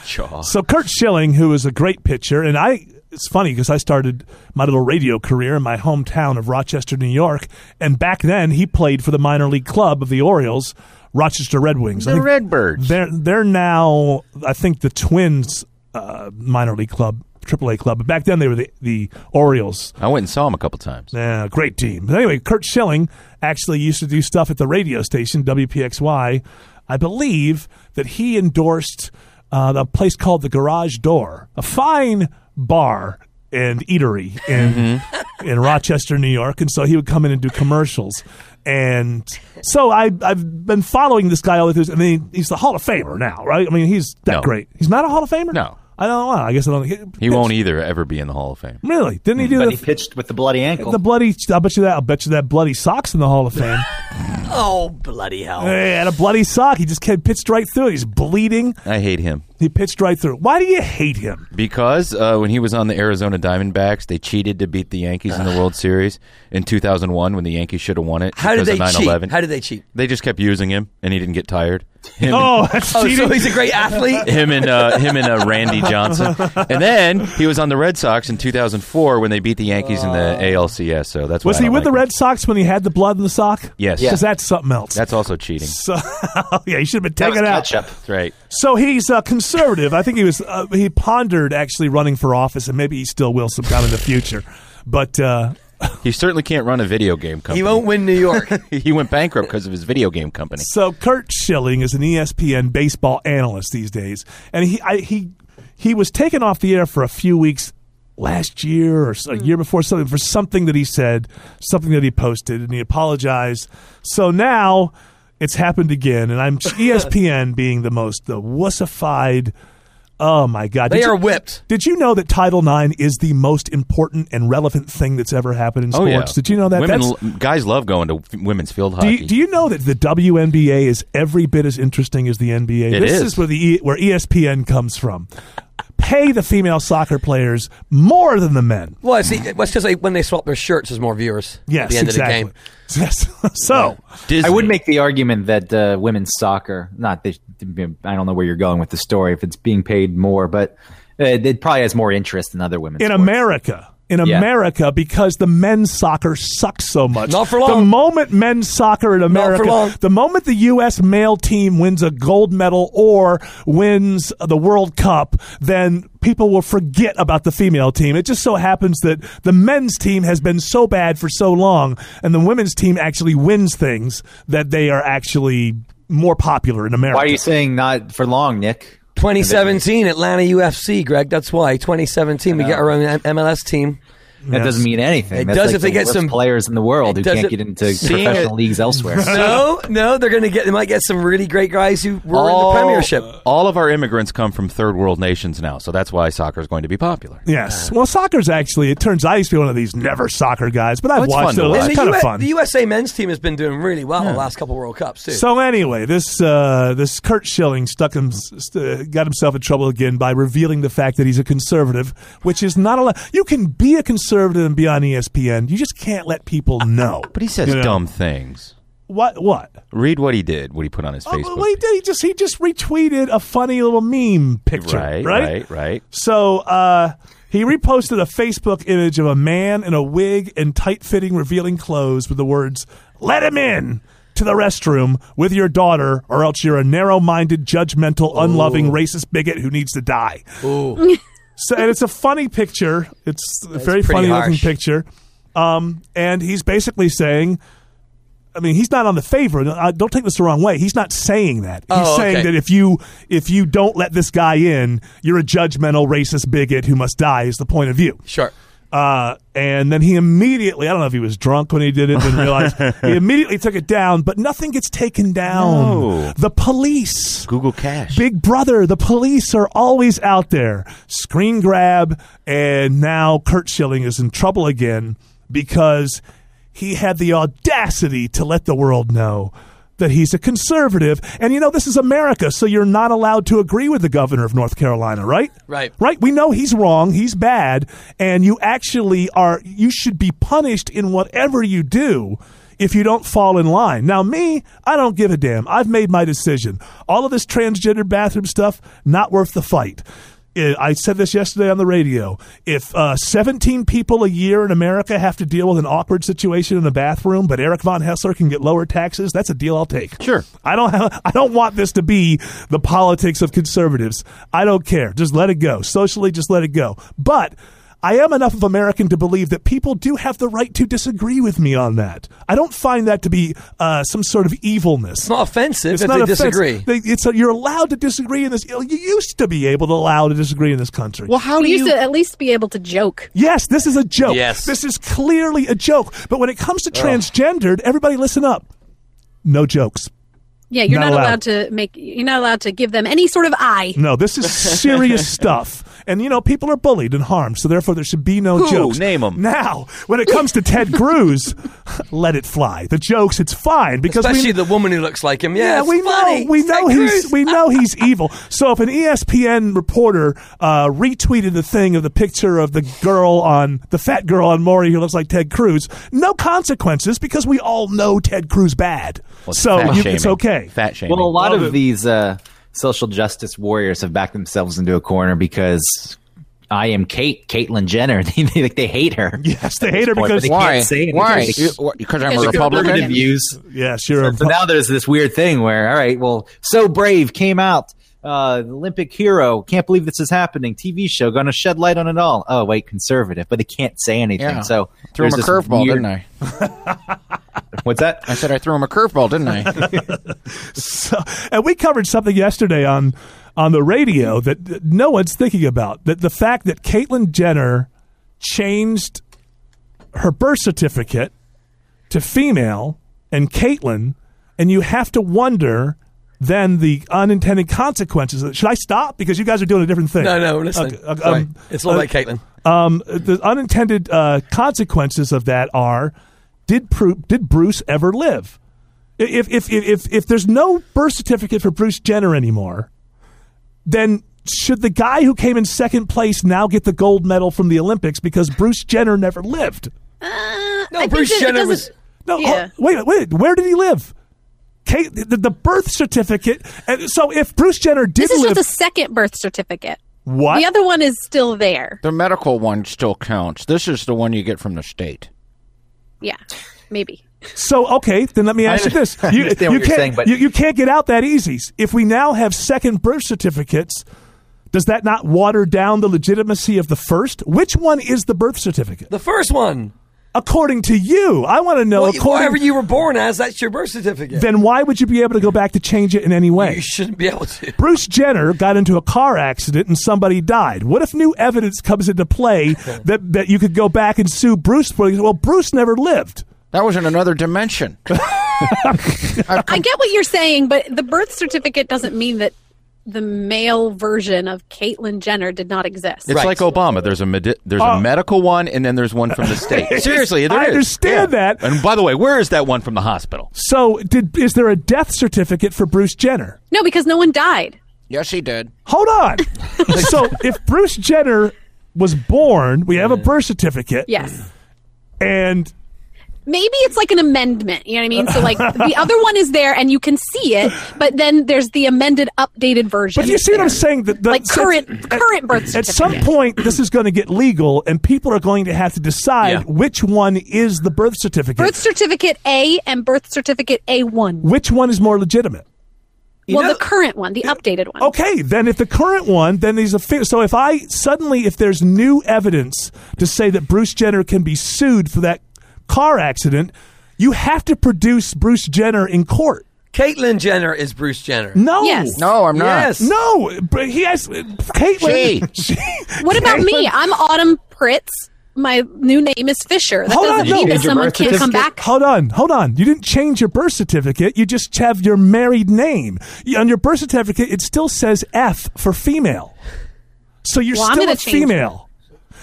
Speaker 5: Chaw.
Speaker 2: So Kurt Schilling, who is a great pitcher, and I. It's funny because I started my little radio career in my hometown of Rochester, New York, and back then he played for the minor league club of the Orioles, Rochester Red Wings. I
Speaker 5: The
Speaker 2: think
Speaker 5: Redbirds.
Speaker 2: They're they're now I think the Twins uh, minor league club, AAA club, but back then they were the, the Orioles.
Speaker 5: I went and saw him a couple times.
Speaker 2: Yeah, great team. But anyway, Kurt Schilling actually used to do stuff at the radio station WPXY. I believe that he endorsed uh, a place called the Garage Door, a fine bar and eatery in
Speaker 5: Mm-hmm.
Speaker 2: in Rochester, New York, and so he would come in and do commercials. And so I, I've been following this guy all the way through. I mean, he's the Hall of Famer now, right? I mean, he's that
Speaker 5: No.
Speaker 2: great. He's not a Hall of Famer.
Speaker 5: No.
Speaker 2: I don't know. I guess I don't. He,
Speaker 5: He won't either ever be in the Hall of Fame.
Speaker 2: Really? Didn't he do
Speaker 4: But
Speaker 2: the
Speaker 4: he pitched with the bloody ankle.
Speaker 2: the bloody, I bet you that. I bet you that bloody sock's in the Hall of Fame.
Speaker 3: Oh, bloody hell.
Speaker 2: Hey, had a bloody sock. He just kept, pitched right through. it. He's bleeding.
Speaker 5: I hate him.
Speaker 2: He pitched right through. it. Why do you hate him?
Speaker 5: Because uh, when he was on the Arizona Diamondbacks, they cheated to beat the Yankees in the World Series in 2001 when the Yankees should have won it.
Speaker 3: How did
Speaker 5: because
Speaker 3: they
Speaker 5: of 9/11.
Speaker 3: cheat? How did they cheat?
Speaker 5: They just kept using him, and he didn't get tired. Him
Speaker 2: Oh, that's
Speaker 3: Oh,
Speaker 2: cheating.
Speaker 3: so he's a great athlete?
Speaker 5: him and uh, him and uh, Randy Johnson, and then he was on the Red Sox in 2004 when they beat the Yankees in the ALCS. So that's why
Speaker 2: Oh. was
Speaker 5: I
Speaker 2: he
Speaker 5: don't
Speaker 2: with
Speaker 5: like
Speaker 2: the
Speaker 5: him.
Speaker 2: Red Sox when he had the blood in the sock?
Speaker 5: Yes.
Speaker 2: because that's something else.
Speaker 5: That's also cheating.
Speaker 2: so, yeah, he should have been
Speaker 4: That was
Speaker 2: taken out.
Speaker 4: ketchup.
Speaker 5: That's right.
Speaker 2: So he's uh, conservative. I think he was. Uh, he pondered actually running for office, and maybe he still will sometime in the future. But uh,
Speaker 5: He certainly can't run a video game company.
Speaker 3: He won't win New York.
Speaker 5: He went bankrupt because of his video game company.
Speaker 2: So Kurt Schilling is an E ESPN baseball analyst these days, and he I, he he was taken off the air for a few weeks last year or s-
Speaker 5: Mm.
Speaker 2: a year before something for something that he said, something that he posted, and he apologized. So now it's happened again, and I'm E ESPN being the most the wussified. Oh my God!
Speaker 3: They
Speaker 2: Did you-
Speaker 3: are whipped.
Speaker 2: Did you know that Title IX is the most important and relevant thing that's ever happened in
Speaker 5: Oh
Speaker 2: sports?
Speaker 5: yeah.
Speaker 2: Did you know that?
Speaker 5: Women,
Speaker 2: That's-
Speaker 5: l- guys love going to f- women's
Speaker 2: do
Speaker 5: field hockey.
Speaker 2: you, do you know that the WNBA is every bit as interesting as the NBA?
Speaker 5: It
Speaker 2: this is,
Speaker 5: is.
Speaker 2: where the E- where ESPN comes from. Pay the female soccer players more than the men.
Speaker 3: Well, it's because they, when they swap their shirts, there's more viewers at
Speaker 2: Yes,
Speaker 3: the end
Speaker 2: exactly.
Speaker 3: of the game.
Speaker 2: Yes. so
Speaker 5: Disney.
Speaker 4: I would make the argument that uh, women's soccer, not the, I don't know where you're going with the story, if it's being paid more, but uh, it probably has more interest than other women's
Speaker 2: in
Speaker 4: sports.
Speaker 2: America. In
Speaker 4: Yeah.
Speaker 2: America, because the men's soccer sucks so much.
Speaker 3: Not for
Speaker 2: The
Speaker 3: long.
Speaker 2: moment men's soccer in America,
Speaker 3: long.
Speaker 2: the moment the U.S. male team wins a gold medal or wins the World Cup, then people will forget about the female team. It just so happens that the men's team has been so bad for so long, and the women's team actually wins things that they are actually more popular in America.
Speaker 4: Why are you saying not for long, Nick?
Speaker 3: 2017, Atlanta UFC, Greg. That's why. 2017, we get our own M- MLS team.
Speaker 4: That doesn't mean anything.
Speaker 3: It
Speaker 4: That's
Speaker 3: does
Speaker 4: like
Speaker 3: if they
Speaker 4: the
Speaker 3: get
Speaker 4: worst
Speaker 3: some-
Speaker 4: players in the world
Speaker 3: It
Speaker 4: who can't
Speaker 3: doesn't-
Speaker 4: get into
Speaker 5: Seeing
Speaker 4: professional
Speaker 5: it-
Speaker 4: leagues elsewhere.
Speaker 3: No, no, they're going to get. They might get some really great guys who were in the Premiership.
Speaker 5: All of our immigrants come from third world nations now, so that's why soccer is going to be popular.
Speaker 2: Yes. Well, soccer's actually, it turns out I used to be one of these never soccer guys, but I've
Speaker 5: Well, it's
Speaker 2: watched
Speaker 5: fun
Speaker 2: it.
Speaker 5: to
Speaker 2: a lot. It's
Speaker 5: watch.
Speaker 3: the,
Speaker 2: kind of
Speaker 3: U-
Speaker 2: fun.
Speaker 3: the USA men's team has been doing really well the last couple World Cups too.
Speaker 2: So anyway, this uh, this Kurt Schilling stuck him, st- got himself in trouble again by revealing the fact that he's a conservative, which is not allowed. You can be a conservative and be on E ESPN. You just can't let people know.
Speaker 5: But he says
Speaker 2: You know?
Speaker 5: dumb things.
Speaker 2: What? What?
Speaker 5: Read what he did, what he put on his
Speaker 2: Oh,
Speaker 5: Facebook.
Speaker 2: well, he did. He just he just retweeted a funny little meme picture.
Speaker 5: Right,
Speaker 2: right.
Speaker 5: right, right.
Speaker 2: So uh, he reposted a Facebook image of a man in a wig and tight fitting revealing clothes with the words, Let him in to the restroom with your daughter, or else you're a narrow minded, judgmental, unloving, racist bigot who needs to die. So, and it's a funny picture. It's a very
Speaker 3: pretty
Speaker 2: funny looking
Speaker 3: harsh.
Speaker 2: picture. Um, and he's basically saying, I mean, he's not on the favor. Uh, don't take this the wrong way. He's not saying that. He's
Speaker 3: Oh,
Speaker 2: saying
Speaker 3: okay.
Speaker 2: that if you if you don't let this guy in, you're a judgmental, racist bigot who must die. Is the point of view.
Speaker 3: sure.
Speaker 2: Uh, and then he immediately, I don't know if he was drunk when he did it, didn't realize, he immediately took it down, but nothing gets taken down.
Speaker 5: No.
Speaker 2: The police.
Speaker 5: Google Cash.
Speaker 2: Big Brother, the police are always out there. Screen grab, and now Kurt Schilling is in trouble again because he had the audacity to let the world know that he's a conservative. And you know, this is America, so you're not allowed to agree with the governor of North Carolina, right?
Speaker 3: Right.
Speaker 2: Right? We know he's wrong, he's bad, and you actually are, you should be punished in whatever you do. if you don't fall in line. Now, me, I don't give a damn. I've made my decision. All of this transgender bathroom stuff, not worth the fight. I I said this yesterday on the radio. If uh, 17 people a year in America have to deal with an awkward situation in a bathroom, but Eric Von Hessler can get lower taxes, that's a deal I'll take.
Speaker 5: Sure.
Speaker 2: I don't have, I don't want this to be the politics of conservatives. I don't care. Just let it go. Socially, just let it go. But I am enough of American to believe that people do have the right to disagree with me on that. I don't find that to be uh, some sort of evilness.
Speaker 3: It's not offensive
Speaker 2: It's
Speaker 3: if
Speaker 2: not
Speaker 3: they
Speaker 2: offense.
Speaker 3: disagree.
Speaker 2: They- it's a- you're allowed to disagree in this. You used to be able to allow to disagree in this country.
Speaker 5: Well, how
Speaker 6: We
Speaker 5: do
Speaker 6: used
Speaker 5: you?
Speaker 6: to at least be able to joke.
Speaker 2: Yes, this is a joke.
Speaker 5: Yes.
Speaker 2: This is clearly a joke. But when it comes to transgendered, everybody listen up. No jokes.
Speaker 6: Yeah, you're
Speaker 2: Not
Speaker 6: not,
Speaker 2: allowed.
Speaker 6: allowed. to make. You're not allowed to give them any sort of eye.
Speaker 2: No, this is serious stuff. And, you know, people are bullied and harmed, so therefore there should be no
Speaker 5: Who?
Speaker 2: jokes.
Speaker 5: Name 'em.
Speaker 2: Now, when it comes to Ted Cruz, let it fly. The jokes, it's fine because we-
Speaker 3: Especially the woman who looks like him. Yeah, it's
Speaker 2: we
Speaker 3: funny.
Speaker 2: know we
Speaker 3: Ted
Speaker 2: know he's
Speaker 3: Cruz.
Speaker 2: we know he's evil. So if an E ESPN reporter uh, retweeted the thing of the picture of the girl on the fat girl on Maury who looks like Ted Cruz, no consequences because we all know Ted Cruz bad.
Speaker 5: Well, it's
Speaker 2: so
Speaker 5: fat
Speaker 2: Oh, you,
Speaker 5: shaming.
Speaker 2: it's okay.
Speaker 5: Fat shaming.
Speaker 4: Well, a lot
Speaker 2: Love
Speaker 4: of
Speaker 2: it.
Speaker 4: these uh, social justice warriors have backed themselves into a corner because I am Kate, Caitlyn Jenner. they, they, like, they hate her.
Speaker 2: Yes, they hate her
Speaker 4: But
Speaker 2: because
Speaker 4: they can't
Speaker 5: why?
Speaker 4: say anything.
Speaker 5: Why?
Speaker 4: Because-
Speaker 5: You- what, Because I'm
Speaker 6: because
Speaker 5: a
Speaker 6: you're a
Speaker 5: Republican.
Speaker 4: Conservative views.
Speaker 6: Republican.
Speaker 2: yes, you're a,
Speaker 4: So now there's this weird thing where, all right, well, so brave came out. Uh, Olympic hero, can't believe this is happening. TV show, going to shed light on it all. Oh wait, conservative, but they can't say anything.
Speaker 5: Yeah.
Speaker 4: So
Speaker 5: threw him
Speaker 4: there's this
Speaker 5: a curveball,
Speaker 4: weird-
Speaker 5: didn't I?
Speaker 4: What's that?
Speaker 5: I said I threw him a curveball, didn't I?
Speaker 2: So- and we covered something yesterday on on the radio that that no one's thinking about that the fact that Caitlyn Jenner changed her birth certificate to female and Caitlyn, and you have to wonder then the unintended consequences. Should I stop because you guys are doing a different thing?
Speaker 3: No, no, listen.
Speaker 2: Okay, okay,
Speaker 3: Sorry.
Speaker 2: um,
Speaker 3: it's all
Speaker 2: uh,
Speaker 3: about Caitlin.
Speaker 2: um, the unintended uh, consequences of that are: did Pru- did Bruce ever live? If if, if if if there's no birth certificate for Bruce Jenner anymore, then should the guy who came in second place now get the gold medal from the Olympics because Bruce Jenner never lived?
Speaker 3: No,
Speaker 6: I think
Speaker 3: Bruce
Speaker 6: that it
Speaker 3: Jenner
Speaker 6: doesn't-
Speaker 3: was.
Speaker 2: No,
Speaker 6: Yeah.
Speaker 2: oh, wait, wait, where did he live? Kate, the, the birth certificate. And so if Bruce Jenner did
Speaker 6: This is
Speaker 2: live,
Speaker 6: just a second birth certificate.
Speaker 2: what?
Speaker 6: The other one is still there.
Speaker 5: the medical one still counts. This is the one you get from the state.
Speaker 6: Yeah, maybe.
Speaker 2: So okay, then let me ask you this: you,
Speaker 4: understand
Speaker 2: you
Speaker 4: what you're
Speaker 2: can't
Speaker 4: saying, but-
Speaker 2: you, you can't get out that easy. If we now have second birth certificates, does that not water down the legitimacy of the first? Which one is the birth certificate?
Speaker 3: The first one.
Speaker 2: According to you, I want to know.
Speaker 3: Well,
Speaker 2: according,
Speaker 3: whatever you were born as, that's your birth certificate.
Speaker 2: then why would you be able to go back to change it in any way?
Speaker 3: you shouldn't be able to.
Speaker 2: Bruce Jenner got into a car accident and somebody died. What if new evidence comes into play that, that you could go back and sue Bruce for? Well, Bruce never lived.
Speaker 5: That was in another dimension.
Speaker 6: I get what you're saying, but the birth certificate doesn't mean that the male version of Caitlyn Jenner did not exist.
Speaker 5: It's like Obama. There's a medi- there's
Speaker 2: Oh.
Speaker 5: a medical one, and then there's one from the state. Seriously, there
Speaker 2: I
Speaker 5: is.
Speaker 2: understand that.
Speaker 5: And by the way, where is that one from the hospital?
Speaker 2: So, did is there a death certificate for Bruce Jenner?
Speaker 6: No, because no one died.
Speaker 5: Yes, he did.
Speaker 2: Hold on. so if Bruce Jenner was born, we have a birth certificate.
Speaker 6: Yes.
Speaker 2: And
Speaker 6: Maybe it's like an amendment. You know what I mean? So, like, the other one is there and you can see it, but then there's the amended, updated version.
Speaker 2: but you see what I'm
Speaker 6: there.
Speaker 2: saying? That the,
Speaker 6: Like current,
Speaker 2: at-
Speaker 6: current birth
Speaker 2: At
Speaker 6: certificate.
Speaker 2: some point, this is going to get legal, and people are going to have to decide
Speaker 4: Yeah.
Speaker 2: which one is the birth certificate.
Speaker 6: birth certificate A and birth certificate A1.
Speaker 2: which one is more legitimate?
Speaker 6: well,
Speaker 3: know-
Speaker 6: the current one, the updated one.
Speaker 2: Okay, then if the current one, then these are fi- so if I suddenly if there's new evidence to say that Bruce Jenner can be sued for that car accident, you have to produce Bruce Jenner in court.
Speaker 3: Caitlyn Jenner is Bruce Jenner.
Speaker 2: No.
Speaker 6: Yes.
Speaker 5: No, I'm not.
Speaker 3: Yes.
Speaker 2: No, but he has Caitlyn. She.
Speaker 6: What about me? I'm Autumn Pritz. My new name is Fisher. That
Speaker 2: Hold on,
Speaker 6: doesn't
Speaker 2: no.
Speaker 6: mean that
Speaker 4: Change your
Speaker 6: someone
Speaker 4: birth
Speaker 6: can't come
Speaker 4: certificate?
Speaker 6: back.
Speaker 2: Hold on, hold on. You didn't change your birth certificate. You just have your married name. You- On your birth certificate, it still says F for female. So you're
Speaker 6: Well, I'm
Speaker 2: still
Speaker 6: gonna
Speaker 2: a
Speaker 6: change it.
Speaker 2: female.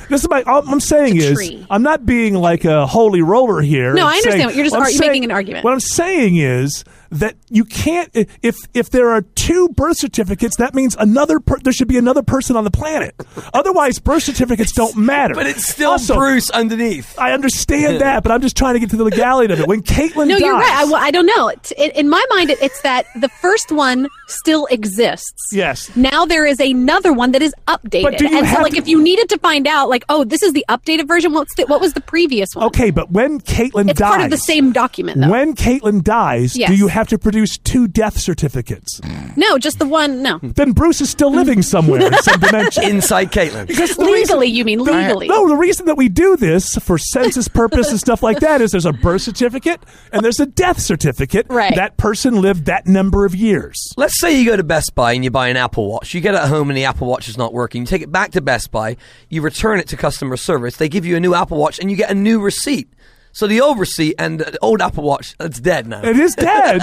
Speaker 2: This is my. All I'm saying
Speaker 6: It's a
Speaker 2: is,
Speaker 6: tree.
Speaker 2: I'm not being like a holy roller here.
Speaker 6: No,
Speaker 2: and
Speaker 6: I understand
Speaker 2: saying-
Speaker 6: what you're just
Speaker 2: I'm
Speaker 6: ar-
Speaker 2: saying-
Speaker 6: making an argument.
Speaker 2: What I'm saying is that you can't i- if if there are two birth certificates that means another per, there should be another person on the planet otherwise birth certificates don't matter
Speaker 3: But it's still
Speaker 2: also,
Speaker 3: Bruce underneath.
Speaker 2: I understand that but I'm just trying to get to the legality of it when Caitlyn
Speaker 6: No,
Speaker 2: dies
Speaker 6: you're right. I, well, I don't know. It's, it, in my mind, it, it's that the first one still exists.
Speaker 2: Yes.
Speaker 6: Now there is another one that is updated.
Speaker 2: But do you
Speaker 6: and so,
Speaker 2: have
Speaker 6: like,
Speaker 2: to-
Speaker 6: if you needed to find out, like, oh, this is the updated version. What's the, what was the previous one?
Speaker 2: okay but when Caitlyn
Speaker 6: It's
Speaker 2: dies
Speaker 6: part of the same document, though.
Speaker 2: when Caitlyn dies do
Speaker 6: Yes.
Speaker 2: you have to produce two death certificates
Speaker 6: no, just the one. No,
Speaker 2: then Bruce is still living somewhere in some dimension
Speaker 3: Inside Caitlin.
Speaker 2: Because the reason-
Speaker 6: legally, you mean legally?
Speaker 2: No, the reason that we do this for census purpose and stuff like that is there's a birth certificate and there's a death certificate.
Speaker 6: Right.
Speaker 2: That person lived that number of years.
Speaker 3: Let's say you go to Best Buy and you buy an Apple Watch. You get it home and the Apple Watch is not working. You take it back to Best Buy. You return it to customer service. They give you a new Apple Watch and you get a new receipt. So the old receipt and the old Apple Watch, it's dead now.
Speaker 2: It is dead,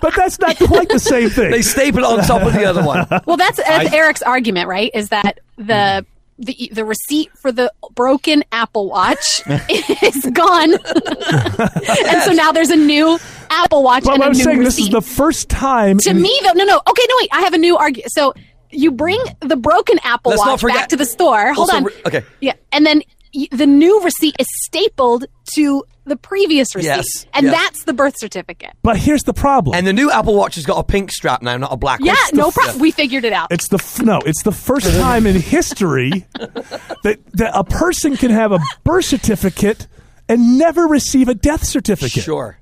Speaker 2: but that's not quite the same thing.
Speaker 3: They staple it on top of the other one.
Speaker 6: Well, that's, that's Eric's argument, right? Is that the the the receipt for the broken Apple Watch is gone, and so now there's a new Apple Watch
Speaker 2: but
Speaker 6: and a
Speaker 2: I'm
Speaker 6: new
Speaker 2: saying
Speaker 6: receipt.
Speaker 2: this is the first time.
Speaker 6: to
Speaker 2: in-
Speaker 6: me though, no, no, okay, no, wait, I have a new argument. So you bring the broken Apple
Speaker 3: Let's not
Speaker 6: Watch
Speaker 3: forget-
Speaker 6: back to the store. Hold
Speaker 3: Also,
Speaker 6: on,
Speaker 3: re- okay.
Speaker 6: yeah, and then y- the new receipt is stapled to the previous receipt,
Speaker 3: Yes,
Speaker 6: and
Speaker 3: yes.
Speaker 6: that's the birth certificate.
Speaker 2: But here's the problem.
Speaker 3: And the new Apple Watch has got a pink strap now, not a black
Speaker 6: Yeah,
Speaker 3: one.
Speaker 6: no problem. We figured it out.
Speaker 2: It's the f- no. It's the first time in history that that a person can have a birth certificate and never receive a death certificate.
Speaker 3: Sure.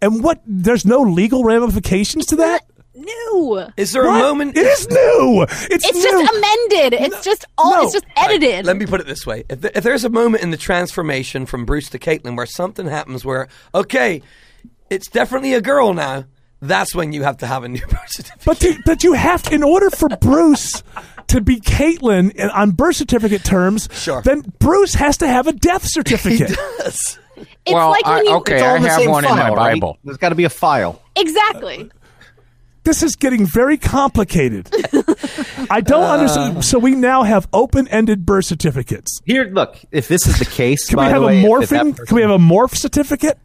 Speaker 2: And what? There's no legal ramifications to that.
Speaker 6: new.
Speaker 3: Is there
Speaker 2: What?
Speaker 3: a moment?
Speaker 2: It is new. It's,
Speaker 6: It's
Speaker 2: new.
Speaker 6: just amended. It's just all.
Speaker 2: No.
Speaker 6: It's just edited.
Speaker 3: Let me put it this way: if, th- if there's a moment in the transformation from Bruce to Caitlin where something happens, where okay, it's definitely a girl now. That's when you have to have a new birth certificate.
Speaker 2: But you, but you have to, in order for Bruce to be Caitlin in- on birth certificate terms,
Speaker 3: Sure.
Speaker 2: then Bruce has to have a death certificate.
Speaker 3: Yes.
Speaker 6: it's
Speaker 7: well,
Speaker 6: like when
Speaker 7: I,
Speaker 6: you
Speaker 7: okay, I have one in my Bible.
Speaker 4: There's got to be a file.
Speaker 6: exactly.
Speaker 2: this is getting very complicated. I don't
Speaker 3: Uh.
Speaker 2: understand. So we now have open-ended birth certificates.
Speaker 4: Here, look. If this is the case,
Speaker 2: Can
Speaker 4: by
Speaker 2: we have
Speaker 4: the way,
Speaker 2: a
Speaker 4: if- if
Speaker 2: morphin?
Speaker 4: that
Speaker 2: Can we have a morph certificate?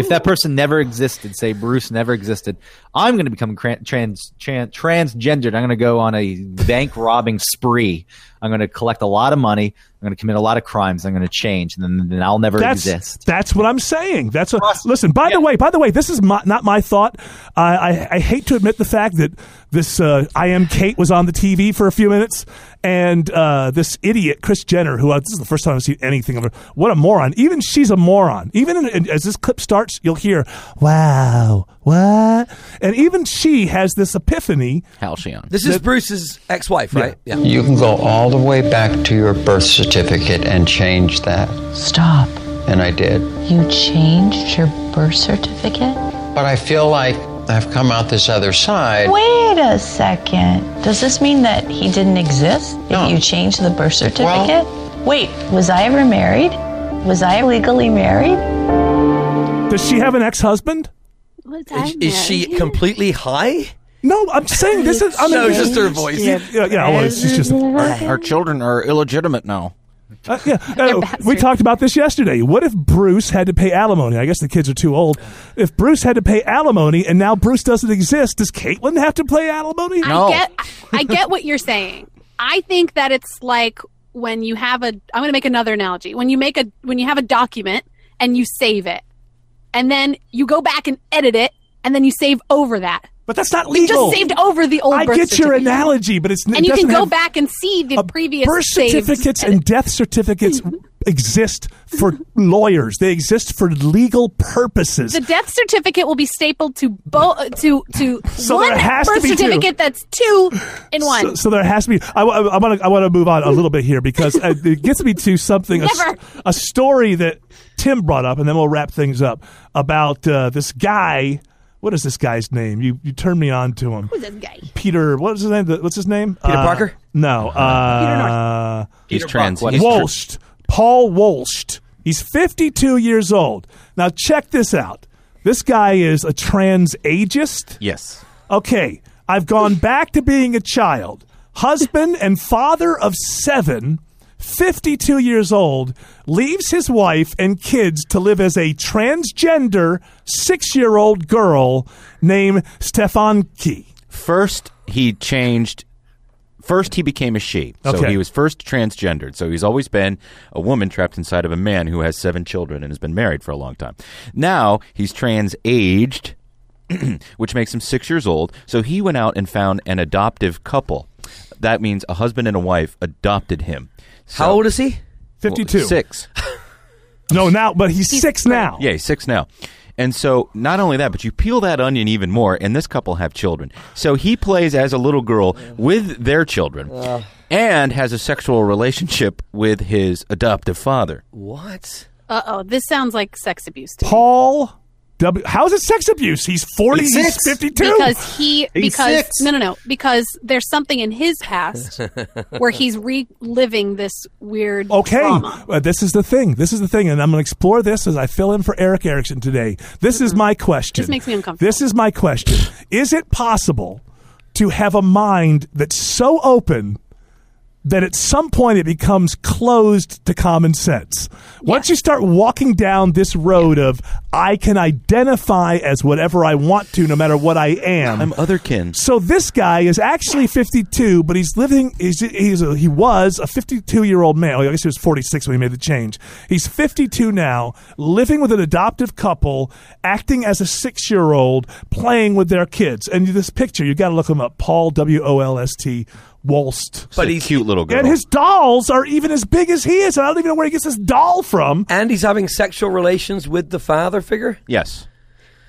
Speaker 4: if that person never existed, say Bruce never existed, I'm going to become cran- trans, tran transgendered. I'm going to go on a bank robbing spree. I'm going to collect a lot of money. I'm going to commit a lot of crimes. I'm going to change, and then, then I'll never
Speaker 2: That's
Speaker 4: exist.
Speaker 2: that's what I'm saying. That's what. Listen. By the way, by the way, this is my, not my thought. I, I I hate to admit the fact that this uh, I am Kate was on the TV for a few minutes, and uh, this idiot Chris Jenner, who I, this is the first time I've seen anything of her. What a moron! Even she's a moron. Even in, in- as this clip starts, you'll hear, "Wow, what?" And even she has this epiphany.
Speaker 5: Halcyon.
Speaker 3: This is Bruce's ex-wife, right? Yeah.
Speaker 10: You can go all the way back to your birth certificate and change that.
Speaker 11: Stop.
Speaker 10: And I did.
Speaker 11: You changed your birth certificate?
Speaker 10: But I feel like I've come out this other side.
Speaker 11: Wait a second. Does this mean that he didn't exist if
Speaker 10: No.
Speaker 11: you changed the birth certificate? Wait, was I ever married? Was I legally married?
Speaker 2: Does she have an ex-husband?
Speaker 6: What's
Speaker 3: Is,
Speaker 6: that
Speaker 3: is she
Speaker 6: mean?
Speaker 3: completely high?
Speaker 2: No, I'm saying this is. I mean,
Speaker 3: No, it's just her voice.
Speaker 2: Yeah, yeah, yeah, well, it's just.
Speaker 5: Our children are illegitimate now.
Speaker 2: Uh, yeah, uh, we
Speaker 6: bastards.
Speaker 2: talked about this yesterday. What if Bruce had to pay alimony? I guess the kids are too old. If Bruce had to pay alimony and now Bruce doesn't exist, does Caitlin have to pay alimony?
Speaker 6: I get. I get what you're saying. I think that it's like when you have a. I'm going to make another analogy. When you make a. When you have a document and you save it, and then you go back and edit it, and then you save over that.
Speaker 2: But that's not
Speaker 6: You just
Speaker 2: legal.
Speaker 6: saved over the old.
Speaker 2: I
Speaker 6: birth
Speaker 2: get your
Speaker 6: certificate.
Speaker 2: analogy, but it's it
Speaker 6: And you can
Speaker 2: doesn't
Speaker 6: go
Speaker 2: have-
Speaker 6: back and see the
Speaker 2: uh,
Speaker 6: previous
Speaker 2: birth
Speaker 6: saved Mm-hmm.
Speaker 2: certificates
Speaker 6: edit.
Speaker 2: and death certificates exist for lawyers. They exist for legal purposes.
Speaker 6: the death certificate will be stapled to bo- uh, to to
Speaker 2: So
Speaker 6: one
Speaker 2: there has to
Speaker 6: birth
Speaker 2: be two.
Speaker 6: certificate that's two in
Speaker 2: So,
Speaker 6: one.
Speaker 2: so there has to be. I, want to. I want to move on a little bit here because uh, it gets me to something. a s-
Speaker 6: Never.
Speaker 2: A, story that Tim brought up, and then we'll wrap things up about uh, this guy. What is this guy's name? You you turned me on to him.
Speaker 6: Who's this guy?
Speaker 2: Peter. What's his name? The- What's his name?
Speaker 3: Peter
Speaker 2: Uh,
Speaker 3: Parker?
Speaker 2: No. Uh,
Speaker 5: He's trans.
Speaker 4: Buck,
Speaker 5: he's
Speaker 4: what-
Speaker 5: tr-
Speaker 2: Wolst. Paul Wolst. He's 52 years old. Now check this out. This guy is a trans ageist.
Speaker 5: yes.
Speaker 2: Okay, I've gone back to being a child, husband and father of seven 52 years old, leaves his wife and kids to live as a transgender six year old girl named Stefanki.
Speaker 5: First, he changed. First, he became a she. So
Speaker 2: Okay.
Speaker 5: he was first transgendered. So he's always been a woman trapped inside of a man who has seven children and has been married for a long time. Now he's trans aged, which makes him six years old. So he went out and found an adoptive couple. That means a husband and a wife adopted him.
Speaker 3: How old is he?
Speaker 2: 52.
Speaker 5: six.
Speaker 2: No, now, but he's, six now.
Speaker 5: Yeah, he's six now. And so, not only that, but you peel that onion even more, and this couple have children. So he plays as a little girl with their children and has a sexual relationship with his adoptive father.
Speaker 3: What?
Speaker 6: Uh oh, this sounds like sex abuse to me.
Speaker 2: Paul W. How's it sex abuse? He's 40, he's, 52.
Speaker 6: Because he
Speaker 2: He's
Speaker 6: because
Speaker 2: six.
Speaker 6: no no no because there's something in his past where he's reliving this weird
Speaker 2: Okay,
Speaker 6: trauma.
Speaker 2: uh, this is the thing. This is the thing, and I'm going to explore this as I fill in for Eric Erickson today. This is my question.
Speaker 6: Mm-hmm. This makes me uncomfortable.
Speaker 2: This is my question. is it possible to have a mind that's so open that at some point it becomes closed to common sense? Once you start walking down this road of I can identify as whatever I want to, no matter what I am,
Speaker 5: I'm otherkin.
Speaker 2: so this guy is actually 52, but he's living. He's, he's a, he was a 52 year old man. Well, I guess he was 46 when he made the change. He's 52 now, living with an adoptive couple, acting as a six year old, playing with their kids. And this picture, you got to look him up. Paul W O L S T Wolst.
Speaker 5: But he's a cute little girl.
Speaker 2: And his dolls are even as big as he is. And I don't even know where he gets this doll from.
Speaker 3: And he's having sexual relations with the father figure?
Speaker 5: yes.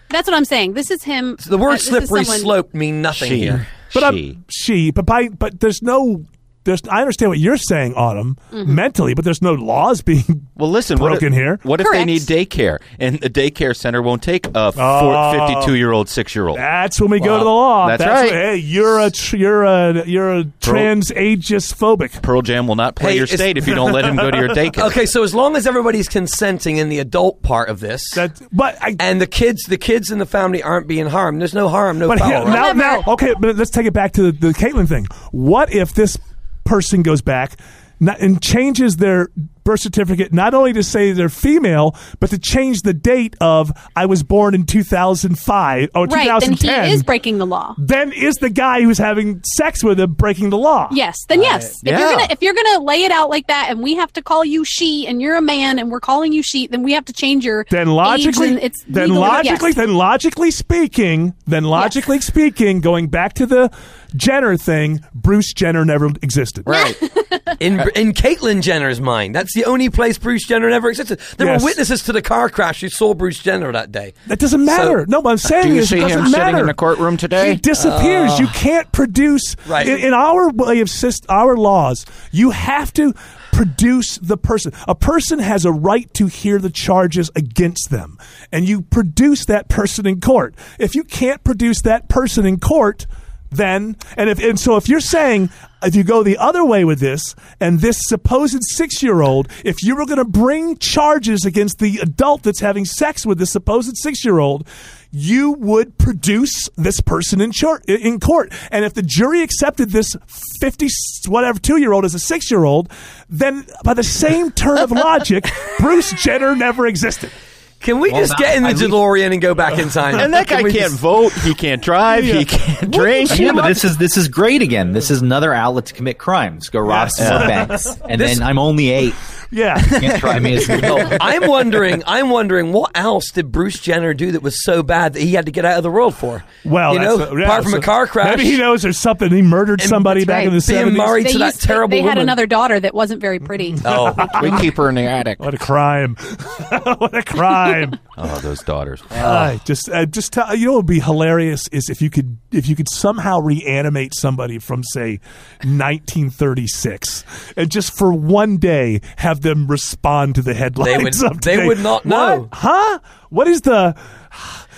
Speaker 6: That's what I'm saying. This is him.
Speaker 3: The
Speaker 6: uh,
Speaker 3: word
Speaker 6: this is
Speaker 3: slippery
Speaker 6: someone-
Speaker 3: slope mean nothing
Speaker 5: She.
Speaker 3: here.
Speaker 2: But
Speaker 5: She.
Speaker 2: I'm, she, but by, but there's no. There's, I understand what you're saying, Autumn, mentally, but there's no laws being
Speaker 5: Well, listen.
Speaker 2: Broken
Speaker 5: what if,
Speaker 2: here.
Speaker 5: What if they
Speaker 6: Correct.
Speaker 5: need daycare and the daycare center won't take a
Speaker 2: Oh.
Speaker 5: 52 year old six year old?
Speaker 2: That's when we go to the law.
Speaker 5: that's right.
Speaker 2: when- hey, you're a tr- you're a you're a trans ageist phobic.
Speaker 5: Pearl Jam will not play
Speaker 3: Hey,
Speaker 5: your
Speaker 3: it's-
Speaker 5: state if you don't let him go to your daycare.
Speaker 3: Okay, so as long as everybody's consenting in the adult part of this,
Speaker 2: That, but I,
Speaker 3: and the kids, the kids in the family aren't being harmed. There's no harm, no
Speaker 2: but
Speaker 3: foul.
Speaker 2: here, now
Speaker 3: right?
Speaker 2: now okay. But let's take it back to the, the Caitlyn thing. What if this person goes back not, and changes their birth certificate not only to say they're female, but to change the date of I was born in 2005 or
Speaker 6: Right, then
Speaker 2: 2010?
Speaker 6: he is breaking the law.
Speaker 2: Then is the guy who's having sex with him breaking the law?
Speaker 6: Yes, then yes. if
Speaker 5: yeah.
Speaker 6: you're gonna if you're gonna lay it out like that, and we have to call you she, and you're a man, and we're calling you she, then we have to change your
Speaker 2: then logically
Speaker 6: Age and it's
Speaker 2: then
Speaker 6: legal, but
Speaker 2: logically
Speaker 6: yes.
Speaker 2: then logically speaking then logically speaking going back to the jenner thing bruce jenner never existed
Speaker 5: Right.
Speaker 3: In in Caitlyn Jenner's mind, that's the only place Bruce Jenner ever existed. There
Speaker 2: Yes.
Speaker 3: were witnesses to the car crash who saw Bruce Jenner that day.
Speaker 2: that doesn't matter
Speaker 3: So-
Speaker 2: no what i'm saying
Speaker 5: Do you
Speaker 2: is
Speaker 5: see
Speaker 2: it
Speaker 5: him
Speaker 2: doesn't
Speaker 5: sitting
Speaker 2: matter
Speaker 5: in the courtroom today?
Speaker 2: he disappears you can't produce
Speaker 3: Right.
Speaker 2: in, in our way of syst- our laws you have to produce the person a person has a right to hear the charges against them and you produce that person in court if you can't produce that person in court then and if and so if you're saying if you go the other way with this and this supposed six year old if you were going to bring charges against the adult that's having sex with the supposed six year old you would produce this person in char- in court and if the jury accepted this 50 whatever 2 year old as a 6 year old then by the same turn of logic Bruce Jenner never existed
Speaker 3: Can we just get in the DeLorean and go back in time?
Speaker 5: And that
Speaker 3: Can
Speaker 5: guy
Speaker 3: we
Speaker 5: can't
Speaker 3: just-
Speaker 5: vote. He can't drive. He can't drink.
Speaker 4: Yeah, but this is this is great again. This is another outlet to commit crimes. Go rob some more banks, and
Speaker 3: This-
Speaker 4: then I'm only eight.
Speaker 2: yeah
Speaker 4: Can't try me as an adult.
Speaker 3: I'm wondering. I'm wondering what else did Bruce Jenner do that was so bad that he had to get out of the world for?
Speaker 2: well
Speaker 3: you know,
Speaker 2: that's what- yeah,
Speaker 3: apart from
Speaker 2: so
Speaker 3: a car crash,
Speaker 2: maybe he knows there's something he murdered somebody
Speaker 6: That's
Speaker 2: back
Speaker 6: right.
Speaker 2: in the
Speaker 3: being
Speaker 2: 70s
Speaker 3: married
Speaker 6: they,
Speaker 3: to that
Speaker 6: used- they-
Speaker 3: terrible
Speaker 6: they had
Speaker 3: woman.
Speaker 6: another daughter that wasn't very pretty.
Speaker 3: Oh,
Speaker 5: we keep her in the attic.
Speaker 2: What a crime! what a crime!
Speaker 5: Oh, those daughters.
Speaker 2: I just, I just tell you know, what would be hilarious is if you could, if you could somehow reanimate somebody from say 1936, and just for one day have them respond to the headlines.
Speaker 3: would-
Speaker 2: of
Speaker 3: they
Speaker 2: today.
Speaker 3: would not know.
Speaker 2: What? Huh? What is the?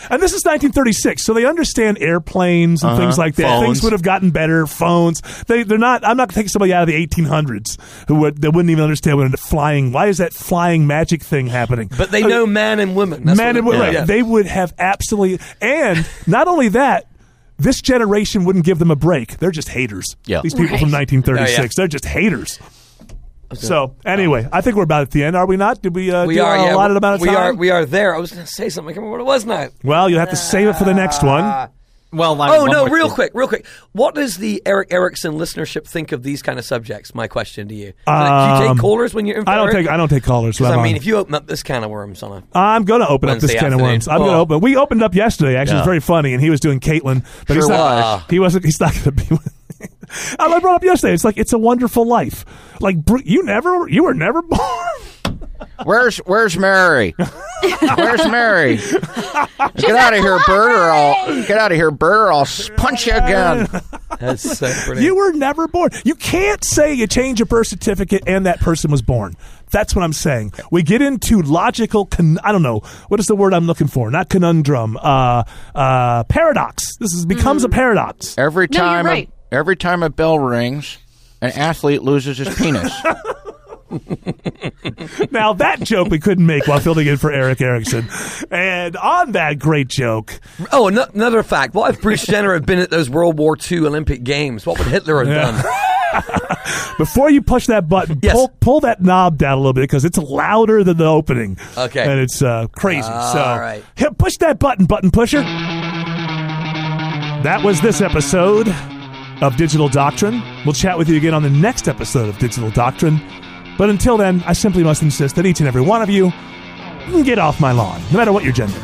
Speaker 2: And this is 1936, so they understand airplanes and things like that.
Speaker 5: Phones.
Speaker 2: Things would have gotten better. Phones. They, they're not. I'm not taking somebody out of the 1800s who would, they wouldn't even understand what a flying. Why is that flying magic thing happening?
Speaker 3: but they
Speaker 2: Uh,
Speaker 3: know man and woman. That's
Speaker 2: man and
Speaker 3: what it-
Speaker 2: women,
Speaker 3: yeah.
Speaker 2: they would have absolutely. And not only that, this generation wouldn't give them a break. They're just haters.
Speaker 5: Yeah.
Speaker 2: These people from
Speaker 6: Right.
Speaker 2: 1936,
Speaker 3: Oh, yeah.
Speaker 2: they're just haters. So anyway, I think we're about at the end, are we not? Did we? Uh,
Speaker 10: we
Speaker 2: do
Speaker 10: are
Speaker 2: our
Speaker 10: yeah,
Speaker 2: allotted amount of
Speaker 10: we
Speaker 2: time.
Speaker 10: are we are there. I was going to say something. I can't remember what it was now.
Speaker 2: well, you'll have to save it for the next
Speaker 10: Uh,
Speaker 2: one.
Speaker 4: Well, I-
Speaker 10: Oh
Speaker 4: one
Speaker 10: no!
Speaker 4: more
Speaker 10: Real
Speaker 4: thing.
Speaker 10: quick, real quick. What does the Eric Erickson listenership think of these kind of subjects? My question to you. do you
Speaker 2: Um,
Speaker 10: take callers when you're? In
Speaker 2: I don't
Speaker 10: Eric?
Speaker 2: take I don't take callers. so
Speaker 10: 'Cause,
Speaker 2: I'm
Speaker 10: I mean,
Speaker 2: on.
Speaker 10: if you open up this can of worms on a
Speaker 2: I'm going to open up this
Speaker 10: Wednesday
Speaker 2: can of
Speaker 10: afternoon.
Speaker 2: worms. I'm going to
Speaker 10: Oh.
Speaker 2: open. We opened up yesterday. Actually,
Speaker 10: Yeah.
Speaker 2: it's very funny, and he was doing Caitlin, but he's
Speaker 10: Sure
Speaker 2: not.
Speaker 10: was.
Speaker 2: He wasn't. He's not going to be. I brought up yesterday. It's like it's a wonderful life. Like Bru- you never, you were never born.
Speaker 5: Where's Where's Mary? Where's Mary? Get out of here, Bert, or I'll get out of here, Bert, or I'll s- punch you again.
Speaker 10: That's so pretty.
Speaker 2: You were never born. You can't say you change a birth certificate and that person was born. That's what I'm saying. We get into logical, con- I don't know, what is the word I'm looking for? Not conundrum, uh, uh, paradox. This is, becomes
Speaker 10: Mm-hmm.
Speaker 2: a paradox.
Speaker 5: Every
Speaker 6: No, you're
Speaker 5: time, a-
Speaker 6: right.
Speaker 5: every time a bell rings, an athlete loses his penis.
Speaker 2: now, that joke we couldn't make while filling in for Eric Erickson. And on that great joke,
Speaker 10: Oh, ano- another fact. What if Bruce Jenner had been at those World War II Olympic Games? What would Hitler have done?
Speaker 2: before you push that button,
Speaker 10: Yes.
Speaker 2: pull, pull that knob down a little bit because it's louder than the opening.
Speaker 10: Okay. Ah,
Speaker 2: And it's uh, crazy. so
Speaker 10: All right.
Speaker 2: hit, push that button, button pusher. That was this episode of Digital Doctrine. We'll chat with you again on the next episode of Digital Doctrine. But until then, I simply must insist that each and every one of you get off my lawn, no matter what your gender.